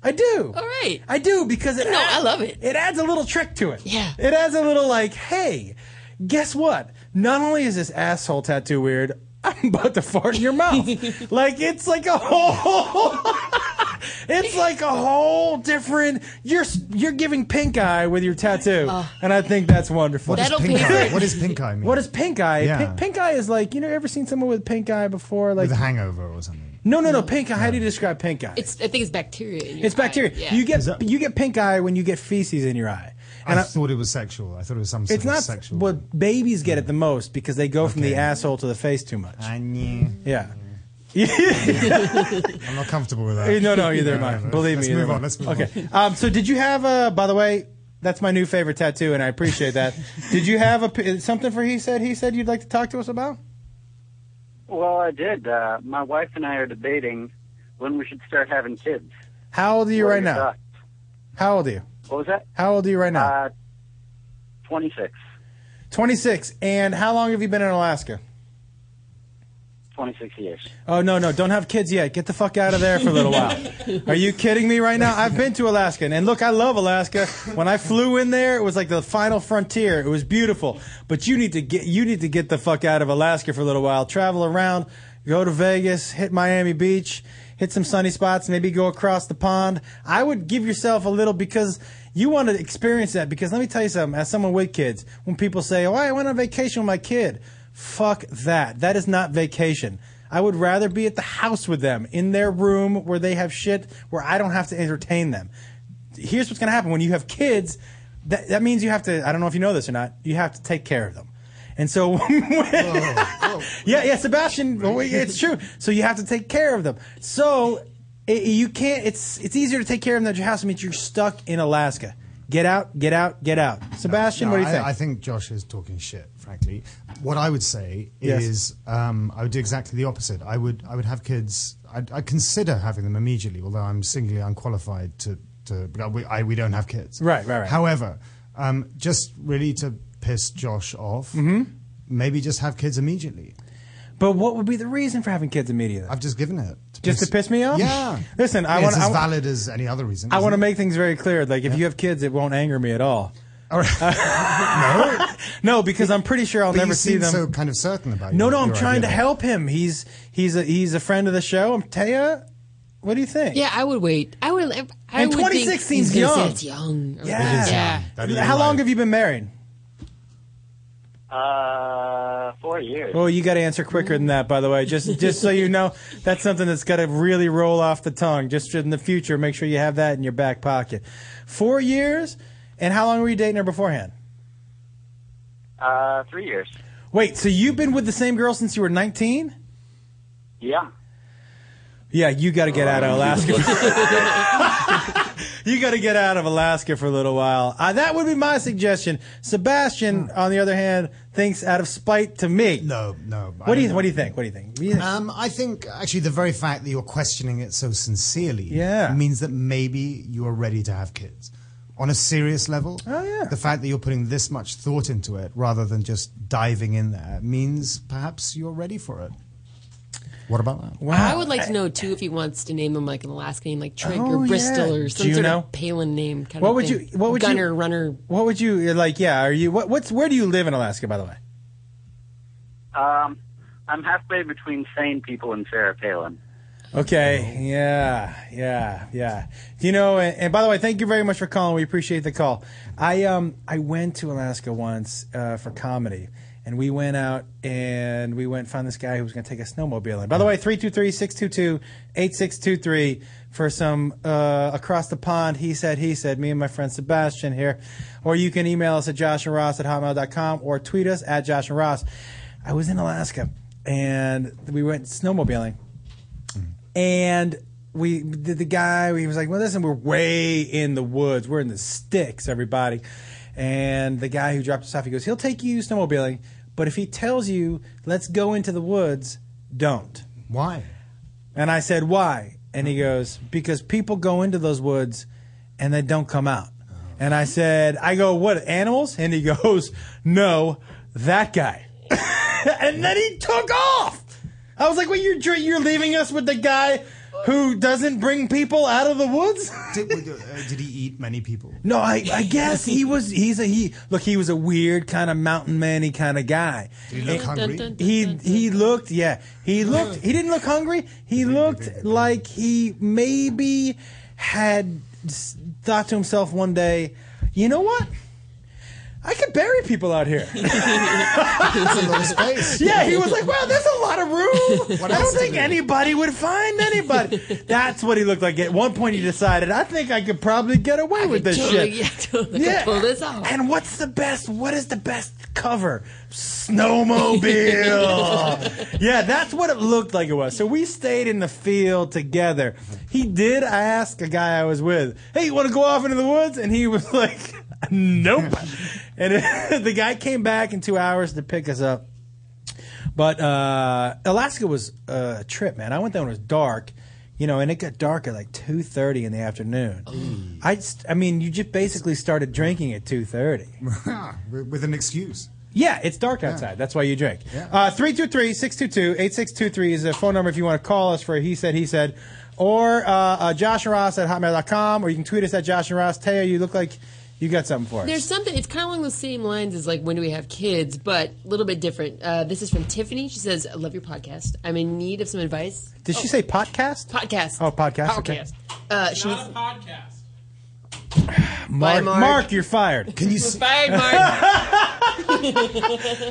Speaker 4: I do. All
Speaker 5: right.
Speaker 4: I do because it
Speaker 5: No,
Speaker 4: add-
Speaker 5: I love it.
Speaker 4: It adds a little trick to it. Yeah. It adds a little like, hey, guess what? Not only is this asshole tattoo weird, I'm about to fart in your mouth. like it's like a whole. It's like a whole different. You're s- you're giving pink eye with your tattoo,
Speaker 5: Uh.
Speaker 4: and I think that's wonderful.
Speaker 20: What is That'll pink pay eye? for it. What is pink eye mean?
Speaker 4: What is pink eye?
Speaker 20: Yeah.
Speaker 4: Pink, pink eye is like you know. Ever seen someone with pink eye before? Like
Speaker 20: With a hangover or something.
Speaker 4: No, no, no. Pink eye. How do you describe pink eye?
Speaker 5: It's I think it's bacteria. In your
Speaker 4: It's bacteria.
Speaker 5: eye. Yeah.
Speaker 4: You get you get pink eye when you get feces in your eye.
Speaker 20: I, thought it was sexual. I thought it was some sort
Speaker 4: It's
Speaker 20: of
Speaker 4: not
Speaker 20: sexual.
Speaker 4: what babies get it the most because they go from the asshole to the face too much.
Speaker 20: I knew.
Speaker 4: Yeah.
Speaker 20: I'm not comfortable with that.
Speaker 4: Eh, No, no, either am I.
Speaker 20: No, no,
Speaker 4: Believe
Speaker 20: let's
Speaker 4: me.
Speaker 20: Move
Speaker 4: either
Speaker 20: on.
Speaker 4: am I.
Speaker 20: Let's move on.
Speaker 4: okay. Um, so, did you have a? By the way, that's my new favorite tattoo, and I appreciate that. did you have a p- something for he said? He said you'd like to talk to us about.
Speaker 21: Well, I did. Uh, my wife and I are debating when we should start having kids.
Speaker 4: How old are you
Speaker 21: What are
Speaker 4: right
Speaker 21: your
Speaker 4: now?
Speaker 21: thoughts?
Speaker 4: How old are you?
Speaker 21: What was that?
Speaker 4: How old are you right now?
Speaker 21: Uh, 26.
Speaker 4: Twenty six. And how long have you been in Alaska?
Speaker 21: 26 years.
Speaker 4: Oh no no! Don't have kids yet. Get the fuck out of there for a little while. Are you kidding me right now? I've been to Alaska, and look, I love Alaska. When I flew in there, it was like the final frontier. It was beautiful. But you need to get you need to get the fuck out of Alaska for a little while. Travel around, go to Vegas, hit Miami Beach, hit some sunny spots, maybe go across the pond. I would give yourself a little because you want to experience that. Because let me tell you something, as someone with kids, when people say, "Oh, I went on vacation with my kid," Fuck that. That is not vacation. I would rather be at the house with them in their room where they have shit where I don't have to entertain them. Here's what's going to happen when you have kids, that, that means you have to, I don't know if you know this or not, you have to take care of them. And so, yeah, yeah, Sebastian, oh, it's true. So you have to take care of them. So it, you can't, it's, it's easier to take care of them at your house. It means you're stuck in Alaska. Get out, get out, get out. Sebastian,
Speaker 20: No,
Speaker 4: what do you
Speaker 20: I,
Speaker 4: think?
Speaker 20: I think Josh is talking shit, frankly. What I would say
Speaker 4: Yes.
Speaker 20: is um, I would do exactly the opposite. I would I would have kids. I'd, I'd consider having them immediately, although I'm singly unqualified to. to but we, I, we don't have kids.
Speaker 4: Right, right, right.
Speaker 20: However, um, just really to piss Josh off, maybe just have kids immediately.
Speaker 4: Mm-hmm. But what would be the reason for having kids immediately?
Speaker 20: I've just given it.
Speaker 4: Just to piss me off?
Speaker 20: Yeah.
Speaker 4: Listen, I
Speaker 20: Yeah,
Speaker 4: want
Speaker 20: It's as
Speaker 4: to.
Speaker 20: valid as any other reason.
Speaker 4: I
Speaker 20: isn't
Speaker 4: want to
Speaker 20: it?
Speaker 4: make things very clear. Like, if you have kids, it won't anger me at all. no, no, because I'm pretty sure I'll
Speaker 20: But you
Speaker 4: never see
Speaker 20: seem
Speaker 4: them.
Speaker 20: so kind of certain about
Speaker 4: no,
Speaker 20: your-
Speaker 4: no, I'm
Speaker 20: your
Speaker 4: trying to
Speaker 20: idea.
Speaker 4: help him. He's he's a he's a friend of the show. I'm Taya. What do you think?
Speaker 5: Yeah, I would wait. I would. I
Speaker 4: And
Speaker 5: would think
Speaker 4: 26 seems
Speaker 5: he's gonna say
Speaker 4: young.
Speaker 5: It's young. Or-
Speaker 4: Yeah.
Speaker 5: yeah.
Speaker 4: How long have you been married?
Speaker 21: Uh, four years.
Speaker 4: Oh, you got to answer quicker than that, by the way. Just just so you know, that's something that's got to really roll off the tongue. Just in the future, make sure you have that in your back pocket. Four years, and how long were you dating her beforehand?
Speaker 21: Uh, three years.
Speaker 4: Wait, so you've been with the same girl since you were 19?
Speaker 21: Yeah.
Speaker 4: Yeah, you got to get out of Alaska. you got to get out of Alaska for a little while. Uh, that would be my suggestion. Sebastian, on the other hand, thinks out of spite to me.
Speaker 20: Hmm. No, no.
Speaker 4: What do you What do you think? What do you think?
Speaker 20: Um, I think actually the very fact that you're questioning it so sincerely
Speaker 4: Yeah.
Speaker 20: means that maybe you are ready to have kids. On a serious level, oh, yeah. the fact that you're putting this much thought into it rather than just diving in there means perhaps you're ready for it. What about that?
Speaker 5: I would like to know too if he wants to name them like an Alaska name, like Trigg
Speaker 4: Oh,
Speaker 5: or Bristol
Speaker 4: yeah.
Speaker 5: or some sort
Speaker 4: Juno.
Speaker 5: of Palin name. Kind
Speaker 4: what
Speaker 5: of
Speaker 4: would
Speaker 5: thing.
Speaker 4: you? What would
Speaker 5: Gunner,
Speaker 4: you?
Speaker 5: runner.
Speaker 4: What would you you're like? Yeah, are you? What, what's where do you live in Alaska, by the way?
Speaker 21: Um, I'm halfway between sane people and Sarah Palin.
Speaker 4: Okay. Yeah. Yeah. Yeah. You know, and, and by the way, thank you very much for calling. We appreciate the call. I um I went to Alaska once uh, for comedy, and we went out and we went and found this guy who was going to take a snowmobile. And by the way, 323-622-8623 for some uh, across the pond. He said. He said. Me and my friend Sebastian here, or you can email us at josh and ross at hotmail.com or tweet us at josh and ross. I was in Alaska and we went snowmobiling and we the, the guy he was like well listen we're way in the woods we're in the sticks everybody and the guy who dropped us off he goes he'll take you snowmobiling but if he tells you let's go into the woods don't
Speaker 20: why
Speaker 4: and i said why and he goes because people go into those woods and they don't come out and i said i go what animals and he goes no that guy and then he took off I was like, "Wait, you're dr- you're leaving us with the guy who doesn't bring people out of the woods?"
Speaker 20: did, uh, did he eat many people?
Speaker 4: no, I, I guess he was. He's a he. Look, he was a weird kind of mountain manny kind of guy.
Speaker 20: Did he look
Speaker 4: And-
Speaker 20: hungry? Dun, dun,
Speaker 4: He he looked. Yeah, he looked. He didn't look hungry. He looked like he maybe had s- thought to himself one day, "You know what? I could bury people out here."
Speaker 10: It's a lot of space.
Speaker 4: Yeah, he was like, "Wow, there's a lot of room.
Speaker 10: What
Speaker 4: I
Speaker 10: else
Speaker 4: don't
Speaker 10: to
Speaker 4: think
Speaker 10: do?"
Speaker 4: anybody would find anybody." That's what he looked like. At one point, he decided, "I think I could probably get away with this shit."
Speaker 5: totally- yeah, totally. I could pull this off.
Speaker 4: And what's the best? What is the best cover? Snowmobile. yeah, that's what it looked like it was. So we stayed in the field together. He did ask a guy I was with, "Hey, you want to go off into the woods?" And he was like, "Nope." and the guy came back in two hours to pick us up. But uh, Alaska was a trip, man. I went there when it was dark, you know, and it got dark at like two thirty in the afternoon. I, just- I mean, you just basically started drinking at two thirty.
Speaker 20: With an excuse.
Speaker 4: Yeah, it's dark outside. That's why you drink.
Speaker 20: Yeah.
Speaker 4: Uh, 323-622-8623 is the phone number if you want to call us for He Said, He Said. Or uh, uh, Josh and Ross at hotmail.com, or you can tweet us at Josh and Ross. Teo, you look like you got something for us.
Speaker 5: There's something. It's kind of along the same lines as like when do we have kids, but a little bit different. Uh, this is from Tiffany. She says, "I love your podcast. I'm in need of some advice."
Speaker 4: Did she say podcast?
Speaker 5: Oh. Podcast.
Speaker 4: Oh, podcast. okay.
Speaker 5: Podcast. Uh, she needs-
Speaker 4: Mark,
Speaker 5: Mark.
Speaker 4: Mark. you're fired. Can you see?
Speaker 5: Bye, Mark.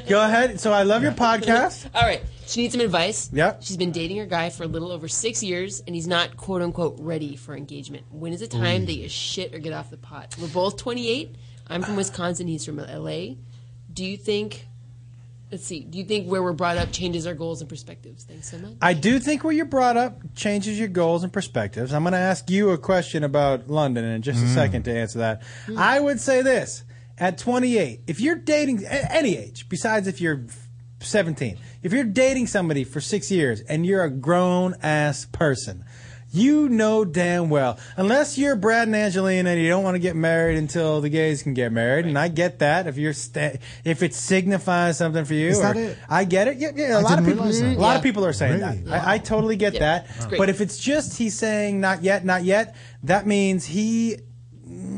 Speaker 4: Go ahead. So I love your podcast.
Speaker 5: All right. She needs some advice.
Speaker 4: Yep.
Speaker 5: She's been dating her guy for a little over six years, and he's not "quote unquote" ready for engagement. When is the time
Speaker 4: Ooh.
Speaker 5: that you shit or get off the pot? We're both 28. I'm from Wisconsin. He's from L.A. Do you think? Let's see. Do you think where we're brought up changes our goals and perspectives? Thanks so much.
Speaker 4: I do think where you're brought up changes your goals and perspectives. I'm going to ask you a question about London in just
Speaker 20: Mm.
Speaker 4: a second to answer that. I would say this at 28, if you're dating a- any age, besides if you're 17, if you're dating somebody for six years and you're a grown ass person, you know damn well, unless you're Brad and Angelina and you don't want to get married until the gays can get married, and I get that. If you're sta- if it signifies something for you,
Speaker 20: Is that
Speaker 4: or-
Speaker 20: it?
Speaker 4: I get it. Yeah, yeah, a
Speaker 20: I
Speaker 4: lot of
Speaker 20: didn't
Speaker 4: people,
Speaker 20: realize
Speaker 4: a
Speaker 20: that.
Speaker 4: lot of
Speaker 20: Yeah.
Speaker 4: people are saying
Speaker 20: Really?
Speaker 4: that. I, I totally get
Speaker 20: Yeah,
Speaker 4: that.
Speaker 20: that's great.
Speaker 4: But if it's just he's saying not yet, not yet, that means he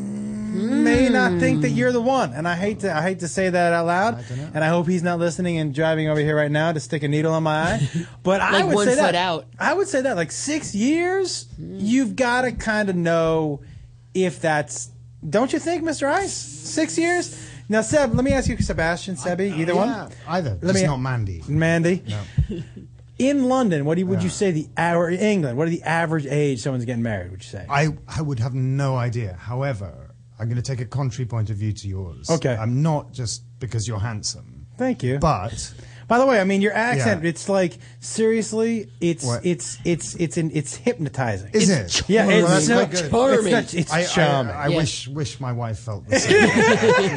Speaker 4: may
Speaker 20: Hmm.
Speaker 4: not think that you're the one. And I hate to I hate to say that out loud. and I hope he's not listening and driving over here right now to stick a needle in my eye. But I
Speaker 5: Like
Speaker 4: would
Speaker 5: one
Speaker 4: say that
Speaker 5: foot out.
Speaker 4: I would say that like six years,
Speaker 20: Hmm.
Speaker 4: you've got to kind of know if that's. Don't you think, Mister Ice? Six years. Now, Seb, let me ask you, Sebastian, Sebi, either
Speaker 20: yeah,
Speaker 4: one.
Speaker 20: Either.
Speaker 4: Let
Speaker 20: Just
Speaker 4: me-
Speaker 20: not Mandy.
Speaker 4: Mandy. In London, what do you, would you say the hour? England, what are the average age someone's getting married? Would you say?
Speaker 20: I, I would have no idea. However, I'm going to take a contrary point of view to yours.
Speaker 4: Okay.
Speaker 20: I'm not just because you're handsome.
Speaker 4: Thank you.
Speaker 20: But
Speaker 4: By the way, I mean your accent—it's like seriously, it's it's it's it's in, it's hypnotizing.
Speaker 20: Is
Speaker 4: It's-
Speaker 20: it?
Speaker 4: Yeah,
Speaker 20: Well,
Speaker 4: it's
Speaker 20: that's
Speaker 4: so
Speaker 20: quite good.
Speaker 4: It's, not- it's
Speaker 20: I, I-
Speaker 4: charming.
Speaker 20: I, wish wish my wife felt the same.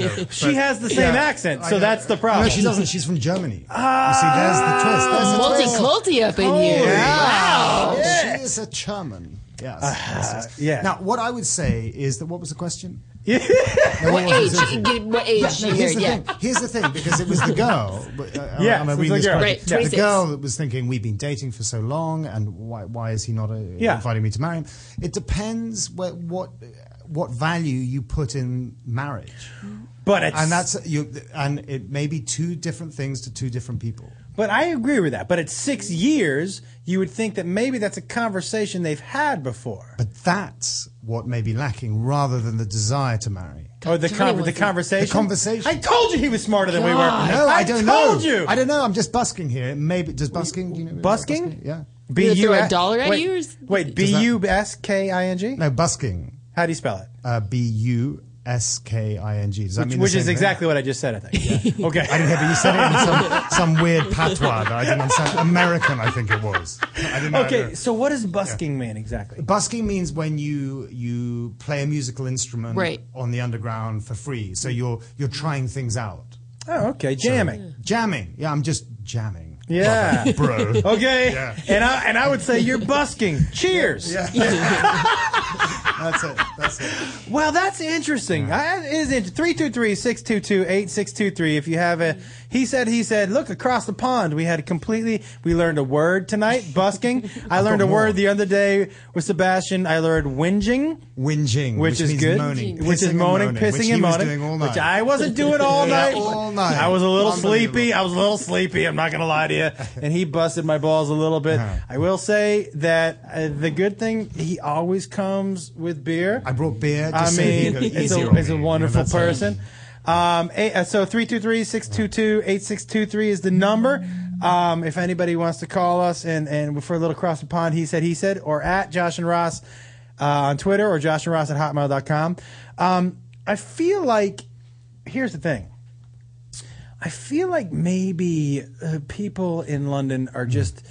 Speaker 20: You know,
Speaker 4: She
Speaker 20: but-
Speaker 4: has the same accent,
Speaker 20: I
Speaker 4: so
Speaker 20: know.
Speaker 4: that's the problem.
Speaker 20: No, she doesn't. She's from Germany. you see, there's the twist. There's the twist.
Speaker 5: Multi-culti up in
Speaker 4: Oh,
Speaker 5: here. Wow.
Speaker 20: Yeah. She is a German. Yes. yes, yes.
Speaker 4: Uh, yeah.
Speaker 20: Now, what I would say is that what was the question?
Speaker 5: What age? Get- What age?
Speaker 20: Yeah, no,
Speaker 5: year,
Speaker 20: here's the
Speaker 5: yeah.
Speaker 20: thing. Here's the thing, because it was the girl. but, uh,
Speaker 4: Yes,
Speaker 20: am I
Speaker 4: it was
Speaker 20: reading
Speaker 4: the
Speaker 20: this
Speaker 4: girl.
Speaker 20: correctly?
Speaker 4: Right, 26.
Speaker 20: The girl that was thinking we've been dating for so long, and why why is he not uh,
Speaker 4: Yeah.
Speaker 20: inviting me to marry him? It depends what what what value you put in marriage.
Speaker 4: But it's-
Speaker 20: and that's you and it may be two different things to two different people.
Speaker 4: But I agree with that. But at six years, you would think that maybe that's a conversation they've had before.
Speaker 20: But that's what may be lacking, rather than the desire to marry.
Speaker 4: Or the
Speaker 20: Tell me
Speaker 4: con-
Speaker 20: what
Speaker 4: the
Speaker 20: the-
Speaker 4: conversation.
Speaker 20: the conversation.
Speaker 4: I told you he was smarter than we were.
Speaker 20: No, I, don't
Speaker 4: told
Speaker 20: know.
Speaker 4: you.
Speaker 20: I don't know. I'm just busking here. Maybe does busking? Do you know about
Speaker 4: Busking?
Speaker 20: Yeah.
Speaker 4: B
Speaker 20: You
Speaker 4: U
Speaker 20: throw a
Speaker 4: S-
Speaker 20: dollar at
Speaker 4: wait,
Speaker 20: you or s-
Speaker 4: Wait, B
Speaker 20: Does that-
Speaker 4: U S K I N G.
Speaker 20: No, busking.
Speaker 4: How do you spell it?
Speaker 20: Uh, B U S K I N G. Does that
Speaker 4: Which,
Speaker 20: mean the
Speaker 4: which
Speaker 20: same
Speaker 4: is
Speaker 20: thing?
Speaker 4: exactly what I just said. I think. Okay.
Speaker 20: I didn't hear, but you said it in some, some weird patois that I didn't understand. American, I think it was. I didn't know
Speaker 4: Okay, so what does busking mean exactly?
Speaker 20: Busking means when you you play a musical instrument
Speaker 4: Right.
Speaker 20: on the underground for free. So you're you're trying things out.
Speaker 4: Oh, okay, jamming.
Speaker 20: So- jamming. Yeah, I'm just jamming.
Speaker 4: Yeah,
Speaker 20: Bro.
Speaker 4: Okay,
Speaker 20: Yeah.
Speaker 4: and I and I would say you're busking. Cheers.
Speaker 20: That's it. That's it.
Speaker 4: Well, that's interesting. I, it is interesting. 323-622-8623 if you have a he said he said look across the pond we had completely we learned a word tonight busking i
Speaker 20: I've
Speaker 4: learned a
Speaker 20: got more.
Speaker 4: word the other day with sebastian i learned whinging
Speaker 20: Whinging,
Speaker 4: which,
Speaker 20: which
Speaker 4: is
Speaker 20: means
Speaker 4: good
Speaker 20: moaning,
Speaker 4: which
Speaker 20: pissing
Speaker 4: is
Speaker 20: and
Speaker 4: moaning
Speaker 20: moaning,
Speaker 4: pissing
Speaker 20: which
Speaker 4: and
Speaker 20: he was
Speaker 4: moaning
Speaker 20: doing all night.
Speaker 4: which i wasn't doing all
Speaker 20: Yeah,
Speaker 4: night
Speaker 20: all night.
Speaker 4: i was a little
Speaker 20: Unbelievable.
Speaker 4: sleepy i was a little sleepy i'm not gonna lie to you and he busted my balls a little bit
Speaker 20: Uh-huh.
Speaker 4: i will say that uh, the good thing he always comes with beer
Speaker 20: I brought beer.
Speaker 4: I
Speaker 20: Just so he
Speaker 4: mean,
Speaker 20: could go
Speaker 4: it's
Speaker 20: easier
Speaker 4: a,
Speaker 20: on
Speaker 4: it's a
Speaker 20: me.
Speaker 4: wonderful
Speaker 20: You know, that's it.
Speaker 4: person. Um, eh, uh, so 323-622-8623 is the number. Um, if anybody wants to call us and, and for a little cross the pond, he said, he said, or at Josh and Ross, uh, on Twitter or Josh and Ross at hotmail.com. Um, I feel like, here's the thing. I feel like maybe uh, people in London are
Speaker 20: Hmm.
Speaker 4: just,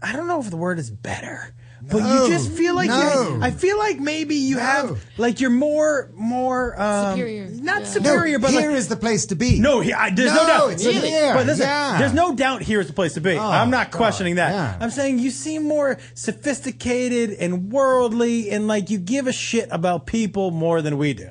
Speaker 4: I don't know if the word is better, but
Speaker 20: No.
Speaker 4: you just feel like,
Speaker 20: No.
Speaker 4: you, I feel like maybe you have, like you're more, more, um,
Speaker 20: Superior.
Speaker 4: Not
Speaker 20: Yeah.
Speaker 4: superior,
Speaker 20: No,
Speaker 4: but
Speaker 20: here
Speaker 4: like,
Speaker 20: is the place to be.
Speaker 4: No, he- I, there's no,
Speaker 20: No,
Speaker 4: doubt.
Speaker 20: it's Really? here.
Speaker 4: But listen,
Speaker 20: Yeah. Oh,
Speaker 4: there's no doubt here is the place to be. I'm not
Speaker 20: God,
Speaker 4: questioning that.
Speaker 20: yeah.
Speaker 4: I'm saying you seem more sophisticated and worldly, and like you give a shit about people more than we do.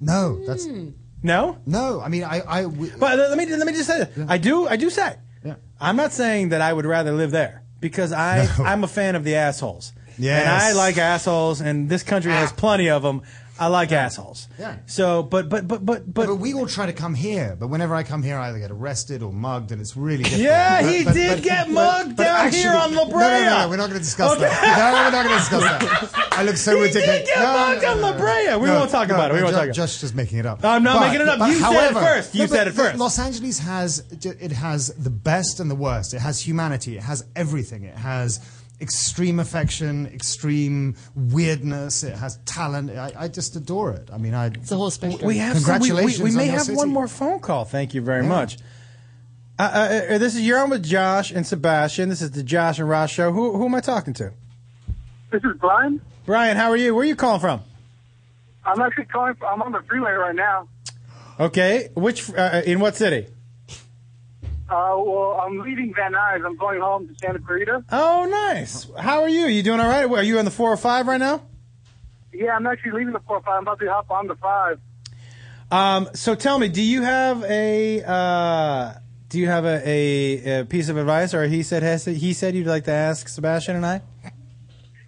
Speaker 20: No, that's
Speaker 4: Hmm. no,
Speaker 20: no. I mean, I, I. W-
Speaker 4: but uh, let me let me just say this. I do, I do say.
Speaker 20: Yeah.
Speaker 4: I'm not saying that I would rather live there because I I'm a fan of the assholes.
Speaker 20: Yes.
Speaker 4: and
Speaker 20: Ah.
Speaker 4: I like assholes, and this country has plenty of them. I like assholes.
Speaker 20: Yeah.
Speaker 4: So, but but but but
Speaker 20: but we all try to come here. But whenever I come here, I either get arrested or mugged, and it's really difficult.
Speaker 4: Yeah, he
Speaker 20: But- but-
Speaker 4: did
Speaker 20: but-
Speaker 4: get
Speaker 20: but-
Speaker 4: mugged
Speaker 20: but
Speaker 4: down here on La
Speaker 20: No, no, no,
Speaker 4: Brea.
Speaker 20: no, we're not going to discuss
Speaker 4: Okay.
Speaker 20: that. No, we're not going to discuss that. I look so
Speaker 4: He did
Speaker 20: ridiculous.
Speaker 4: get
Speaker 20: No, no,
Speaker 4: mugged
Speaker 20: no,
Speaker 4: on
Speaker 20: no,
Speaker 4: La
Speaker 20: no.
Speaker 4: Brea. We
Speaker 20: No,
Speaker 4: won't talk
Speaker 20: no,
Speaker 4: about it. We
Speaker 20: no,
Speaker 4: won't
Speaker 20: Ju-
Speaker 4: talk about it.
Speaker 20: Josh just making it up.
Speaker 4: I'm not
Speaker 20: But-
Speaker 4: making it up.
Speaker 20: but
Speaker 4: You said it first. You
Speaker 20: but
Speaker 4: said it
Speaker 20: the-
Speaker 4: first.
Speaker 20: Los Angeles has it has the best and the worst. It has humanity. It has everything. It has extreme affection, extreme weirdness. It has talent. I, I just adore it. I mean, I it's
Speaker 5: the whole spectrum.
Speaker 4: We have some- we- we-
Speaker 20: congratulations.
Speaker 4: we may
Speaker 20: on your
Speaker 4: have
Speaker 20: city.
Speaker 4: one more phone call. Thank you very much. Uh, uh, uh, this is you're on with Josh and Sebastian. This is the Josh and Ross show. Who who am I talking to?
Speaker 15: This is Brian.
Speaker 4: Brian, how are you? Where are you calling from?
Speaker 15: I'm actually calling. I'm on the freeway right now.
Speaker 4: Okay, which uh, in what city?
Speaker 15: Uh, well, I'm leaving Van Nuys. I'm going home to Santa Clarita.
Speaker 4: Oh, nice. How are you? You doing all right? Are you on the four or five right now?
Speaker 15: Yeah, I'm actually leaving the four five. I'm about to hop on the five.
Speaker 4: Um, so tell me, do you have a uh, do you have a, a, a piece of advice or a he said has he said you'd like to ask Sebastian and I?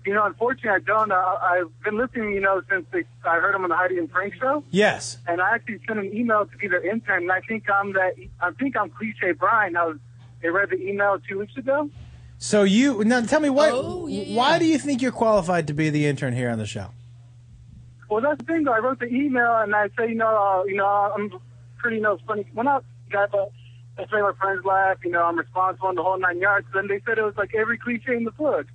Speaker 15: You know, unfortunately, I don't. Uh, I've been listening, you know, since they, I heard him on the Heidi and Frank show.
Speaker 4: Yes.
Speaker 15: And I actually sent an email to be their intern. And I think I'm that. I think I'm cliche Brian. I was. They read the email two weeks ago.
Speaker 4: So you now tell me why why do you think you're qualified to be the intern here on the show?
Speaker 15: Well, that's the thing. Though. I wrote the email and I said, you know, uh, you know, I'm pretty, you know, funny. Well, not guy, but that's made my friends laugh. You know, I'm responsible in the whole nine yards. Then they said it was like every cliche in the book.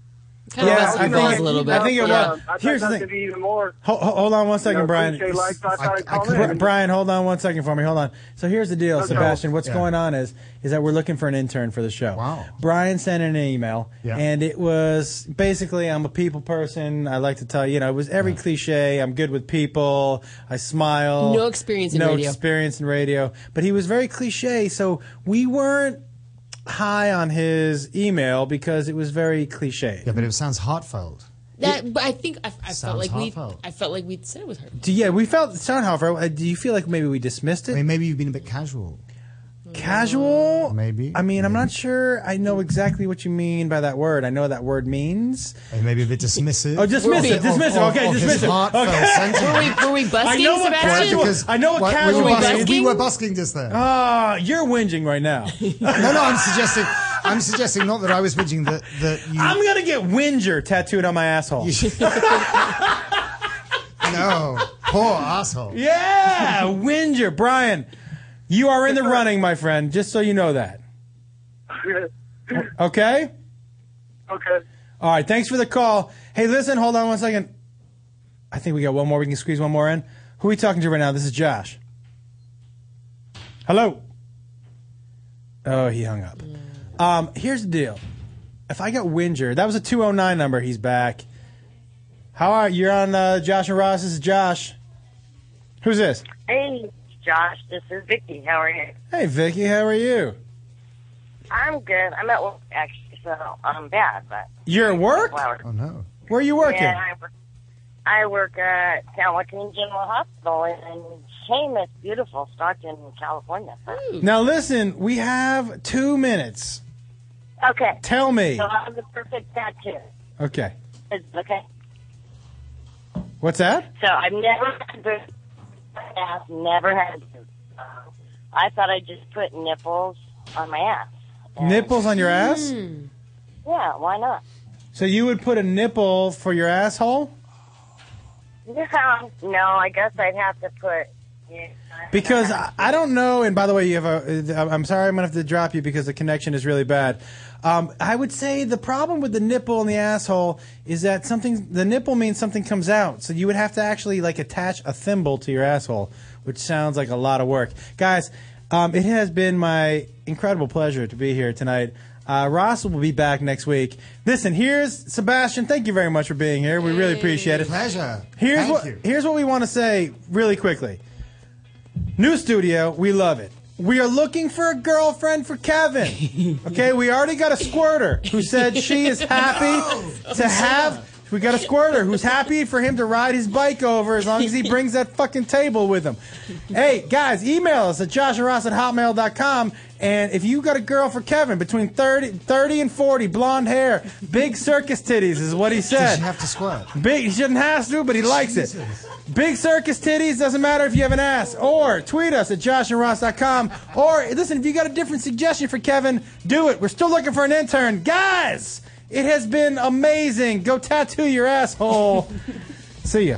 Speaker 5: Kind of
Speaker 4: Yeah,
Speaker 5: busted
Speaker 4: I
Speaker 5: your
Speaker 4: think-
Speaker 5: balls a little bit.
Speaker 4: I think it
Speaker 5: Yeah.
Speaker 4: was. Here's the thing. Hold, hold on one second,
Speaker 15: You know,
Speaker 4: Brian.
Speaker 15: appreciate life, so I thought I'd
Speaker 4: I- I
Speaker 15: call
Speaker 4: couldn't-
Speaker 15: in.
Speaker 4: Brian, hold on one second for me. Hold on. So here's the deal,
Speaker 15: Okay.
Speaker 4: Sebastian. What's
Speaker 15: Yeah.
Speaker 4: going on is is that we're looking for an intern for the show. Wow. Brian sent in an email,
Speaker 15: Yeah.
Speaker 4: and it was basically I'm a people person. I like to tell you, know, it was every cliche. I'm good with people. I smile.
Speaker 5: No experience in
Speaker 4: no
Speaker 5: radio.
Speaker 4: experience in radio. But he was very cliche, so we weren't high on his email because it was very cliche. Yeah,
Speaker 20: but it sounds heartfelt.
Speaker 5: That, but I think I, I felt
Speaker 4: Sounds
Speaker 5: like we,
Speaker 4: heartfelt.
Speaker 5: I felt like we said it was her.
Speaker 4: Do, yeah, we felt Soundhofer. uh, Do you feel like maybe we dismissed it? I mean,
Speaker 20: maybe you've been a bit casual.
Speaker 4: Casual?
Speaker 20: Maybe.
Speaker 4: I mean, I'm not sure. I know exactly what you mean by that word. I know what that word means.
Speaker 20: And maybe a bit dismissive.
Speaker 4: Oh, dismissive,
Speaker 20: Or- or-
Speaker 4: dismissive.
Speaker 20: or-
Speaker 4: okay,
Speaker 20: or his
Speaker 4: dismissive.
Speaker 20: heartfelt
Speaker 4: Okay.
Speaker 20: sentiment.
Speaker 5: Were we busking,
Speaker 4: I know what
Speaker 5: Sebastian?
Speaker 4: casual.
Speaker 20: Because-
Speaker 4: I know what
Speaker 20: Why- we
Speaker 4: casual.
Speaker 20: were busking-
Speaker 4: means.
Speaker 20: we were busking just there.
Speaker 4: Ah, you're whinging right now.
Speaker 20: no, no, I'm suggesting, I'm suggesting not that I was whinging that that you.
Speaker 4: I'm gonna get whinger tattooed on my asshole.
Speaker 20: no, poor asshole.
Speaker 4: Yeah, Ah, whinger, Brian. You are in the running, my friend. Just so you know that. Okay.
Speaker 15: okay.
Speaker 4: All right. Thanks for the call. Hey, listen. Hold on one second. I think we got one more. We can squeeze one more in. Who are we talking to right now? This is Josh. Hello. Oh, he hung up. Um, here's the deal. If I got Winger, that was a 209 number. He's back. How are you? You're on uh, Josh and Ross. This is Josh. Who's this?
Speaker 1: Hey, Josh, this is Vicky. How are you?
Speaker 4: Hey, Vicky. How are you?
Speaker 1: I'm good. I'm at work actually, so I'm bad, but
Speaker 4: You're at work?
Speaker 1: Oh
Speaker 20: no.
Speaker 4: Where are you working?
Speaker 1: Yeah, I work, I work at San Joaquin General Hospital in Seamus, beautiful Stockton, California.
Speaker 4: Hmm. Now listen, we have two minutes.
Speaker 1: Okay.
Speaker 4: Tell me.
Speaker 1: So I have the perfect tattoo.
Speaker 4: Okay.
Speaker 1: It's, okay.
Speaker 4: What's that?
Speaker 1: So I've never had boobs. I've never had boobs. I thought I'd just put nipples on my ass.
Speaker 4: Nipples on your ass?
Speaker 1: Hmm. Yeah, why not?
Speaker 4: So you would put a nipple for your asshole?
Speaker 1: No, no, I guess I'd have to put. Yeah,
Speaker 4: Because I I don't know, and by the way, you have a. uh, I'm sorry, I'm gonna have to drop you because the connection is really bad. Um, I would say the problem with the nipple and the asshole is that something the nipple means something comes out, so you would have to actually like attach a thimble to your asshole, which sounds like a lot of work, guys. Um, it has been my incredible pleasure to be here tonight. Uh, Ross will be back next week. Listen, here's Sebastian. Thank you very much for being here. We really appreciate it.
Speaker 20: Pleasure.
Speaker 4: Here's
Speaker 20: Thank
Speaker 4: what
Speaker 20: you.
Speaker 4: here's what we want to say really quickly. New studio, we love it. We are looking for a girlfriend for Kevin. Okay, we already got a squirter who said she is
Speaker 20: Oh,
Speaker 4: happy to have. We got a squirter who's happy for him to ride his bike over as long as he brings that fucking table with him. Hey, guys, email us at joshaross at hotmail.com. And if you got a girl for Kevin between 30, 30 and 40, blonde hair, big circus titties is what he said.
Speaker 20: Does she have to squirt?
Speaker 4: Big, he shouldn't have to, but he likes it. Big circus titties, doesn't matter if you have an ass. Or tweet us at joshandross.com. Or listen, if you got a different suggestion for Kevin, do it. We're still looking for an intern. Guys, it has been amazing. Go tattoo your asshole. See ya.